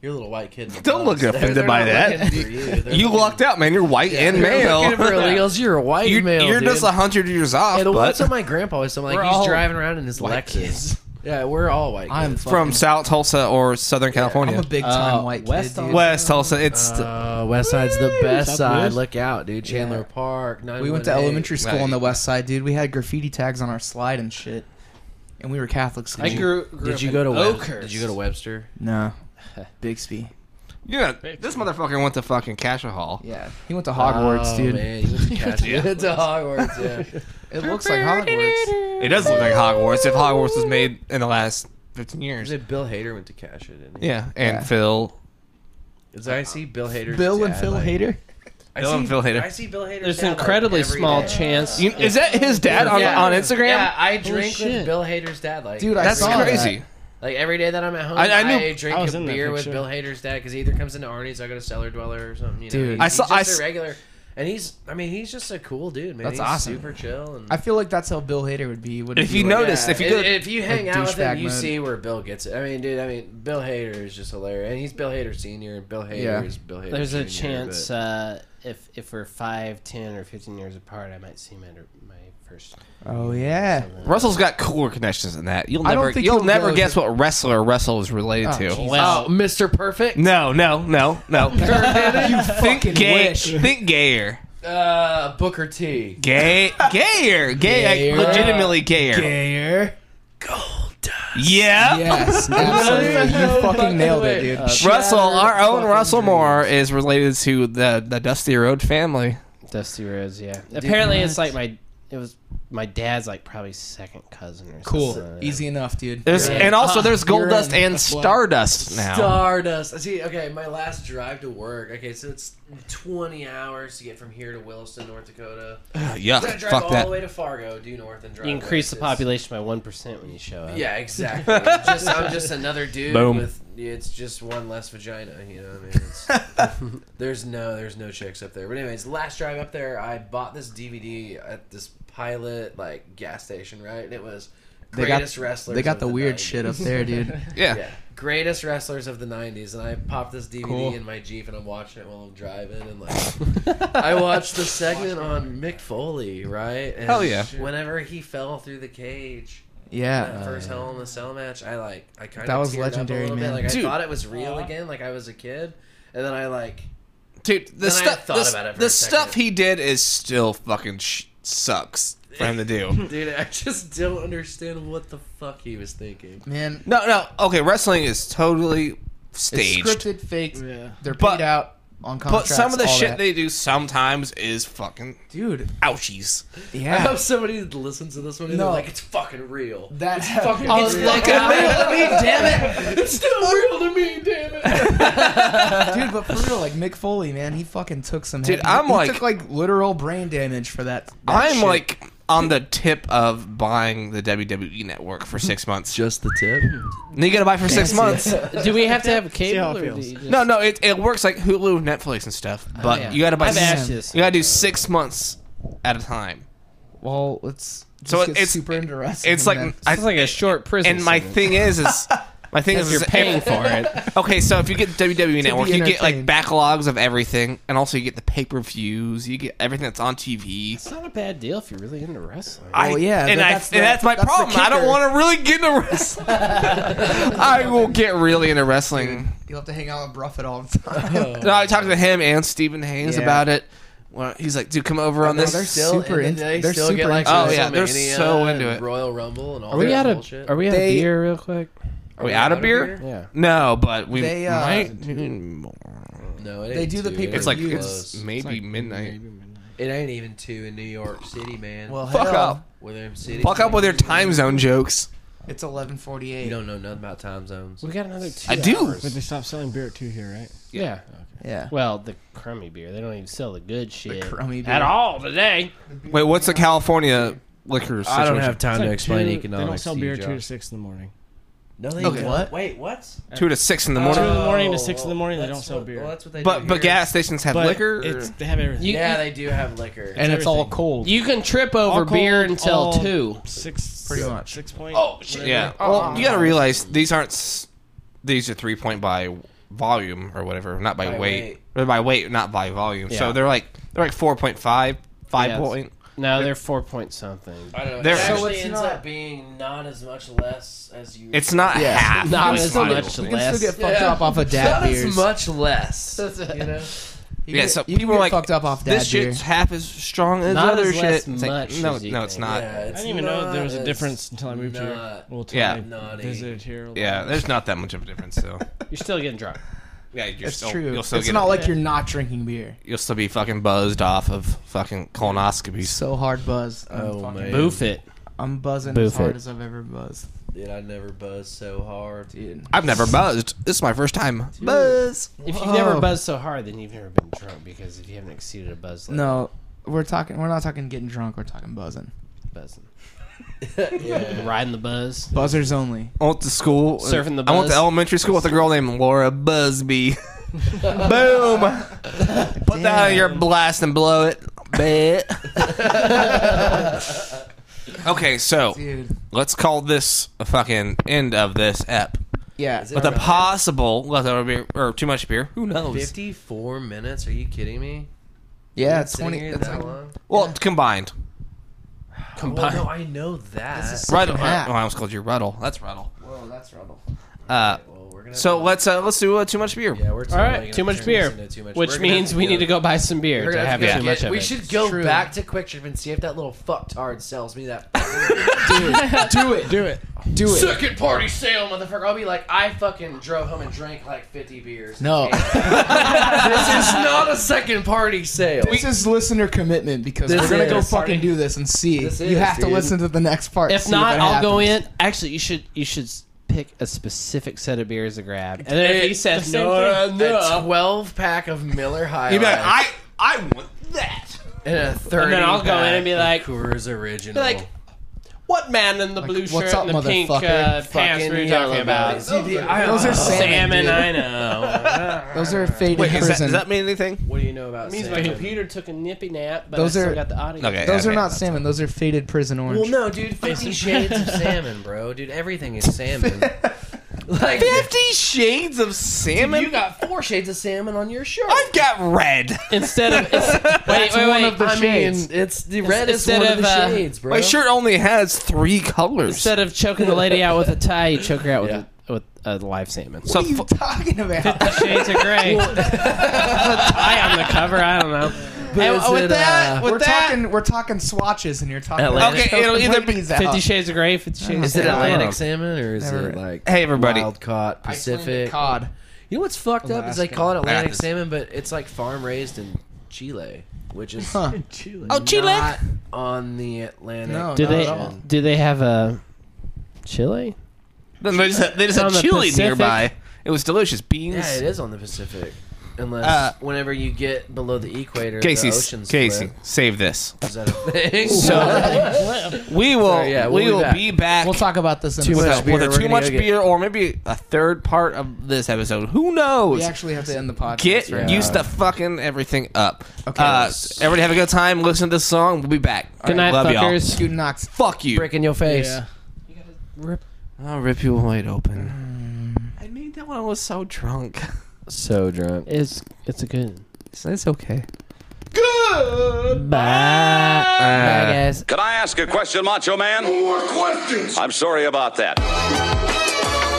[SPEAKER 4] you're a little white kid. in the
[SPEAKER 2] Don't
[SPEAKER 4] bus.
[SPEAKER 2] look offended
[SPEAKER 4] They're not
[SPEAKER 2] by that.
[SPEAKER 4] looking for you. They're
[SPEAKER 2] You
[SPEAKER 4] looking-
[SPEAKER 2] lucked out, man. You're white and
[SPEAKER 4] They're looking for
[SPEAKER 2] male.
[SPEAKER 4] illegals. You're a white
[SPEAKER 2] You're,
[SPEAKER 4] male.
[SPEAKER 2] you're
[SPEAKER 4] dude.
[SPEAKER 2] just hundred years off,
[SPEAKER 4] Hey, the
[SPEAKER 2] but
[SPEAKER 4] what's my grandpa was something
[SPEAKER 1] We're
[SPEAKER 4] like he's
[SPEAKER 1] all
[SPEAKER 4] driving around in his Lexus. Yeah, we're all white.
[SPEAKER 3] I'm
[SPEAKER 4] kids.
[SPEAKER 3] fucking,
[SPEAKER 2] from South Tulsa or Southern
[SPEAKER 3] I'm
[SPEAKER 2] California,
[SPEAKER 3] a big time
[SPEAKER 1] Uh,
[SPEAKER 3] white
[SPEAKER 1] West
[SPEAKER 3] kid.
[SPEAKER 1] on-
[SPEAKER 3] Dude.
[SPEAKER 2] West Tulsa. It's the-
[SPEAKER 4] Uh, West Side's the
[SPEAKER 1] Southwest?
[SPEAKER 4] best side. Look out, dude. Chandler Park.
[SPEAKER 3] We went to elementary school
[SPEAKER 2] Right.
[SPEAKER 3] on the West Side, dude. We had graffiti tags on our slide and shit, and we were Catholics.
[SPEAKER 1] I grew. grew
[SPEAKER 4] Did
[SPEAKER 1] up
[SPEAKER 4] you
[SPEAKER 1] in
[SPEAKER 4] go to Webster?
[SPEAKER 1] Oakhurst.
[SPEAKER 4] Did you go to Webster?
[SPEAKER 3] no Bixby.
[SPEAKER 2] yeah. This motherfucker went to fucking Cashel Hall.
[SPEAKER 3] Yeah, he went to Hogwarts,
[SPEAKER 4] oh,
[SPEAKER 3] dude.
[SPEAKER 4] Man, you went to, Catholic- you went to Hogwarts. Yeah.
[SPEAKER 3] It looks like Hogwarts.
[SPEAKER 2] It does look like Hogwarts if Hogwarts was made in the last fifteen years.
[SPEAKER 4] Is it Bill Hader went to Cash it? Didn't he?
[SPEAKER 2] Yeah, and
[SPEAKER 3] Yeah.
[SPEAKER 2] Phil.
[SPEAKER 4] Because I see Bill Hader.
[SPEAKER 3] Bill and Phil
[SPEAKER 4] like,
[SPEAKER 3] Hader.
[SPEAKER 4] I
[SPEAKER 2] Bill
[SPEAKER 4] see,
[SPEAKER 2] and Phil Hader.
[SPEAKER 4] I see Bill Hader.
[SPEAKER 1] There's an incredibly small chance.
[SPEAKER 2] You- is that his dad on,
[SPEAKER 4] Yeah.
[SPEAKER 2] on Instagram?
[SPEAKER 4] Yeah, I drink with
[SPEAKER 1] shit.
[SPEAKER 4] Bill Hader's dad. Like
[SPEAKER 3] Dude, I
[SPEAKER 2] That's
[SPEAKER 3] saw that.
[SPEAKER 2] crazy.
[SPEAKER 4] Like every day that I'm at home,
[SPEAKER 2] I-
[SPEAKER 4] I,
[SPEAKER 2] I knew-
[SPEAKER 4] drink
[SPEAKER 6] I was
[SPEAKER 4] a
[SPEAKER 6] in that
[SPEAKER 4] beer with
[SPEAKER 6] picture.
[SPEAKER 4] Bill Hader's dad because he either comes into Arnie's, I go to Cellar Dweller or something. You know?
[SPEAKER 3] Dude.
[SPEAKER 4] he's,
[SPEAKER 3] I
[SPEAKER 4] he's
[SPEAKER 2] saw- I
[SPEAKER 4] just
[SPEAKER 2] s-
[SPEAKER 4] a regular, and he's I mean he's just a cool dude, man.
[SPEAKER 3] That's
[SPEAKER 4] He's
[SPEAKER 3] awesome.
[SPEAKER 4] Super chill. And,
[SPEAKER 3] I feel like that's how Bill Hader would be. Would
[SPEAKER 2] If you noticed, if you
[SPEAKER 4] if,
[SPEAKER 2] could,
[SPEAKER 4] if you hang
[SPEAKER 3] Like
[SPEAKER 4] out with him,
[SPEAKER 3] douchebag
[SPEAKER 4] you
[SPEAKER 3] mode.
[SPEAKER 4] see where Bill gets it. I mean, dude, I mean, Bill Hader is just hilarious, and he's Bill Hader Senior, and Bill Hader
[SPEAKER 3] Yeah.
[SPEAKER 4] is Bill Hader.
[SPEAKER 1] There's a
[SPEAKER 4] Jr.,
[SPEAKER 1] chance
[SPEAKER 4] but-
[SPEAKER 1] uh, if if we're five, ten, or fifteen years apart, I might see him at her- my first.
[SPEAKER 3] Oh yeah.
[SPEAKER 2] Russell's got cooler connections than that. You'll
[SPEAKER 3] I don't
[SPEAKER 2] never,
[SPEAKER 3] think
[SPEAKER 2] you'll
[SPEAKER 3] he'll
[SPEAKER 2] never
[SPEAKER 3] go
[SPEAKER 2] guess
[SPEAKER 3] to-
[SPEAKER 2] what wrestler Russell is related to.
[SPEAKER 4] oh, Mr. Perfect.
[SPEAKER 2] No, no, no, no. you think gay,
[SPEAKER 3] wish.
[SPEAKER 2] think gayer,
[SPEAKER 4] Uh, Booker T.
[SPEAKER 2] gay, gayer, gay,
[SPEAKER 3] Gayer.
[SPEAKER 2] like legitimately gayer.
[SPEAKER 3] Gayer.
[SPEAKER 2] Yeah.
[SPEAKER 3] Yes, absolutely. You fucking nailed it,
[SPEAKER 4] uh,
[SPEAKER 3] dude.
[SPEAKER 2] Russell, our own Russell Moore is related to the the Dusty Road family.
[SPEAKER 1] Dusty Rhodes, yeah. Apparently, it's like my it was my dad's like probably second cousin or
[SPEAKER 3] Cool.
[SPEAKER 1] something.
[SPEAKER 3] Easy enough, dude.
[SPEAKER 2] There's and also there's
[SPEAKER 3] you're in
[SPEAKER 2] Goldust and
[SPEAKER 3] the flood.
[SPEAKER 2] Stardust now.
[SPEAKER 4] Stardust. I See, okay, my last drive to work. Okay, so it's 20 hours to get from here to Williston, North Dakota.
[SPEAKER 2] Ugh,
[SPEAKER 4] I'm gonna
[SPEAKER 2] yuck,
[SPEAKER 4] drive
[SPEAKER 2] fuck
[SPEAKER 4] all
[SPEAKER 2] that.
[SPEAKER 4] the way to Fargo, due north, and drive.
[SPEAKER 1] You increase
[SPEAKER 4] west.
[SPEAKER 1] the
[SPEAKER 4] It's-
[SPEAKER 1] population by one percent when you show up.
[SPEAKER 4] Yeah, exactly. I'm just, I'm just another dude
[SPEAKER 2] Boom.
[SPEAKER 4] with. It's just one less vagina, you know. What I mean, it's, there's no, there's no chicks up there. But anyways, last drive up there, I bought this DVD at this pilot like gas station, right? And it was
[SPEAKER 3] They got-
[SPEAKER 4] greatest wrestlers.
[SPEAKER 3] They got
[SPEAKER 4] of
[SPEAKER 3] the weird
[SPEAKER 4] 90s.
[SPEAKER 3] shit up there, dude.
[SPEAKER 2] Yeah.
[SPEAKER 4] Yeah. Greatest wrestlers of the 90s. And I popped this DVD
[SPEAKER 3] Cool.
[SPEAKER 4] in my Jeep and I'm watching it while I'm driving. And like, I watched the segment on Mick Foley, right? And
[SPEAKER 2] Hell yeah.
[SPEAKER 4] Whenever he fell through the cage, that
[SPEAKER 3] Yeah.
[SPEAKER 4] first Hell in the Cell match, I like, I kind of.
[SPEAKER 3] Uh, That was
[SPEAKER 4] a
[SPEAKER 3] legendary,
[SPEAKER 4] little
[SPEAKER 3] man.
[SPEAKER 4] Bit. Like,
[SPEAKER 2] Dude.
[SPEAKER 4] I thought it was real again, like I was a kid. And then I like.
[SPEAKER 2] Dude, the
[SPEAKER 4] I
[SPEAKER 2] stuff
[SPEAKER 4] thought
[SPEAKER 2] the,
[SPEAKER 4] about it for
[SPEAKER 2] the
[SPEAKER 4] a second.
[SPEAKER 2] stuff he did is still fucking sh- sucks for him to do.
[SPEAKER 4] Dude, I just don't understand what the fuck he was thinking.
[SPEAKER 3] Man,
[SPEAKER 2] no, no. Okay, wrestling is totally
[SPEAKER 3] it's
[SPEAKER 2] staged.
[SPEAKER 3] scripted, fake.
[SPEAKER 6] Yeah.
[SPEAKER 3] They're paid
[SPEAKER 2] But-
[SPEAKER 3] out on
[SPEAKER 2] But
[SPEAKER 3] contracts.
[SPEAKER 2] some of the
[SPEAKER 3] all
[SPEAKER 2] shit
[SPEAKER 3] that.
[SPEAKER 2] they do sometimes is fucking
[SPEAKER 3] dude.
[SPEAKER 2] ouchies.
[SPEAKER 4] I
[SPEAKER 3] Yeah.
[SPEAKER 4] hope somebody listens to this one and
[SPEAKER 3] No.
[SPEAKER 4] they're like, it's fucking real.
[SPEAKER 3] That's
[SPEAKER 4] it's fucking real to me, damn it! It's still real to me, damn it!
[SPEAKER 3] dude. But for real, like Mick Foley, man, he fucking took some.
[SPEAKER 2] Dude,
[SPEAKER 3] heavy-
[SPEAKER 2] I'm
[SPEAKER 3] he
[SPEAKER 2] like-
[SPEAKER 3] took like literal brain damage for that. that
[SPEAKER 2] I'm
[SPEAKER 3] shit.
[SPEAKER 2] like on the tip of buying the WWE network for six months.
[SPEAKER 4] Just the tip.
[SPEAKER 2] And you gotta buy for six months.
[SPEAKER 1] Do we have to have cable?
[SPEAKER 6] how it
[SPEAKER 1] or do
[SPEAKER 6] feels.
[SPEAKER 1] you just-
[SPEAKER 2] No, no, it, it works like Hulu, Netflix, and stuff. But
[SPEAKER 1] Oh, yeah.
[SPEAKER 2] you gotta buy.
[SPEAKER 1] I've
[SPEAKER 2] s-
[SPEAKER 1] asked you this.
[SPEAKER 2] you gotta do six months at a time.
[SPEAKER 3] well, let's just
[SPEAKER 2] So
[SPEAKER 3] get
[SPEAKER 2] it's-
[SPEAKER 3] super into wrestling.
[SPEAKER 2] It's like
[SPEAKER 3] then.
[SPEAKER 2] I,
[SPEAKER 1] It's like a short prison.
[SPEAKER 2] and my
[SPEAKER 1] sentence.
[SPEAKER 2] thing is is my thing is
[SPEAKER 1] You're
[SPEAKER 2] is-
[SPEAKER 1] paying for it.
[SPEAKER 2] Okay, so if you get WWE Network,
[SPEAKER 3] be
[SPEAKER 2] you get like
[SPEAKER 3] entertained.
[SPEAKER 2] backlogs of everything, and also you get the pay per views. You get everything that's on TV.
[SPEAKER 1] It's not a bad deal if you're really into wrestling.
[SPEAKER 2] I,
[SPEAKER 3] Well, yeah,
[SPEAKER 2] and,
[SPEAKER 3] but
[SPEAKER 2] I,
[SPEAKER 3] that's
[SPEAKER 2] and
[SPEAKER 3] the-
[SPEAKER 2] that's my
[SPEAKER 3] that's the
[SPEAKER 2] problem. I don't
[SPEAKER 3] kicker.
[SPEAKER 2] want to really get into wrestling. I will get really into wrestling.
[SPEAKER 3] you'll have to hang out with Bruff at all the time.
[SPEAKER 2] No, I talked to him and Stephen Haynes
[SPEAKER 3] Yeah.
[SPEAKER 2] about it. Well, he's like, "Dude, come over on
[SPEAKER 3] no,
[SPEAKER 2] this."
[SPEAKER 3] they're
[SPEAKER 4] Still
[SPEAKER 3] Super
[SPEAKER 4] super
[SPEAKER 3] in-
[SPEAKER 4] into. They
[SPEAKER 3] they're
[SPEAKER 4] still
[SPEAKER 3] super
[SPEAKER 4] get like
[SPEAKER 3] into
[SPEAKER 2] it. Oh, yeah, they're
[SPEAKER 4] WrestleMania
[SPEAKER 2] so
[SPEAKER 4] and
[SPEAKER 2] into it.
[SPEAKER 4] Royal Rumble and all
[SPEAKER 1] Are we out
[SPEAKER 4] that
[SPEAKER 1] of
[SPEAKER 4] bullshit.
[SPEAKER 1] Are we out of
[SPEAKER 3] They-
[SPEAKER 1] beer real quick?
[SPEAKER 2] Are we out of beer?
[SPEAKER 1] Yeah.
[SPEAKER 2] No, but we
[SPEAKER 3] They, uh,
[SPEAKER 2] might. do-
[SPEAKER 4] no, it
[SPEAKER 3] They
[SPEAKER 4] ain't
[SPEAKER 3] do the
[SPEAKER 4] two.
[SPEAKER 3] pay-per-view.
[SPEAKER 2] It's like
[SPEAKER 3] It's
[SPEAKER 2] it's maybe midnight.
[SPEAKER 4] it ain't even two in New York City, man.
[SPEAKER 3] well,
[SPEAKER 4] Well,
[SPEAKER 2] Fuck
[SPEAKER 3] hell,
[SPEAKER 2] up,
[SPEAKER 4] William City.
[SPEAKER 2] fuck up with your time zone jokes.
[SPEAKER 3] It's eleven forty
[SPEAKER 4] You
[SPEAKER 3] eight.
[SPEAKER 4] don't know nothing about time zones.
[SPEAKER 1] We got another two.
[SPEAKER 2] I do.
[SPEAKER 1] hours.
[SPEAKER 6] But they stopped selling beer too here, right?
[SPEAKER 1] Yeah.
[SPEAKER 3] Yeah.
[SPEAKER 1] Well, the crummy beer. They don't even sell the good shit
[SPEAKER 3] crummy beer.
[SPEAKER 1] at all today.
[SPEAKER 2] Wait, what's the California liquor? Situation?
[SPEAKER 7] I don't have time
[SPEAKER 6] It's
[SPEAKER 7] to
[SPEAKER 6] like
[SPEAKER 7] explain
[SPEAKER 6] two-
[SPEAKER 7] economics.
[SPEAKER 6] They don't sell
[SPEAKER 7] to you,
[SPEAKER 6] beer two to
[SPEAKER 7] Josh.
[SPEAKER 6] six in the morning.
[SPEAKER 4] No, they
[SPEAKER 3] Okay.
[SPEAKER 4] don't.
[SPEAKER 3] What?
[SPEAKER 4] Wait, what?
[SPEAKER 2] Uh, two to six in the
[SPEAKER 6] Two
[SPEAKER 2] morning.
[SPEAKER 6] in the morning to
[SPEAKER 4] Oh,
[SPEAKER 6] six in the
[SPEAKER 4] well,
[SPEAKER 6] morning. They
[SPEAKER 4] that's
[SPEAKER 6] don't sell
[SPEAKER 4] what-
[SPEAKER 6] beer.
[SPEAKER 4] Well, that's what they do
[SPEAKER 2] But but
[SPEAKER 4] here.
[SPEAKER 2] gas stations have
[SPEAKER 6] But
[SPEAKER 2] liquor.
[SPEAKER 6] It's, they have everything.
[SPEAKER 1] You-
[SPEAKER 4] Yeah, they do have liquor.
[SPEAKER 3] and it's all
[SPEAKER 6] everything.
[SPEAKER 3] cold.
[SPEAKER 1] You can trip over
[SPEAKER 6] All cold,
[SPEAKER 1] beer until
[SPEAKER 6] all
[SPEAKER 1] two.
[SPEAKER 6] Six,
[SPEAKER 3] Pretty much.
[SPEAKER 6] six point.
[SPEAKER 2] oh shit! Yeah. Well, you gotta realize these aren't. s- These are three point by volume or whatever, not by,
[SPEAKER 4] By
[SPEAKER 2] weight.
[SPEAKER 4] weight.
[SPEAKER 2] Or by weight, not by volume.
[SPEAKER 1] Yeah.
[SPEAKER 2] So they're like they're like four point five, five
[SPEAKER 1] Yeah.
[SPEAKER 2] point.
[SPEAKER 1] No, they're four point something.
[SPEAKER 4] I don't know.
[SPEAKER 2] They're-
[SPEAKER 4] it
[SPEAKER 2] So
[SPEAKER 4] actually
[SPEAKER 3] it's
[SPEAKER 4] ends
[SPEAKER 3] not-
[SPEAKER 4] up being not as much less as you.
[SPEAKER 2] It's not
[SPEAKER 3] Yeah.
[SPEAKER 2] half.
[SPEAKER 1] Not
[SPEAKER 2] It's
[SPEAKER 1] as
[SPEAKER 2] not-
[SPEAKER 1] much
[SPEAKER 3] You can
[SPEAKER 1] less.
[SPEAKER 3] still get fucked up off of dad
[SPEAKER 4] not
[SPEAKER 3] beers.
[SPEAKER 4] as much less.
[SPEAKER 1] you know?
[SPEAKER 3] You
[SPEAKER 2] Yeah,
[SPEAKER 3] can-
[SPEAKER 2] so
[SPEAKER 3] you can
[SPEAKER 2] people are
[SPEAKER 3] get
[SPEAKER 2] like,
[SPEAKER 3] fucked up off dad
[SPEAKER 2] this
[SPEAKER 3] beer.
[SPEAKER 2] shit's half as strong as
[SPEAKER 1] Not
[SPEAKER 2] other
[SPEAKER 1] as
[SPEAKER 2] shit.
[SPEAKER 1] less
[SPEAKER 2] It's like,
[SPEAKER 1] much
[SPEAKER 2] no,
[SPEAKER 1] as you
[SPEAKER 2] no, it's
[SPEAKER 1] think.
[SPEAKER 2] not.
[SPEAKER 4] Yeah,
[SPEAKER 2] Yeah.
[SPEAKER 4] it's
[SPEAKER 6] I didn't even know
[SPEAKER 4] not
[SPEAKER 6] there was a
[SPEAKER 4] as
[SPEAKER 6] difference until I moved here. Oh,
[SPEAKER 4] not
[SPEAKER 6] Well, till
[SPEAKER 2] Yeah.
[SPEAKER 6] I
[SPEAKER 4] Naughty.
[SPEAKER 6] visited here. a lot.
[SPEAKER 2] there's not that much of a difference though.
[SPEAKER 1] You're still getting drunk.
[SPEAKER 2] yeah, you're
[SPEAKER 3] That's
[SPEAKER 2] still,
[SPEAKER 3] true.
[SPEAKER 2] You'll still
[SPEAKER 3] it's
[SPEAKER 2] get
[SPEAKER 3] not like you're not drinking beer.
[SPEAKER 2] you'll still be fucking buzzed off of fucking colonoscopies.
[SPEAKER 3] So hard buzz. I'm
[SPEAKER 4] Oh,
[SPEAKER 3] fucking-
[SPEAKER 4] man.
[SPEAKER 1] Boof it.
[SPEAKER 3] I'm buzzing
[SPEAKER 1] Boof
[SPEAKER 3] as hard
[SPEAKER 1] it.
[SPEAKER 3] as I've ever buzzed.
[SPEAKER 4] Dude, I never buzz so hard.
[SPEAKER 3] Dude.
[SPEAKER 2] I've never buzzed. This is my first time. Buzz.
[SPEAKER 1] If you've never
[SPEAKER 3] Whoa.
[SPEAKER 1] buzzed so hard, then you've never been drunk because if you haven't exceeded a buzz level,
[SPEAKER 3] No, we're talking. We're not talking getting drunk. We're talking buzzing.
[SPEAKER 1] buzzing.
[SPEAKER 4] yeah.
[SPEAKER 1] Riding the buzz.
[SPEAKER 3] Buzzers only.
[SPEAKER 2] I went to school.
[SPEAKER 1] Surfing the
[SPEAKER 2] I went to
[SPEAKER 1] buzz.
[SPEAKER 2] elementary school with a girl named Laura Busby. Boom. Put that on your blast and blow it. Bet. okay, so
[SPEAKER 3] Dude.
[SPEAKER 2] let's call this a fucking end of this ep.
[SPEAKER 3] Yeah.
[SPEAKER 4] Is it
[SPEAKER 2] With a
[SPEAKER 4] alright?
[SPEAKER 2] possible leftover beer or too much beer. Who knows?
[SPEAKER 4] 54 minutes? Are you kidding me?
[SPEAKER 3] Yeah,
[SPEAKER 4] Sitting
[SPEAKER 3] 20.
[SPEAKER 4] here
[SPEAKER 3] That's
[SPEAKER 4] that
[SPEAKER 3] like-
[SPEAKER 4] long?
[SPEAKER 2] Well, combined.
[SPEAKER 4] Well,
[SPEAKER 3] Oh,
[SPEAKER 4] no, I know that.
[SPEAKER 2] Ruddle.
[SPEAKER 3] half.
[SPEAKER 2] Oh, I almost called you Ruddle. That's Ruddle.
[SPEAKER 3] Whoa, that's rubble.
[SPEAKER 2] Uh,
[SPEAKER 4] Well, we're gonna
[SPEAKER 2] so
[SPEAKER 4] have to-
[SPEAKER 2] let's uh, let's do uh, too much beer.
[SPEAKER 4] Yeah, we're
[SPEAKER 1] All right, too much beer, which means we need to go buy some beer
[SPEAKER 4] We're
[SPEAKER 1] to
[SPEAKER 4] gonna
[SPEAKER 1] have
[SPEAKER 4] have to
[SPEAKER 1] too
[SPEAKER 4] get-
[SPEAKER 1] much of
[SPEAKER 4] we
[SPEAKER 1] it.
[SPEAKER 4] should go
[SPEAKER 3] True.
[SPEAKER 4] back to Quick Trip and see if that little fucktard sells me that
[SPEAKER 3] Do it. Do it. Do it.
[SPEAKER 4] second party sale, motherfucker. I'll be like, I fucking drove home and drank like 50 beers.
[SPEAKER 3] No.
[SPEAKER 4] this is not a second party sale.
[SPEAKER 3] This is listener commitment because
[SPEAKER 4] This
[SPEAKER 3] we're gonna go
[SPEAKER 4] is.
[SPEAKER 3] fucking do this and see.
[SPEAKER 4] This
[SPEAKER 3] you
[SPEAKER 4] is,
[SPEAKER 3] have
[SPEAKER 4] dude.
[SPEAKER 3] to listen to the next part.
[SPEAKER 1] If
[SPEAKER 3] see it
[SPEAKER 1] not, I'll go
[SPEAKER 3] happens.
[SPEAKER 1] in. Actually, you should you should s- pick a specific set of beers to grab, and then if he says
[SPEAKER 8] the same
[SPEAKER 1] no,
[SPEAKER 8] thing.
[SPEAKER 1] uh,
[SPEAKER 4] a
[SPEAKER 1] no,
[SPEAKER 4] 12 pack of Miller High
[SPEAKER 2] You'd be like,
[SPEAKER 4] Life
[SPEAKER 2] I I want that.
[SPEAKER 4] and a 30
[SPEAKER 1] and then I'll go in and be like,
[SPEAKER 9] Coors Original.
[SPEAKER 1] like, what man in the blue
[SPEAKER 3] what's
[SPEAKER 1] shirt
[SPEAKER 3] up,
[SPEAKER 1] and the pink
[SPEAKER 3] motherfucker?
[SPEAKER 1] uh, pants
[SPEAKER 4] fucking
[SPEAKER 1] were you
[SPEAKER 4] yellow
[SPEAKER 1] talking about?
[SPEAKER 4] bellies. Dude, I-
[SPEAKER 3] Those are salmon.
[SPEAKER 1] Salmon,
[SPEAKER 3] dude.
[SPEAKER 1] I know.
[SPEAKER 3] Those are faded
[SPEAKER 2] Wait, is that,
[SPEAKER 3] prison.
[SPEAKER 2] does that mean anything?
[SPEAKER 4] What do you know about
[SPEAKER 1] means my
[SPEAKER 4] salmon?
[SPEAKER 1] computer took a nippy nap, but
[SPEAKER 3] Those
[SPEAKER 1] I still
[SPEAKER 3] are-
[SPEAKER 1] got the audio.
[SPEAKER 2] Okay.
[SPEAKER 3] Those
[SPEAKER 2] okay.
[SPEAKER 3] are not salmon. Those are faded prison orange.
[SPEAKER 4] Well, no, dude. 50 shades of salmon, bro. Dude, everything is salmon. like,
[SPEAKER 2] Fifty Shades of Salmon.
[SPEAKER 4] you got four shades of salmon on your shirt.
[SPEAKER 2] I've got red.
[SPEAKER 1] Instead of it's, wait, wait,
[SPEAKER 3] one
[SPEAKER 1] wait.
[SPEAKER 3] of the
[SPEAKER 4] I
[SPEAKER 3] shades.
[SPEAKER 4] mean, it's the red is
[SPEAKER 1] instead
[SPEAKER 4] one of,
[SPEAKER 1] of,
[SPEAKER 4] the
[SPEAKER 1] uh,
[SPEAKER 4] shades, bro.
[SPEAKER 2] My shirt only has three colors.
[SPEAKER 1] Instead of choking the lady out with a tie, you choke her out with
[SPEAKER 4] Yeah.
[SPEAKER 1] a, with a live salmon.
[SPEAKER 2] so
[SPEAKER 3] what are you talking about?
[SPEAKER 1] Shades of gray. tie on the cover. I don't know. And
[SPEAKER 4] is
[SPEAKER 1] with
[SPEAKER 4] it,
[SPEAKER 1] that,
[SPEAKER 4] uh,
[SPEAKER 1] with
[SPEAKER 3] we're
[SPEAKER 1] that,
[SPEAKER 3] talking. We're talking swatches, and you're talking.
[SPEAKER 4] Atlanta.
[SPEAKER 2] Okay, it'll either be-
[SPEAKER 3] Ladies out.
[SPEAKER 1] Fifty Shades of Gray, Fifty Shades.
[SPEAKER 4] Is
[SPEAKER 1] of
[SPEAKER 4] it
[SPEAKER 1] Gray.
[SPEAKER 4] Atlantic salmon or is
[SPEAKER 3] Never-
[SPEAKER 4] it like
[SPEAKER 2] Hey, everybody.
[SPEAKER 4] wild caught Pacific?
[SPEAKER 3] Icelandic cod.
[SPEAKER 4] You know what's fucked up is they
[SPEAKER 3] Alaskan.
[SPEAKER 4] call it
[SPEAKER 2] got
[SPEAKER 4] Atlantic
[SPEAKER 2] this.
[SPEAKER 4] salmon, but it's like farm raised in Chile, which is
[SPEAKER 3] Huh.
[SPEAKER 2] oh, Chile.
[SPEAKER 4] not on the Atlantic.
[SPEAKER 3] No,
[SPEAKER 1] Do
[SPEAKER 3] not
[SPEAKER 1] they
[SPEAKER 3] at all.
[SPEAKER 1] do they have a Chile?
[SPEAKER 2] Then they just had, they
[SPEAKER 1] It's
[SPEAKER 2] just had
[SPEAKER 1] on the
[SPEAKER 2] chili
[SPEAKER 1] Pacific.
[SPEAKER 2] nearby. It was delicious beans.
[SPEAKER 4] Yeah, it is on the Pacific. Unless
[SPEAKER 2] Uh,
[SPEAKER 4] whenever you get below the equator,
[SPEAKER 2] Casey,
[SPEAKER 4] the oceans
[SPEAKER 2] Casey,
[SPEAKER 4] split.
[SPEAKER 2] save this.
[SPEAKER 4] Is that a thing?
[SPEAKER 2] So we will,
[SPEAKER 4] Sorry, yeah,
[SPEAKER 2] we
[SPEAKER 4] we'll be
[SPEAKER 2] will
[SPEAKER 4] back.
[SPEAKER 2] be back.
[SPEAKER 3] We'll talk about this in
[SPEAKER 4] Too
[SPEAKER 3] a second.
[SPEAKER 4] much
[SPEAKER 2] with a-
[SPEAKER 4] beer,
[SPEAKER 2] with a
[SPEAKER 4] we're
[SPEAKER 2] too
[SPEAKER 4] gonna
[SPEAKER 2] much
[SPEAKER 4] go get-
[SPEAKER 2] beer, or maybe a third part of this episode. Who knows?
[SPEAKER 3] We actually have to end the podcast.
[SPEAKER 2] Get
[SPEAKER 3] right now.
[SPEAKER 2] used to fucking everything up.
[SPEAKER 3] Okay.
[SPEAKER 2] Uh, everybody have a good time. Listen to this song. We'll be back.
[SPEAKER 1] Good night,
[SPEAKER 2] Love y'all.
[SPEAKER 1] fuckers.
[SPEAKER 3] Scoot Knox.
[SPEAKER 2] Fuck you.
[SPEAKER 4] Brick in your face.
[SPEAKER 3] Yeah.
[SPEAKER 2] I'll rip you wide open. I made that when I was so drunk.
[SPEAKER 4] So drunk.
[SPEAKER 1] It's it's a good.
[SPEAKER 2] So it's okay.
[SPEAKER 3] Bye, guys.
[SPEAKER 5] Can I ask a question, Macho Man?
[SPEAKER 10] More questions.
[SPEAKER 5] I'm sorry about that.